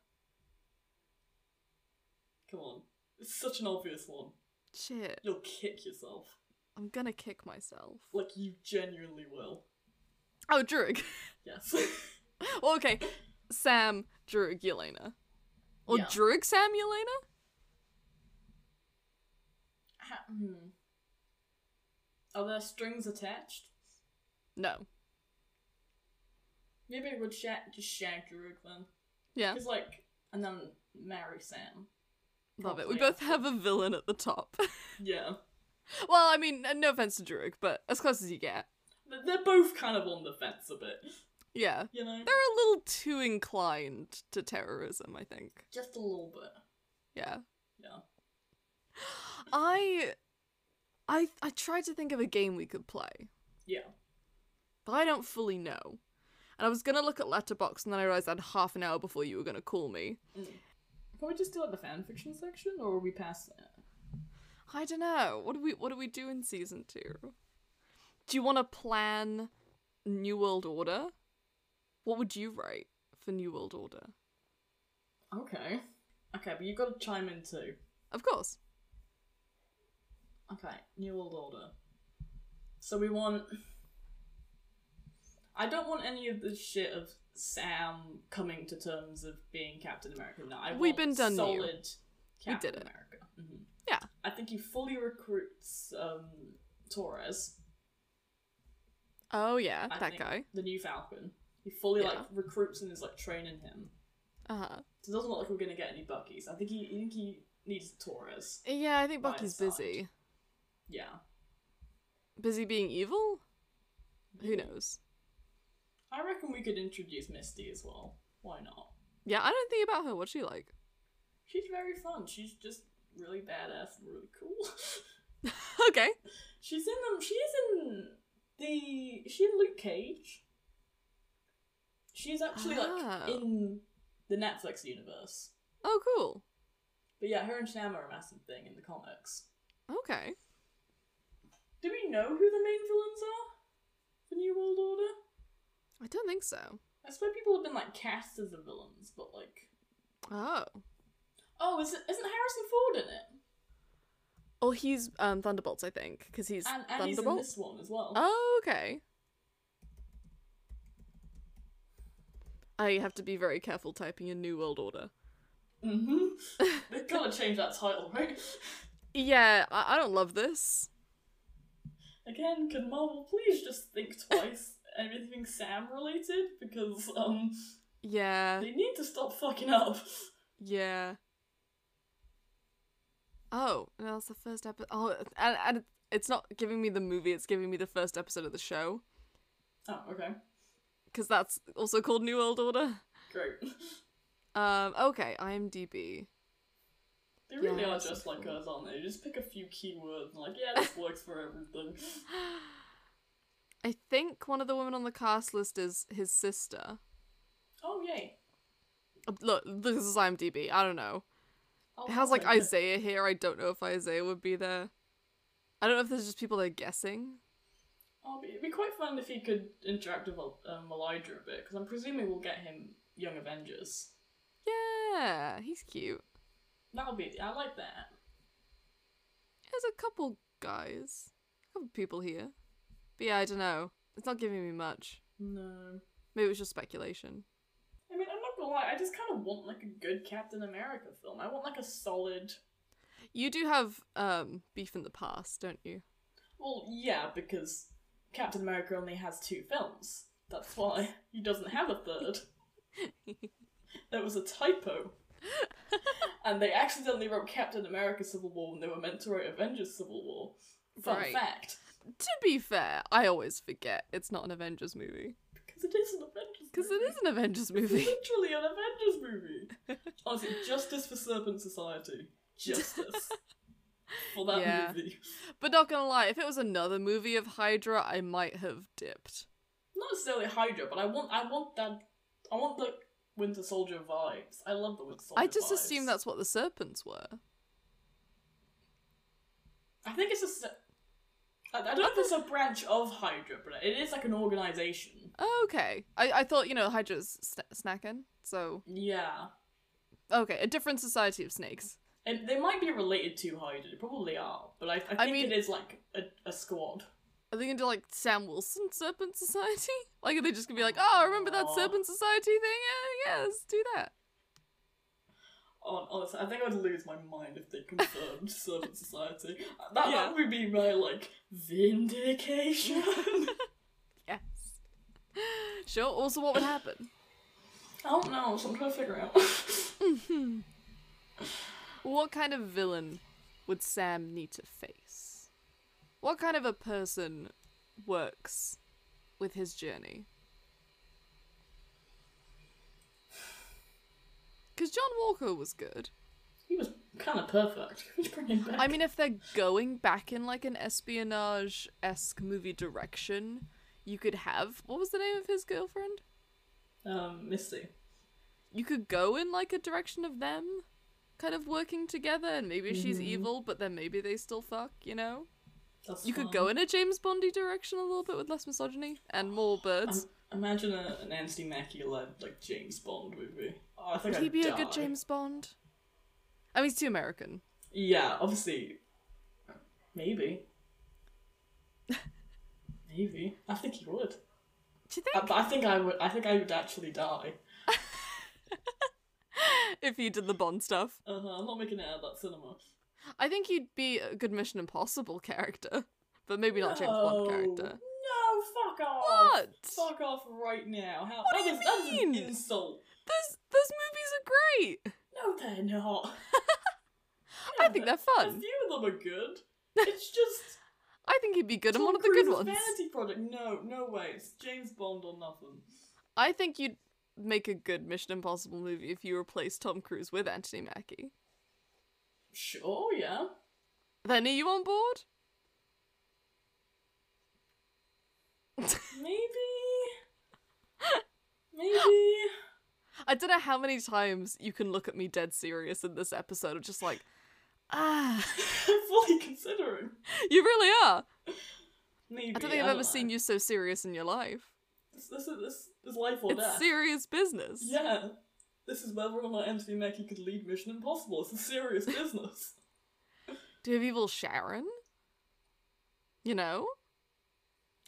Speaker 1: Come on, it's such an obvious one.
Speaker 2: Shit.
Speaker 1: You'll kick yourself.
Speaker 2: I'm gonna kick myself.
Speaker 1: Like you genuinely will.
Speaker 2: Oh, Druig.
Speaker 1: Yes.
Speaker 2: well, okay. Sam, Druig, Yelena. Or
Speaker 1: Yeah.
Speaker 2: Druig, Sam, Yelena?
Speaker 1: Ha- hmm. Are there strings attached?
Speaker 2: No.
Speaker 1: Maybe I would sha- just shag Druid then.
Speaker 2: Yeah.
Speaker 1: Just like, and then marry Sam.
Speaker 2: Love it. We
Speaker 1: Probably.
Speaker 2: both have a villain at the top.
Speaker 1: Yeah.
Speaker 2: well, I mean, no offense to Druig, but as close as you get.
Speaker 1: Th- They're both kind of on the fence a bit.
Speaker 2: Yeah.
Speaker 1: You know,
Speaker 2: They're a little too inclined to terrorism, I think.
Speaker 1: just a little bit.
Speaker 2: Yeah.
Speaker 1: Yeah.
Speaker 2: I I I tried to think of a game we could play,
Speaker 1: Yeah.
Speaker 2: but I don't fully know. And I was gonna look at Letterbox, and then I realized I had half an hour before you were gonna call me.
Speaker 1: Can we just do like the fanfiction section, or are we past that?
Speaker 2: I don't know. What do we What do we do in season two? Do you want to plan New World Order? What would you write for New World Order?
Speaker 1: Okay. Okay, but you've got to chime in too.
Speaker 2: Of course.
Speaker 1: Okay, New World Order. So we want. I don't want any of the shit of Sam coming to terms of being Captain America. No, I
Speaker 2: We've
Speaker 1: want
Speaker 2: been done, Neil.
Speaker 1: solid
Speaker 2: We
Speaker 1: Captain
Speaker 2: did it.
Speaker 1: America. hmm
Speaker 2: Yeah.
Speaker 1: I think he fully recruits um, Torres.
Speaker 2: Oh yeah,
Speaker 1: I
Speaker 2: that
Speaker 1: think,
Speaker 2: guy.
Speaker 1: The new Falcon. He fully
Speaker 2: Yeah.
Speaker 1: like recruits and is like training him.
Speaker 2: Uh huh.
Speaker 1: So it doesn't look like we're gonna get any Buckies. I think he I think he needs Torres.
Speaker 2: Yeah, I think
Speaker 1: Right
Speaker 2: Bucky's
Speaker 1: side.
Speaker 2: busy.
Speaker 1: Yeah.
Speaker 2: Busy being evil. Who knows?
Speaker 1: I reckon we could introduce Misty as well. Why not?
Speaker 2: Yeah, I don't think about her. What's she like?
Speaker 1: She's very fun. She's just really badass and really cool.
Speaker 2: okay.
Speaker 1: she's in um she's in the is she in Luke Cage. She's actually
Speaker 2: Oh.
Speaker 1: like in the Netflix universe.
Speaker 2: Oh, cool.
Speaker 1: But yeah, her and Sam are a massive thing in the comics.
Speaker 2: Okay.
Speaker 1: Do we know who the main villains are? The New World Order?
Speaker 2: I don't think so.
Speaker 1: I swear people have been like cast as the villains, but like
Speaker 2: Oh.
Speaker 1: Oh, is it, isn't Harrison Ford in it?
Speaker 2: Oh, he's um Thunderbolts, I think, because he's
Speaker 1: And, and he's in
Speaker 2: Thunderbolt.
Speaker 1: this one as well.
Speaker 2: Oh, okay. I have to be very careful typing in New World Order.
Speaker 1: hmm They've got to change that title, right?
Speaker 2: Yeah, I, I don't love this.
Speaker 1: Again, can Marvel please just think twice? Anything Sam related? Because um,
Speaker 2: Yeah,
Speaker 1: they need to stop fucking up.
Speaker 2: yeah. Oh, no, that's the first episode. Oh, and, and it's not giving me the movie, it's giving me the first episode of the show.
Speaker 1: Oh, okay,
Speaker 2: Because that's also called New World Order.
Speaker 1: great.
Speaker 2: Um, okay, IMDb.
Speaker 1: They really
Speaker 2: Yeah,
Speaker 1: are
Speaker 2: so
Speaker 1: just like
Speaker 2: cool.
Speaker 1: us, aren't they? Just pick a few keywords and like, yeah, this works for everything.
Speaker 2: I think one of the women on the cast list is his sister.
Speaker 1: Oh yay!
Speaker 2: Uh, Look, this is IMDb. I don't know.
Speaker 1: I'll
Speaker 2: It has like
Speaker 1: take it.
Speaker 2: Isaiah here. I don't know if Isaiah would be there. I don't know if there's just people they're guessing.
Speaker 1: Oh, but it'd be quite fun if he could interact with um, Elijah a bit, because I'm presuming we'll get him Young Avengers.
Speaker 2: Yeah, he's cute.
Speaker 1: That'll be. I like that.
Speaker 2: There's a couple guys, a couple people here. But yeah, I don't know. It's not giving me much.
Speaker 1: No.
Speaker 2: Maybe it's just speculation.
Speaker 1: I mean, I'm not gonna lie. I just kind of want like a good Captain America film. I want like a solid.
Speaker 2: You do have um beef in the past, don't you?
Speaker 1: Well, yeah, because Captain America only has two films. That's why he doesn't have a third. there was a typo. and they accidentally wrote Captain America Civil War when they were meant to write Avengers Civil War. Fun
Speaker 2: Right.
Speaker 1: fact.
Speaker 2: To be fair, I always forget it's not an Avengers movie
Speaker 1: Because it is an Avengers
Speaker 2: because it
Speaker 1: movie.
Speaker 2: is an Avengers movie.
Speaker 1: literally an Avengers movie. Honestly, justice for Serpent Society. Justice. for that
Speaker 2: Yeah.
Speaker 1: movie.
Speaker 2: but not gonna lie, if it was another movie of Hydra, I might have dipped.
Speaker 1: Not necessarily Hydra, but I want I want that I want the Winter Soldier vibes. I love the Winter Soldier.
Speaker 2: I just
Speaker 1: vibes.
Speaker 2: assumed that's what the serpents were.
Speaker 1: I think it's just. a- I, I don't know if it's a branch of Hydra, but it is like an organization.
Speaker 2: Oh, Okay. I, I thought, you know, Hydra's sna- snacking. So,
Speaker 1: Yeah,
Speaker 2: okay, a different society of snakes.
Speaker 1: and they might be related to Hydra. They probably are, but I, I think
Speaker 2: mean-
Speaker 1: it is like a, a squad.
Speaker 2: Are they going to do, like, Sam Wilson Serpent Society? Like, are they just going to be like, oh, remember that Serpent Society thing? Yeah, yeah, let's do that.
Speaker 1: Hon- Honestly, I think I'd lose my mind if they confirmed Servant Society. That,
Speaker 2: Yeah.
Speaker 1: that would be my, like, vindication.
Speaker 2: Yes. Sure. Also, what would happen?
Speaker 1: I don't know, so I'm trying to figure out.
Speaker 2: What kind of villain would Sam need to face? What kind of a person works with his journey? Because John Walker was good.
Speaker 1: He was kind of perfect. He's bringing back.
Speaker 2: I mean, if they're going back in like an espionage esque movie direction, you could have what was the name of his girlfriend?
Speaker 1: um, Misty.
Speaker 2: You could go in like a direction of them kind of working together, and maybe she's
Speaker 1: Mhm.
Speaker 2: evil, but then maybe they still fuck, you know?
Speaker 1: That's
Speaker 2: You could
Speaker 1: fine.
Speaker 2: go in a James Bondy direction a little bit with less misogyny and more birds.
Speaker 1: Imagine a, an Anthony Mackie led like James Bond movie. Oh, I think
Speaker 2: Would
Speaker 1: I'd
Speaker 2: he be a
Speaker 1: die.
Speaker 2: good James Bond? I mean, he's too American.
Speaker 1: Yeah, obviously. Maybe. Maybe. I think he would.
Speaker 2: Do you
Speaker 1: I,
Speaker 2: think
Speaker 1: but I think I would. I think I would actually die.
Speaker 2: if he did the Bond stuff?
Speaker 1: Uh huh. I'm not making it out of that cinema.
Speaker 2: I think he'd be a good Mission Impossible character, but maybe not James Bond character.
Speaker 1: No, fuck off.
Speaker 2: What?
Speaker 1: Fuck off right now. How,
Speaker 2: do
Speaker 1: that
Speaker 2: you
Speaker 1: is- that is
Speaker 2: mean?
Speaker 1: an insult.
Speaker 2: Those those movies are great.
Speaker 1: No, they're not.
Speaker 2: I think they're
Speaker 1: A
Speaker 2: fun.
Speaker 1: few of them are good. It's just
Speaker 2: I think he'd be good in
Speaker 1: Tom
Speaker 2: one of the good
Speaker 1: Cruise's
Speaker 2: ones.
Speaker 1: Vanity Project. No, no way. It's James Bond or nothing.
Speaker 2: I think you'd make a good Mission Impossible movie if you replace Tom Cruise with Anthony Mackie.
Speaker 1: Sure, yeah.
Speaker 2: Then are you on board?
Speaker 1: Maybe. Maybe.
Speaker 2: I don't know how many times you can look at me dead serious in this episode of just like, ah,
Speaker 1: I'm fully considering.
Speaker 2: you really are.
Speaker 1: Maybe.
Speaker 2: I don't think I've ever seen you so serious in your life.
Speaker 1: This, this is this is life or
Speaker 2: It's
Speaker 1: death.
Speaker 2: serious business.
Speaker 1: Yeah. This is whether or not Anthony Mackie could lead Mission Impossible. It's a serious business.
Speaker 2: Do you have evil Sharon? You know?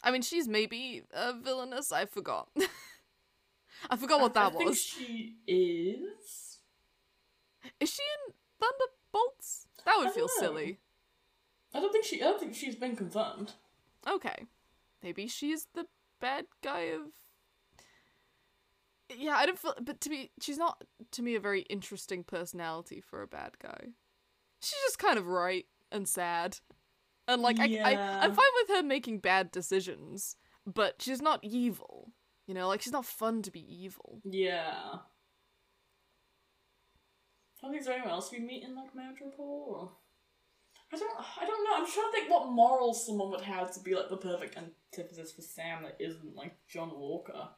Speaker 2: I mean, she's maybe a villainous. I forgot. I forgot what
Speaker 1: I-
Speaker 2: that
Speaker 1: I think
Speaker 2: was.
Speaker 1: she is.
Speaker 2: Is she in Thunderbolts? That would
Speaker 1: I
Speaker 2: feel
Speaker 1: don't know.
Speaker 2: silly.
Speaker 1: I don't think she. I don't think she's been confirmed.
Speaker 2: Okay. Maybe she's the bad guy of. Yeah, I don't feel. But to me, she's not, to me, a very interesting personality for a bad guy. She's just kind of right and sad. And, like, I, I,
Speaker 1: Yeah.
Speaker 2: I'm fine with her making bad decisions, but she's not evil. You know, like, she's not fun to be evil.
Speaker 1: Yeah. I don't think there's anyone else we meet in like Madripoor. Or... I don't. I don't know. I'm trying to think what morals someone would have to be like the perfect antithesis for Sam that isn't like John Walker.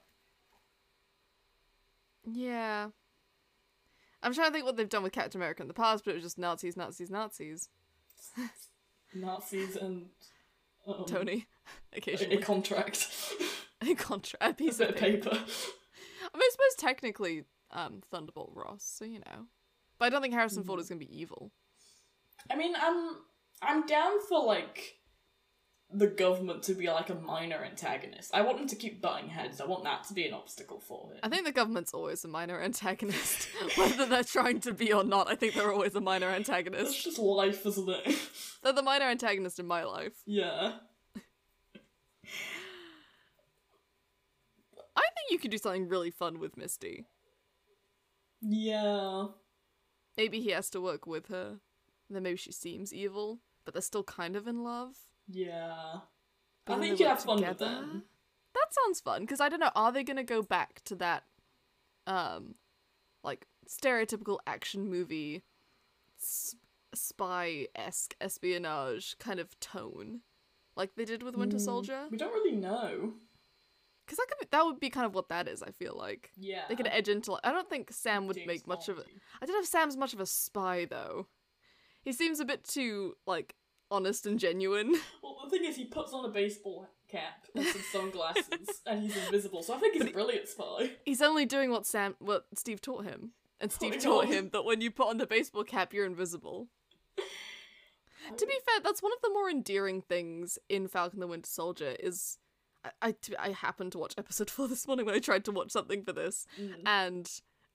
Speaker 2: Yeah. I'm trying to think what they've done with Captain America in the past, but it was just Nazis, Nazis, Nazis.
Speaker 1: Nazis and um,
Speaker 2: Tony,
Speaker 1: A, a
Speaker 2: occasionally.
Speaker 1: contract,
Speaker 2: A contract, a
Speaker 1: a
Speaker 2: piece
Speaker 1: bit
Speaker 2: of
Speaker 1: of
Speaker 2: paper.
Speaker 1: paper.
Speaker 2: I mean, I suppose technically um, Thunderbolt Ross, so you know. But I don't think Harrison Ford is going to be evil.
Speaker 1: I mean, I'm I'm down for like the government to be like a minor antagonist. I want them to keep butting heads. I want that to be an obstacle for it.
Speaker 2: I think the government's always a minor antagonist. Whether they're trying to be or not, I think they're always a minor
Speaker 1: It's
Speaker 2: antagonist.
Speaker 1: just life, isn't it?
Speaker 2: They're the minor antagonist in my life.
Speaker 1: yeah.
Speaker 2: I think you could do something really fun with Misty.
Speaker 1: Yeah.
Speaker 2: Maybe he has to work with her. Then maybe she seems evil, but they're still kind of in love.
Speaker 1: Yeah.
Speaker 2: But
Speaker 1: I
Speaker 2: then
Speaker 1: think
Speaker 2: they
Speaker 1: you
Speaker 2: work
Speaker 1: have fun with
Speaker 2: together.
Speaker 1: them.
Speaker 2: That sounds fun because I don't know. Are they gonna go back to that, um, like stereotypical action movie, sp- spy esque espionage kind of tone, like they did with Winter
Speaker 1: Mm.
Speaker 2: Soldier?
Speaker 1: We don't really know.
Speaker 2: Because that could be, that would be kind of what that is. I feel like
Speaker 1: Yeah.
Speaker 2: they could edge into. Like, I don't think Sam would
Speaker 1: James
Speaker 2: make much of it.
Speaker 1: Bond.
Speaker 2: I don't know if Sam's much of a spy though. He seems a bit too like honest and genuine.
Speaker 1: Well, the thing is, he puts on a baseball cap and some sunglasses, and he's invisible. So I think he's a brilliant spy.
Speaker 2: He's only doing what Sam, what Steve taught him, and Steve
Speaker 1: Oh my
Speaker 2: taught
Speaker 1: God.
Speaker 2: him that when you put on the baseball cap, you're invisible. to be fair, that's one of the more endearing things in Falcon the Winter Soldier. Is I I, to- I happened to watch episode four this morning when I tried to watch something for this,
Speaker 1: Mm.
Speaker 2: and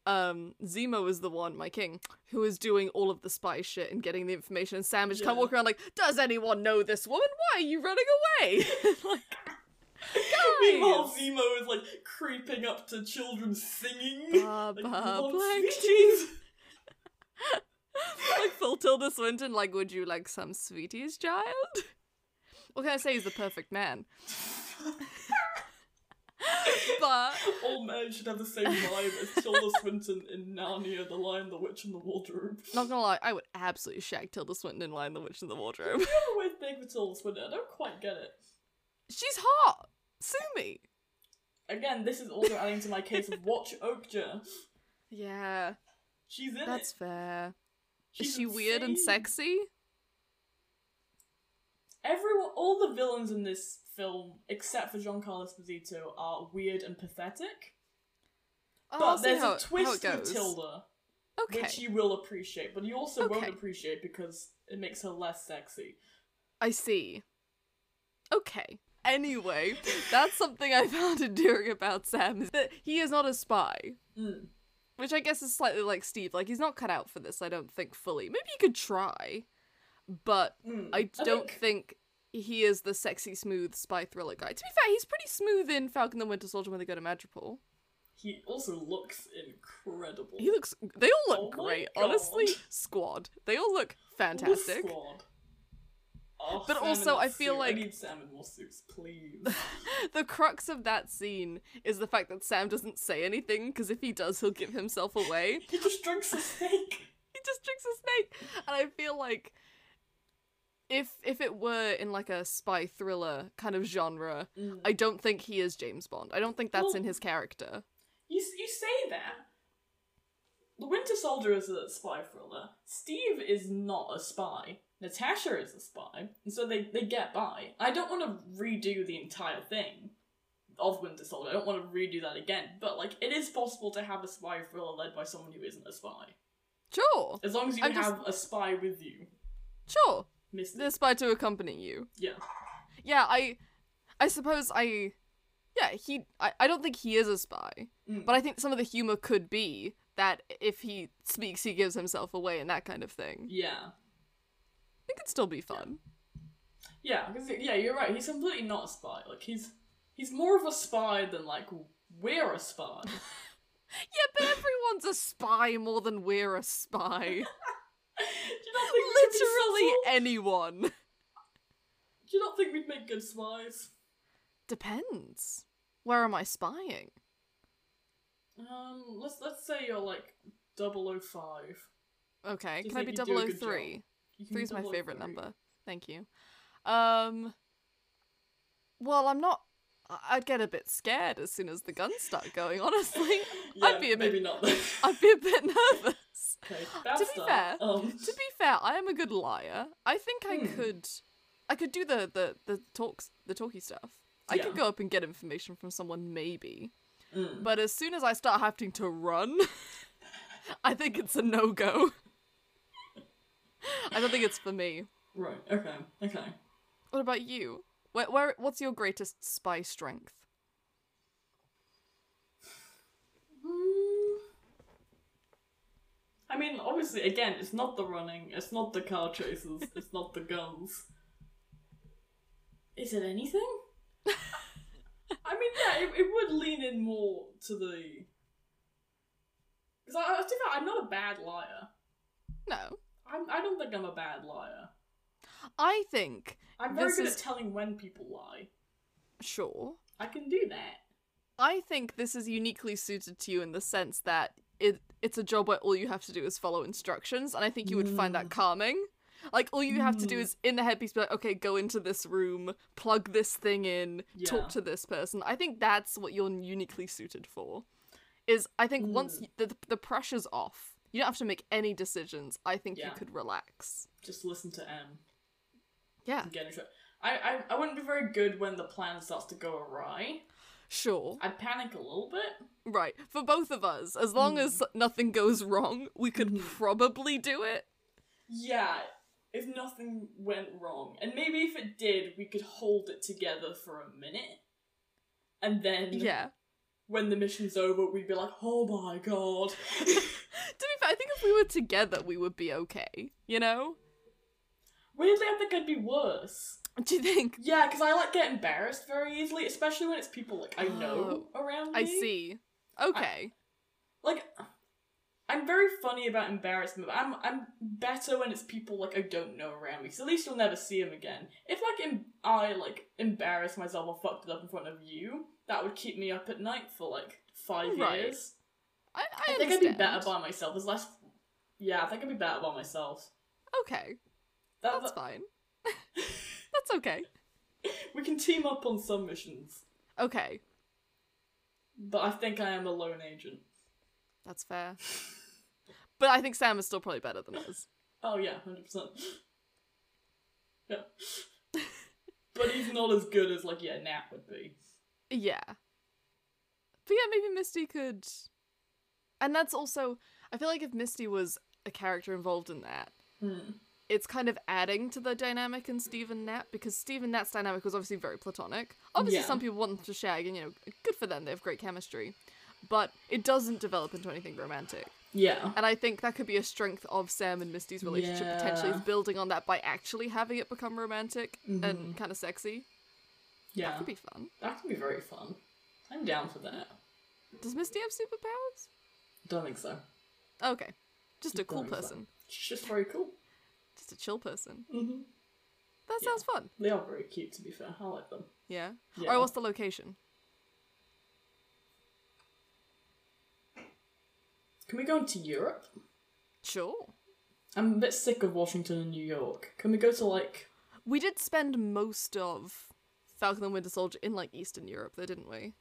Speaker 2: um Zemo is the one, my king, who is doing all of the spy shit and getting the information. And Sam is just kind of
Speaker 1: Yeah.
Speaker 2: walking around like, "Does anyone know this woman? Why are you running away?" like,
Speaker 1: Meanwhile,
Speaker 2: guys.
Speaker 1: Zemo is like creeping up to children singing.
Speaker 2: Ba,
Speaker 1: like,
Speaker 2: ba,
Speaker 1: "Want
Speaker 2: blank."
Speaker 1: sweeties?"
Speaker 2: like full Tilda Swinton, like, would you like some sweeties, child? What can I say? He's the perfect man. but
Speaker 1: All men should have the same vibe as Tilda Swinton in Narnia, The Lion, the Witch, and the Wardrobe.
Speaker 2: not gonna lie, I would absolutely shag Tilda Swinton in line the witch in the wardrobe.
Speaker 1: Never went big for Tilda Swinton. I don't quite get it.
Speaker 2: She's hot. Sue me.
Speaker 1: Again, this is also adding to my case of watch Oakja.
Speaker 2: Yeah,
Speaker 1: She's in
Speaker 2: that's
Speaker 1: it.
Speaker 2: fair.
Speaker 1: She's
Speaker 2: Is she weird and
Speaker 1: insane.
Speaker 2: sexy?
Speaker 1: Everyone, all the villains in this film, except for Giancarlo Esposito, are weird and pathetic.
Speaker 2: Oh,
Speaker 1: but
Speaker 2: I'll see
Speaker 1: there's
Speaker 2: how,
Speaker 1: a
Speaker 2: it-
Speaker 1: twist
Speaker 2: how it
Speaker 1: with
Speaker 2: goes.
Speaker 1: Tilda,
Speaker 2: Okay,
Speaker 1: which you will appreciate, but you also won't
Speaker 2: Okay.
Speaker 1: appreciate because it makes her less sexy.
Speaker 2: I see. Okay. Anyway, that's something I found endearing about Sam is that he is not a spy.
Speaker 1: Mm.
Speaker 2: Which I guess is slightly like Steve. Like he's not cut out for this, I don't think fully. Maybe he could try. But
Speaker 1: Mm.
Speaker 2: I
Speaker 1: I
Speaker 2: don't
Speaker 1: think-
Speaker 2: think he is the sexy, smooth spy thriller guy. To be fair, he's pretty smooth in Falcon the Winter Soldier when they go to Madripoor.
Speaker 1: He also looks incredible.
Speaker 2: He looks they all
Speaker 1: Oh
Speaker 2: look
Speaker 1: my
Speaker 2: great,
Speaker 1: God.
Speaker 2: honestly. Squad. They all look
Speaker 1: What a
Speaker 2: fantastic.
Speaker 1: squad. Oh,
Speaker 2: But
Speaker 1: Sam in
Speaker 2: also,
Speaker 1: a
Speaker 2: I feel
Speaker 1: suit.
Speaker 2: like-
Speaker 1: I need Sam in more suits, please.
Speaker 2: the crux of that scene is the fact that Sam doesn't say anything because if he does, he'll give himself away.
Speaker 1: he just drinks a snake.
Speaker 2: he just drinks a snake, and I feel like if if it were in like a spy thriller kind of genre,
Speaker 1: Mm.
Speaker 2: I don't think he is James Bond. I don't think that's in
Speaker 1: Well-
Speaker 2: his character.
Speaker 1: You, you say that. The Winter Soldier is a spy thriller. Steve is not a spy. Natasha is a spy. And so they, they get by. I don't want to redo the entire thing of Winter Soldier. I don't want to redo that again. But, like, it is possible to have a spy thriller led by someone who isn't a spy.
Speaker 2: Sure,
Speaker 1: As long as you
Speaker 2: I'm just-
Speaker 1: have a spy with you.
Speaker 2: sure,
Speaker 1: Mister.
Speaker 2: the spy to accompany you.
Speaker 1: Yeah.
Speaker 2: Yeah, I, I suppose I, yeah, he. I, I don't think he is a spy,
Speaker 1: Mm.
Speaker 2: but I think some of the humor could be that if he speaks, he gives himself away and that kind of thing.
Speaker 1: Yeah.
Speaker 2: It could still be fun.
Speaker 1: Yeah, because yeah, you're right. He's completely not a spy. Like he's he's more of a spy than like we're a spy.
Speaker 2: Yeah, but everyone's a spy more than we're a spy.
Speaker 1: Do you not think we could be
Speaker 2: Literally
Speaker 1: subtle?
Speaker 2: anyone.
Speaker 1: Do you not think we'd make good spies?
Speaker 2: Depends. Where am I spying?
Speaker 1: Um, let's let's say you're like 005.
Speaker 2: Okay,
Speaker 1: Just
Speaker 2: can I
Speaker 1: that
Speaker 2: be
Speaker 1: you do a good
Speaker 2: 003?
Speaker 1: You can oh be
Speaker 2: Three's my
Speaker 1: 003.
Speaker 2: favorite number. Thank you. Um. Well, I'm not. I- I'd get a bit scared as soon as the guns start going. Honestly,
Speaker 1: Yeah,
Speaker 2: be a bit-
Speaker 1: maybe not. okay,
Speaker 2: I'd be a bit nervous.
Speaker 1: that's
Speaker 2: to be
Speaker 1: that.
Speaker 2: fair,
Speaker 1: um,
Speaker 2: to be fair, I am a good liar. I think I
Speaker 1: Hmm.
Speaker 2: could, I could do the the the talks the talky stuff. I could
Speaker 1: Yeah.
Speaker 2: go up and get information from someone maybe,
Speaker 1: mm.
Speaker 2: but as soon as I start having to run, I think it's a no go. I don't think it's for me.
Speaker 1: right. Okay. Okay.
Speaker 2: What about you? Where, where what's your greatest spy strength?
Speaker 1: Mm. I mean, obviously, again, it's not the running, it's not the car chases, it's not the guns. Is it anything? I mean, yeah, it, it would lean in more to the. Because I, I think I'm not a bad liar.
Speaker 2: No,
Speaker 1: I'm, I don't think I'm a bad liar.
Speaker 2: I think
Speaker 1: I'm very
Speaker 2: This
Speaker 1: good
Speaker 2: is-
Speaker 1: at telling when people lie.
Speaker 2: sure.
Speaker 1: I can do that.
Speaker 2: I think this is uniquely suited to you in the sense that it it's a job where all you have to do is follow instructions, and I think you would find that
Speaker 1: Mm.
Speaker 2: calming. Like all you have to do
Speaker 1: Mm.
Speaker 2: is in the headpiece be like, okay, go into this room, plug this thing in,
Speaker 1: Yeah.
Speaker 2: talk to this person. I think that's what you're uniquely suited for. Is I think once
Speaker 1: Mm.
Speaker 2: y- the the pressure's off, you don't have to make any decisions. I think you
Speaker 1: Yeah.
Speaker 2: could relax.
Speaker 1: Just listen to M.
Speaker 2: Yeah,
Speaker 1: and get into it. I, I, I wouldn't be very good when the plan starts to go awry.
Speaker 2: sure.
Speaker 1: I'd panic a little bit.
Speaker 2: Right. For both of us, as long as
Speaker 1: Mm.
Speaker 2: nothing goes wrong, we could
Speaker 1: Mhm.
Speaker 2: probably do it.
Speaker 1: Yeah, if nothing went wrong. And maybe if it did, we could hold it together for a minute. And then
Speaker 2: Yeah.
Speaker 1: when the mission's over, we'd be like, oh my god.
Speaker 2: To be fair, I think if we were together, we would be okay. You know?
Speaker 1: Weirdly, I think I'd be worse.
Speaker 2: Do you think?
Speaker 1: Yeah, because I like get embarrassed very easily, especially when it's people like I know around me.
Speaker 2: I see. Okay.
Speaker 1: Like, I'm very funny about embarrassment. But I'm I'm better when it's people like I don't know around me. Because at least you'll never see them again. If like em- I like embarrass myself or fucked it up in front of you, that would keep me up at night for like five
Speaker 2: Right.
Speaker 1: years.
Speaker 2: I,
Speaker 1: I,
Speaker 2: I,
Speaker 1: think I'd be
Speaker 2: understand.
Speaker 1: better by myself. There's less. Yeah, I think I'd be better by myself.
Speaker 2: Okay,
Speaker 1: That,
Speaker 2: that's
Speaker 1: that-
Speaker 2: fine. that's okay.
Speaker 1: we can team up on some missions,
Speaker 2: Okay,
Speaker 1: but I think I am a lone agent.
Speaker 2: that's fair. But I think Sam is still probably better than us.
Speaker 1: Oh yeah, hundred percent. Yeah, but he's not as good as like yeah Nat would be.
Speaker 2: Yeah. But yeah, maybe Misty could. And that's also. I feel like if Misty was a character involved in that,
Speaker 1: Hmm.
Speaker 2: it's kind of adding to the dynamic in Steve and Nat because Steve and Nat's dynamic was obviously very platonic. Obviously,
Speaker 1: Yeah.
Speaker 2: some people want them to shag, and you know, good for them, they have great chemistry. But it doesn't develop into anything romantic.
Speaker 1: Yeah.
Speaker 2: And I think that could be a strength of Sam and Misty's relationship potentially is
Speaker 1: Yeah.
Speaker 2: building on that by actually having it become romantic and kind of sexy. That
Speaker 1: Mm-hmm. Yeah.
Speaker 2: could be fun.
Speaker 1: That could be very fun. I'm down for that.
Speaker 2: Does Misty have superpowers?
Speaker 1: Don't think so.
Speaker 2: Okay. Just a cool
Speaker 1: Don't think so.
Speaker 2: person.
Speaker 1: She's just very cool.
Speaker 2: Just a chill person.
Speaker 1: hmm
Speaker 2: That
Speaker 1: Yeah.
Speaker 2: sounds fun.
Speaker 1: They are very cute, to be fair. I like them.
Speaker 2: Yeah. Or
Speaker 1: Yeah.
Speaker 2: what's the location?
Speaker 1: Can we go into Europe?
Speaker 2: Sure.
Speaker 1: I'm a bit sick of Washington and New York. Can we go to like
Speaker 2: We did spend most of Falcon and Winter Soldier in like Eastern Europe though, didn't we?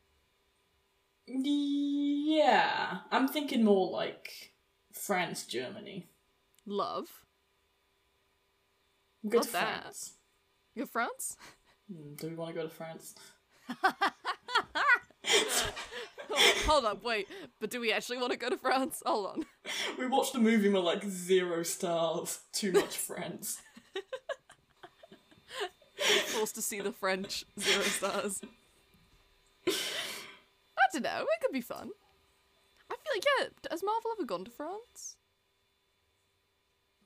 Speaker 1: Yeah, I'm thinking more like France, Germany.
Speaker 2: Love.
Speaker 1: We'll go
Speaker 2: Not
Speaker 1: to
Speaker 2: that.
Speaker 1: France.
Speaker 2: You go France?
Speaker 1: Hmm, do we want to go to France?
Speaker 2: Hold up, wait. But do we actually want to go to France? Hold on.
Speaker 1: We watched a movie and we're like zero stars. Too much France.
Speaker 2: Forced to see the French zero stars. I don't know. It could be fun. I feel like yeah. Has Marvel ever gone to France?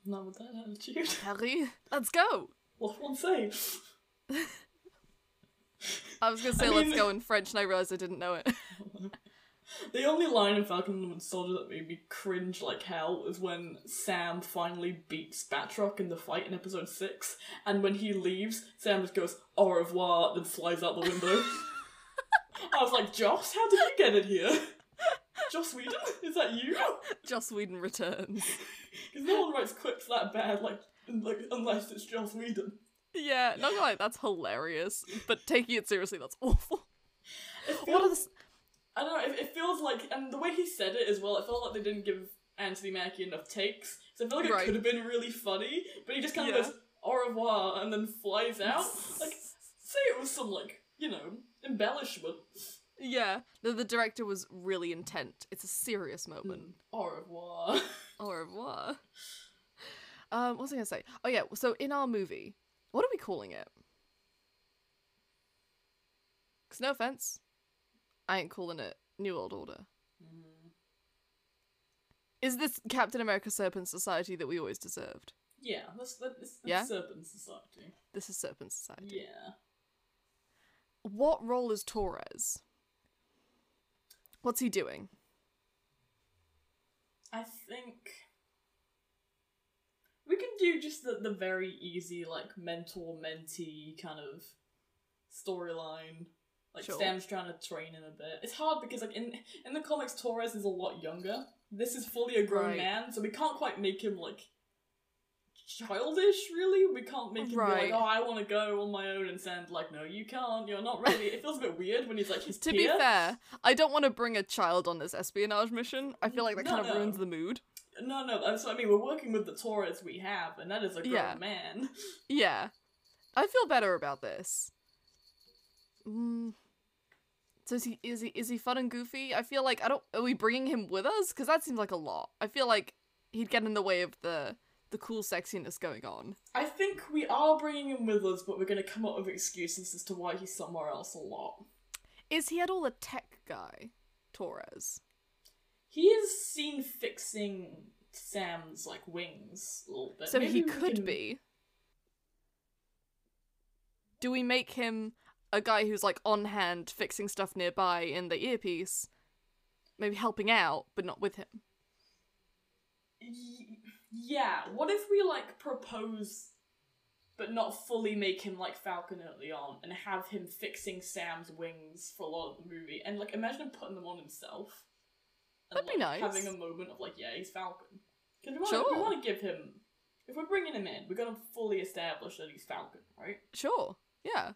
Speaker 1: Not with that attitude.
Speaker 2: Harry, let's go.
Speaker 1: What one say?
Speaker 2: I was gonna say
Speaker 1: I
Speaker 2: let's
Speaker 1: mean-
Speaker 2: go in French, and I realized I didn't know it.
Speaker 1: The only line in Falcon and the Winter Soldier that made me cringe like hell is when Sam finally beats Batroc in the fight in episode 6, and when he leaves, Sam just goes, au revoir, and flies out the window. I was like, Joss, how did you get in here? Joss Whedon? Is that you?
Speaker 2: Joss Whedon returns.
Speaker 1: Because no one writes clips that bad, like, like unless it's Joss Whedon.
Speaker 2: Yeah, not gonna lie, that's hilarious. But taking it seriously, that's awful.
Speaker 1: It
Speaker 2: What are
Speaker 1: feels-
Speaker 2: the s-
Speaker 1: I don't know. It, it feels like, and the way he said it as well, it felt like they didn't give Anthony Mackie enough takes. So I feel like it
Speaker 2: Right.
Speaker 1: could have been really funny, but he just kind of
Speaker 2: Yeah.
Speaker 1: goes au revoir and then flies out. like, say it was some like you know embellishment.
Speaker 2: Yeah, the, the director was really intent. It's a serious moment.
Speaker 1: Au revoir.
Speaker 2: Au revoir. Um, what was I gonna say? Oh yeah, so in our movie, what are we calling it? Cause no offense, I ain't calling it New World Order.
Speaker 1: Hmm.
Speaker 2: Is this Captain America Serpent Society that we always deserved?
Speaker 1: yeah, that's that's, that's
Speaker 2: Yeah?
Speaker 1: Serpent Society.
Speaker 2: This is Serpent Society.
Speaker 1: Yeah.
Speaker 2: What role is Torres? What's he doing?
Speaker 1: I think we can do just the, the very easy like mentor mentee kind of storyline. Like
Speaker 2: Sure.
Speaker 1: Sam's trying to train him a bit. It's hard because like in in the comics Torres is a lot younger. This is fully a grown
Speaker 2: Right.
Speaker 1: man, so we can't quite make him like childish really. We can't make him be
Speaker 2: Right.
Speaker 1: like, Oh, I wanna go on my own and Sam's like, No, you can't, you're not ready. it feels a bit weird when he's like his
Speaker 2: To
Speaker 1: peer.
Speaker 2: be fair, I don't want to bring a child on this espionage mission. I feel like that
Speaker 1: No,
Speaker 2: kind of
Speaker 1: no.
Speaker 2: ruins the mood.
Speaker 1: No, no, that's what I mean. We're working with the Torres we have, and that is a grown
Speaker 2: Yeah.
Speaker 1: man.
Speaker 2: Yeah. I feel better about this. Mm. So is he is he is he fun and goofy? I feel like I don't are we bringing him with us cuz that seems like a lot. I feel like he'd get in the way of the the cool sexiness going on.
Speaker 1: I think we are bringing him with us, but we're going to come up with excuses as to why he's somewhere else a lot.
Speaker 2: Is he at all a tech guy? Torres.
Speaker 1: He is seen fixing Sam's like wings a little bit.
Speaker 2: So
Speaker 1: Maybe
Speaker 2: he
Speaker 1: we
Speaker 2: could
Speaker 1: can-
Speaker 2: be. Do we make him a guy who's like on hand fixing stuff nearby in the earpiece? Maybe helping out, but not with him.
Speaker 1: Y- Yeah. What if we like propose but not fully make him like Falcon early on, and have him fixing Sam's wings for a lot of the movie, and like imagine him putting them on himself. And,
Speaker 2: That'd be
Speaker 1: like,
Speaker 2: nice.
Speaker 1: Having a moment of like, yeah, he's Falcon. Because we want
Speaker 2: Sure.
Speaker 1: to we want to give him. If we're bringing him in, we're gonna fully establish that he's Falcon, right?
Speaker 2: Sure. Yeah.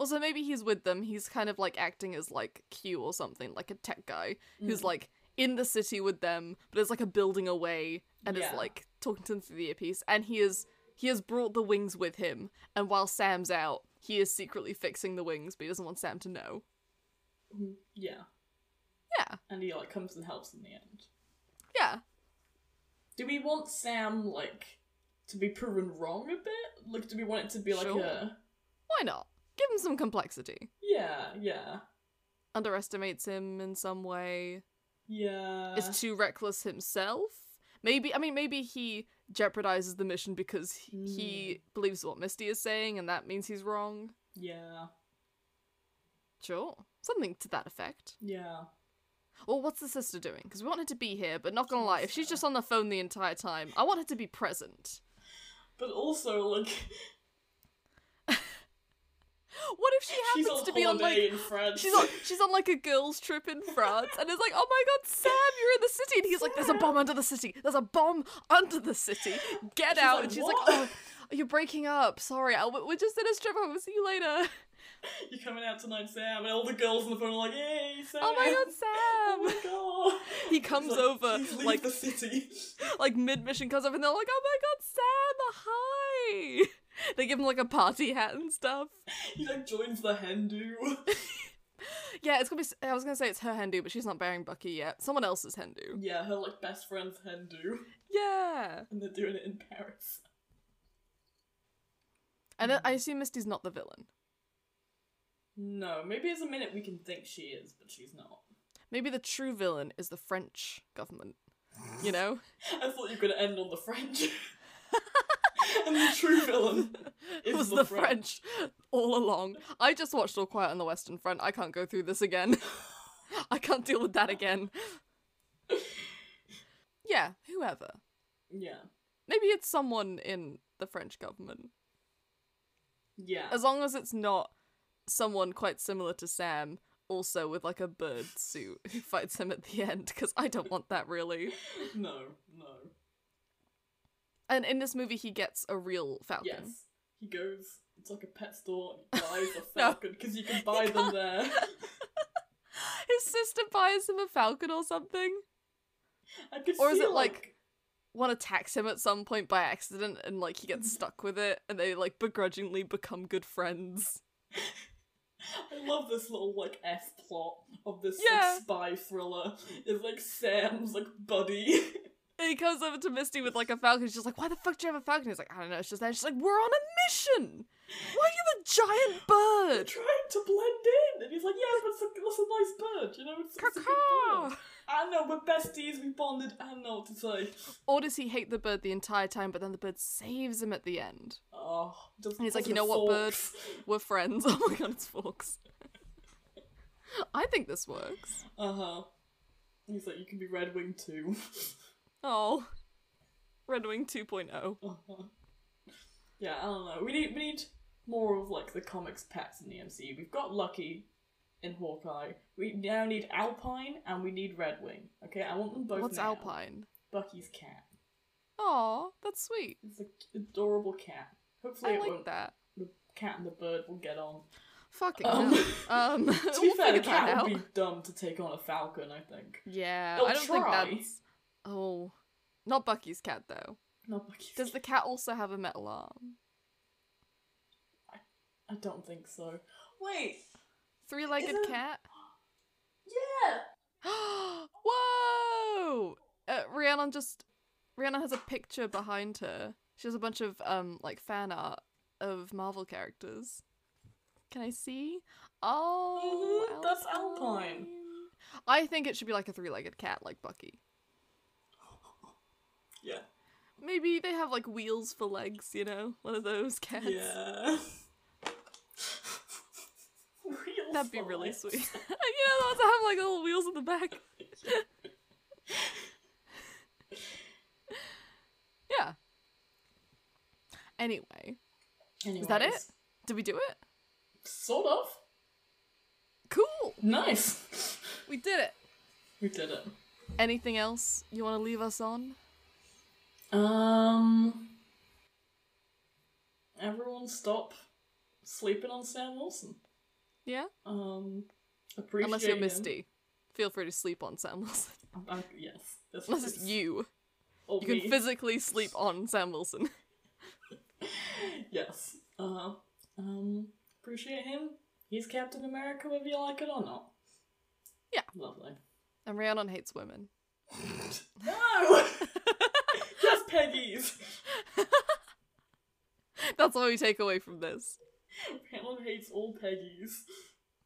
Speaker 2: Also, maybe he's with them. He's kind of like acting as like Q or something, like a tech guy who's
Speaker 1: Mm.
Speaker 2: like in the city with them, but it's like a building away and
Speaker 1: Yeah.
Speaker 2: is like talking to them through the earpiece. And he is he has brought the wings with him, and while Sam's out, he is secretly fixing the wings, but he doesn't want Sam to know.
Speaker 1: Yeah,
Speaker 2: Mm-hmm. Yeah,
Speaker 1: and he like comes and helps in the end.
Speaker 2: yeah.
Speaker 1: Do we want Sam like to be proven wrong a bit? Like, do we want it to be like
Speaker 2: Sure.
Speaker 1: a
Speaker 2: Why not? Give him some complexity.
Speaker 1: yeah, yeah,
Speaker 2: Underestimates him in some way.
Speaker 1: yeah?
Speaker 2: is too reckless himself. Maybe I mean maybe he jeopardizes the mission because he, he
Speaker 1: Hmm.
Speaker 2: believes what Misty is saying and that means he's wrong.
Speaker 1: yeah,
Speaker 2: Sure. Something to that effect.
Speaker 1: yeah.
Speaker 2: Or what's the sister doing? Because we want her to be here, but not gonna lie, if she's
Speaker 1: Also.
Speaker 2: just on the phone the entire time, I want her to be present.
Speaker 1: But also, like,
Speaker 2: What if she
Speaker 1: she's
Speaker 2: happens
Speaker 1: on
Speaker 2: to be on
Speaker 1: holiday
Speaker 2: like
Speaker 1: in France.
Speaker 2: she's on she's on like a girls' trip in France and it's like, oh my god, Sam, you're in the city and he's like, There's a bomb under the city, there's a bomb under the city. Get
Speaker 1: She's
Speaker 2: out
Speaker 1: like,
Speaker 2: and she's
Speaker 1: "What?"
Speaker 2: like, Oh, You're breaking up. Sorry, I, we're just in a strip. I will see you later.
Speaker 1: You're coming out tonight, Sam, and all the girls on the phone are like, "Yay, Sam!"
Speaker 2: Oh my god, Sam!
Speaker 1: Oh my god.
Speaker 2: He comes
Speaker 1: He's like,
Speaker 2: over
Speaker 1: "Please leave
Speaker 2: like
Speaker 1: the city.
Speaker 2: like mid mission comes up and they're like, oh my god, Sam, hi. They give him like a party hat and stuff.
Speaker 1: He like joins the Hindu.
Speaker 2: Yeah, it's gonna be. s- I was gonna say it's her Hindu, but she's not bearing Bucky yet. Someone else's Hindu.
Speaker 1: yeah, her like best friend's Hindu,
Speaker 2: Yeah,
Speaker 1: and they're doing it in Paris.
Speaker 2: and I- I assume Misty's not the villain.
Speaker 1: No, maybe it's a minute we can think she is, but she's not.
Speaker 2: Maybe the true villain is the French government. You know,
Speaker 1: I thought you were gonna end on the French. and the true villain
Speaker 2: it
Speaker 1: is
Speaker 2: was
Speaker 1: the,
Speaker 2: the French all along. I just watched All Quiet on the Western Front. I can't go through this again. I can't deal with that again. Yeah, whoever.
Speaker 1: Yeah.
Speaker 2: Maybe it's someone in the French government.
Speaker 1: Yeah.
Speaker 2: As long as it's not someone quite similar to Sam, also with like a bird suit who fights him at the end, because I don't want that really.
Speaker 1: no, no.
Speaker 2: And in this movie, he gets a real falcon.
Speaker 1: Yes. He goes, it's like a pet store, and he buys a
Speaker 2: No.
Speaker 1: falcon because you can buy them there.
Speaker 2: His sister buys him a falcon or something.
Speaker 1: I could
Speaker 2: Or is
Speaker 1: see,
Speaker 2: it like- One attacks him at some point by accident, and like he gets stuck with it, and they like begrudgingly become good friends.
Speaker 1: I love this little like F plot of this
Speaker 2: Yeah.
Speaker 1: like, spy thriller. It's like Sam's like buddy.
Speaker 2: And he comes over to Misty with like a falcon. She's like, "Why the fuck do you have a falcon?" He's like, "I don't know. It's just there." She's like, "We're on a mission. Why do you have a
Speaker 1: They're
Speaker 2: giant bird?"
Speaker 1: trying to blend in, and he's like, "Yeah, but it's a, that's a nice bird, you know. It's, it's a good
Speaker 2: Caw-caw."
Speaker 1: bird." I know we're besties, we bonded. I know what to say.
Speaker 2: Or does he hate the bird the entire time, but then the bird saves him at the end?
Speaker 1: Oh, just
Speaker 2: And he's like, you
Speaker 1: tossing
Speaker 2: know
Speaker 1: a
Speaker 2: what, bird?
Speaker 1: fork.
Speaker 2: We're friends. Oh my god, it's Forks. I think this works.
Speaker 1: Uh huh. He's like, you can be Red Wing too.
Speaker 2: Oh. Red Wing oh. 2.0.
Speaker 1: Uh-huh. Yeah, I don't know. We need we need more of like the comics pets in the MCU. We've got Lucky in Hawkeye. We now need Alpine and we need Red Wing. Okay, I want them both.
Speaker 2: What's
Speaker 1: now.
Speaker 2: Alpine?
Speaker 1: Bucky's cat.
Speaker 2: Aw, that's sweet.
Speaker 1: It's an adorable cat. Hopefully,
Speaker 2: I
Speaker 1: it
Speaker 2: like
Speaker 1: won't,
Speaker 2: that.
Speaker 1: the cat and the bird will get on.
Speaker 2: Fucking
Speaker 1: Um,
Speaker 2: hell. Um,
Speaker 1: To be
Speaker 2: we'll
Speaker 1: fair,
Speaker 2: figure that
Speaker 1: the cat
Speaker 2: out.
Speaker 1: would be dumb to take on a falcon. I think.
Speaker 2: Yeah,
Speaker 1: They'll
Speaker 2: I don't think
Speaker 1: try.
Speaker 2: that's. Oh. Not Bucky's cat, though.
Speaker 1: Not Bucky's.
Speaker 2: Does the cat also have a metal arm?
Speaker 1: I don't think so. Wait.
Speaker 2: Three legged
Speaker 1: Isn't-
Speaker 2: cat?
Speaker 1: Yeah.
Speaker 2: Whoa! Uh, Rhiannon just Rhiannon has a picture behind her. She has a bunch of um like fan art of Marvel characters. Can I see? Oh,
Speaker 1: Mhm, that's Alpine.
Speaker 2: I think it should be like a three-legged cat, like Bucky.
Speaker 1: Yeah.
Speaker 2: Maybe they have like wheels for legs, you know, one of those cats.
Speaker 1: Yeah. Real
Speaker 2: That'd be really
Speaker 1: thoughts.
Speaker 2: sweet. you know, the ones that have like little wheels at the back. yeah. Anyway,
Speaker 1: Anyways,
Speaker 2: that it? did we do it?
Speaker 1: Sort of.
Speaker 2: Cool.
Speaker 1: Nice.
Speaker 2: We did it.
Speaker 1: we did it.
Speaker 2: Anything else you want to leave us on?
Speaker 1: Um. Everyone, stop sleeping on Sam Wilson.
Speaker 2: Yeah?
Speaker 1: Um. Appreciate
Speaker 2: Unless you're
Speaker 1: him.
Speaker 2: Misty. Feel free to sleep on Sam Wilson.
Speaker 1: Uh, yes. That's
Speaker 2: Unless it's you.
Speaker 1: Or
Speaker 2: You can
Speaker 1: me.
Speaker 2: physically sleep on Sam Wilson.
Speaker 1: Yes. Uh. Um. Appreciate him. He's Captain America, whether you like it or not.
Speaker 2: Yeah.
Speaker 1: Lovely.
Speaker 2: And Rhiannon hates women.
Speaker 1: No. Just Peggy's.
Speaker 2: That's all we take away from this.
Speaker 1: Helen hates all Peggy's.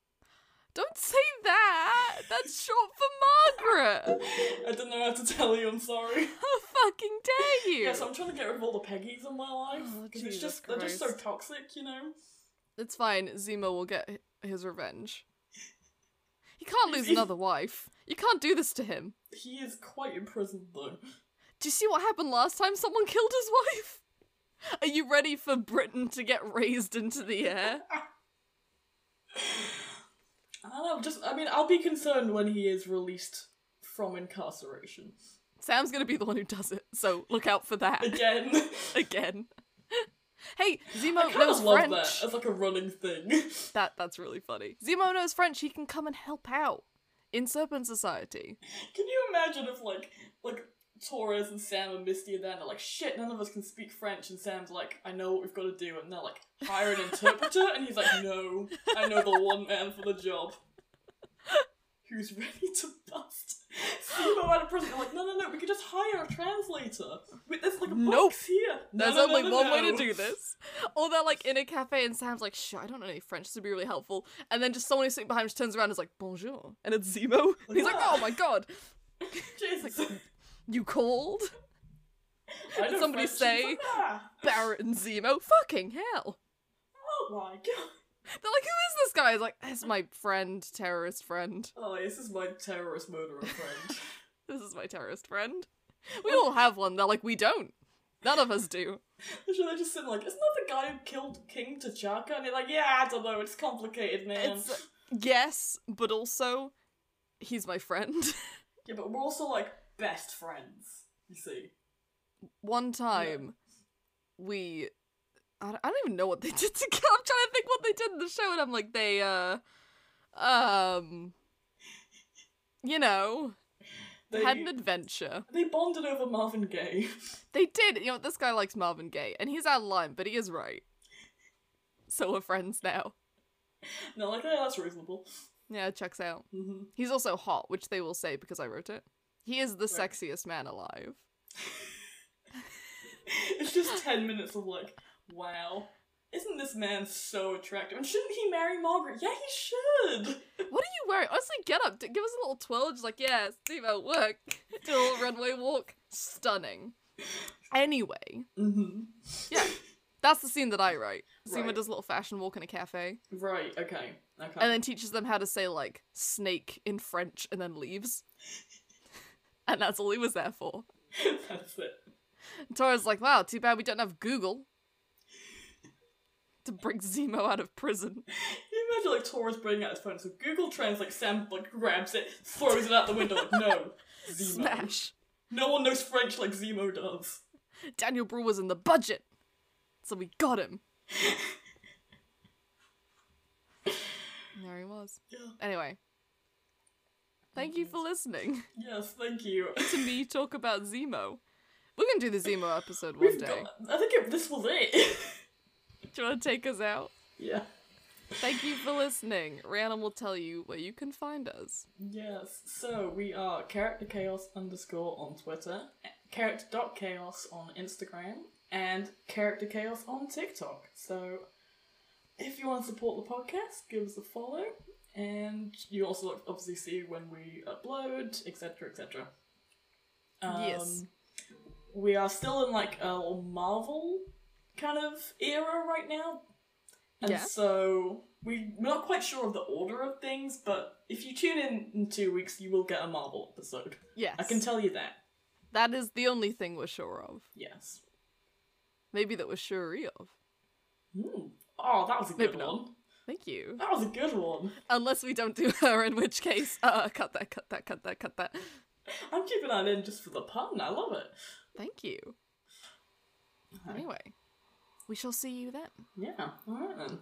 Speaker 2: Don't say that! That's short for Margaret!
Speaker 1: I didn't know how to tell you. I'm sorry.
Speaker 2: How fucking dare you!
Speaker 1: Yes, I'm trying to get rid of all the Peggy's in my life.
Speaker 2: Oh,
Speaker 1: 'cause it's
Speaker 2: Jesus
Speaker 1: just they're just so
Speaker 2: Christ.
Speaker 1: toxic, you know.
Speaker 2: It's fine. Zemo will get h- his revenge. He can't lose another wife. You can't do this to him.
Speaker 1: He is quite imprisoned though.
Speaker 2: Do you see what happened last time someone killed his wife? Are you ready for Britain to get raised into the air?
Speaker 1: I don't know. Just I mean, I'll be concerned when he is released from incarceration
Speaker 2: Sam's gonna be the one who does it, so look out for that
Speaker 1: again.
Speaker 2: again. hey,
Speaker 1: I
Speaker 2: Zemo
Speaker 1: kind
Speaker 2: knows
Speaker 1: of love
Speaker 2: French.
Speaker 1: that as like a running thing.
Speaker 2: That that's really funny. Zemo knows French. He can come and help out in Serpent Society.
Speaker 1: Can you imagine if like like Torres and Sam and Misty are there and they're like, shit, none of us can speak French, and Sam's like, I know what we've got to do, and they're like, hire an interpreter, and he's like, no, I know the one man for the job. Who's ready to bust? Zemo out of prison. They're like, no, no, no, we could just hire a translator. Wait, there's like a
Speaker 2: Nope.
Speaker 1: box here. No,
Speaker 2: There's
Speaker 1: no, no,
Speaker 2: only
Speaker 1: no,
Speaker 2: one way
Speaker 1: no."
Speaker 2: to do this. Or they're like in a cafe and Sam's like, shit, I don't know any French, this would be really helpful. And then just someone who's sitting behind just turns around and is like, bonjour. And it's Zemo. And he's like,
Speaker 1: "Ah."
Speaker 2: oh my god,
Speaker 1: Jesus.
Speaker 2: you called?
Speaker 1: I know
Speaker 2: somebody
Speaker 1: French. She's
Speaker 2: say-
Speaker 1: like, "Ah."
Speaker 2: Baron Zemo. Fucking hell.
Speaker 1: Oh my god.
Speaker 2: They're like, who is this guy? He's like, it's my friend, terrorist friend.
Speaker 1: Oh, this is my terrorist murderer friend.
Speaker 2: This is my terrorist friend. We all have one. They're like, we don't. None of us do.
Speaker 1: Should I just sit like, isn't that the guy who killed King T'Chaka? And they're like, yeah, I don't know, it's complicated, man.
Speaker 2: It's uh, yes, but also, he's my friend.
Speaker 1: Yeah, but we're also like best friends, you see.
Speaker 2: one time we I don't, I don't even know what they did to I'm trying to think what they did in the show and I'm like they uh um you know
Speaker 1: They,
Speaker 2: had an adventure
Speaker 1: they bonded over Marvin Gaye.
Speaker 2: they did you know this guy likes Marvin Gaye and he's out of line but he is right so we're friends now
Speaker 1: no, like, yeah, that's reasonable.
Speaker 2: yeah checks out
Speaker 1: hmm
Speaker 2: he's also hot which they will say because I wrote it he is the
Speaker 1: Right.
Speaker 2: sexiest man alive
Speaker 1: It's just 10 minutes of like, wow, isn't this man so attractive? And shouldn't he marry Margaret? Yeah, he should!
Speaker 2: What are you wearing? Honestly, get up. d- Give us a little twirl. Just like, yeah, Steve out work. Do a little runway walk. Stunning. Anyway,
Speaker 1: Mm-hmm.
Speaker 2: that's the scene that I write. Seema
Speaker 1: Right. Oh.
Speaker 2: does a little fashion walk in a cafe
Speaker 1: Right, okay, okay.
Speaker 2: and then teaches them how to say, like, snake in French and then leaves. and that's all he was there for.
Speaker 1: that's it.
Speaker 2: And Tora's like, wow, too bad we don't have Google to bring Zemo out of prison.
Speaker 1: Can you imagine like Torres bringing out his phone? So Google Trends like Sam like grabs it, throws it out the window. Like no, Zemo.
Speaker 2: Smash.
Speaker 1: No one knows French like Zemo does.
Speaker 2: Daniel Brew was in the budget. So we got him. And there he was.
Speaker 1: Yeah.
Speaker 2: Anyway. Thank you for listening
Speaker 1: Yes, thank you.
Speaker 2: to me talk about Zemo. We're gonna do the Zemo episode one
Speaker 1: We've
Speaker 2: day.
Speaker 1: got. I think it, this was it.
Speaker 2: Do you wanna take us out?
Speaker 1: yeah.
Speaker 2: Thank you for listening. Rhiannon will tell you where you can find us.
Speaker 1: Yes. So we are character chaos underscore on Twitter, character.chaos on Instagram, and character chaos on TikTok. So if you want to support the podcast, give us a follow. And you also obviously see when we upload, etc., etc. Um,
Speaker 2: Yes.
Speaker 1: We are still in like a little Marvel kind of era right now. And
Speaker 2: Yeah.
Speaker 1: so we, we're not quite sure of the order of things, but if you tune in in two weeks, you will get a Marvel episode.
Speaker 2: Yes.
Speaker 1: I can tell you that.
Speaker 2: that is the only thing we're sure of.
Speaker 1: Yes.
Speaker 2: Maybe that was Shuriyov.
Speaker 1: Hmm. Oh, that was a good
Speaker 2: Maybe not.
Speaker 1: one.
Speaker 2: Thank you.
Speaker 1: That was a good one.
Speaker 2: Unless we don't do her, in which case, uh, cut that, cut that, cut that, cut that.
Speaker 1: I'm keeping that in just for the pun. I love it.
Speaker 2: Thank you.
Speaker 1: Alright.
Speaker 2: Anyway, we shall see you then.
Speaker 1: Yeah. All right then.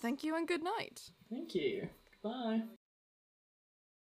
Speaker 2: Thank you and good night.
Speaker 1: Thank you. Goodbye.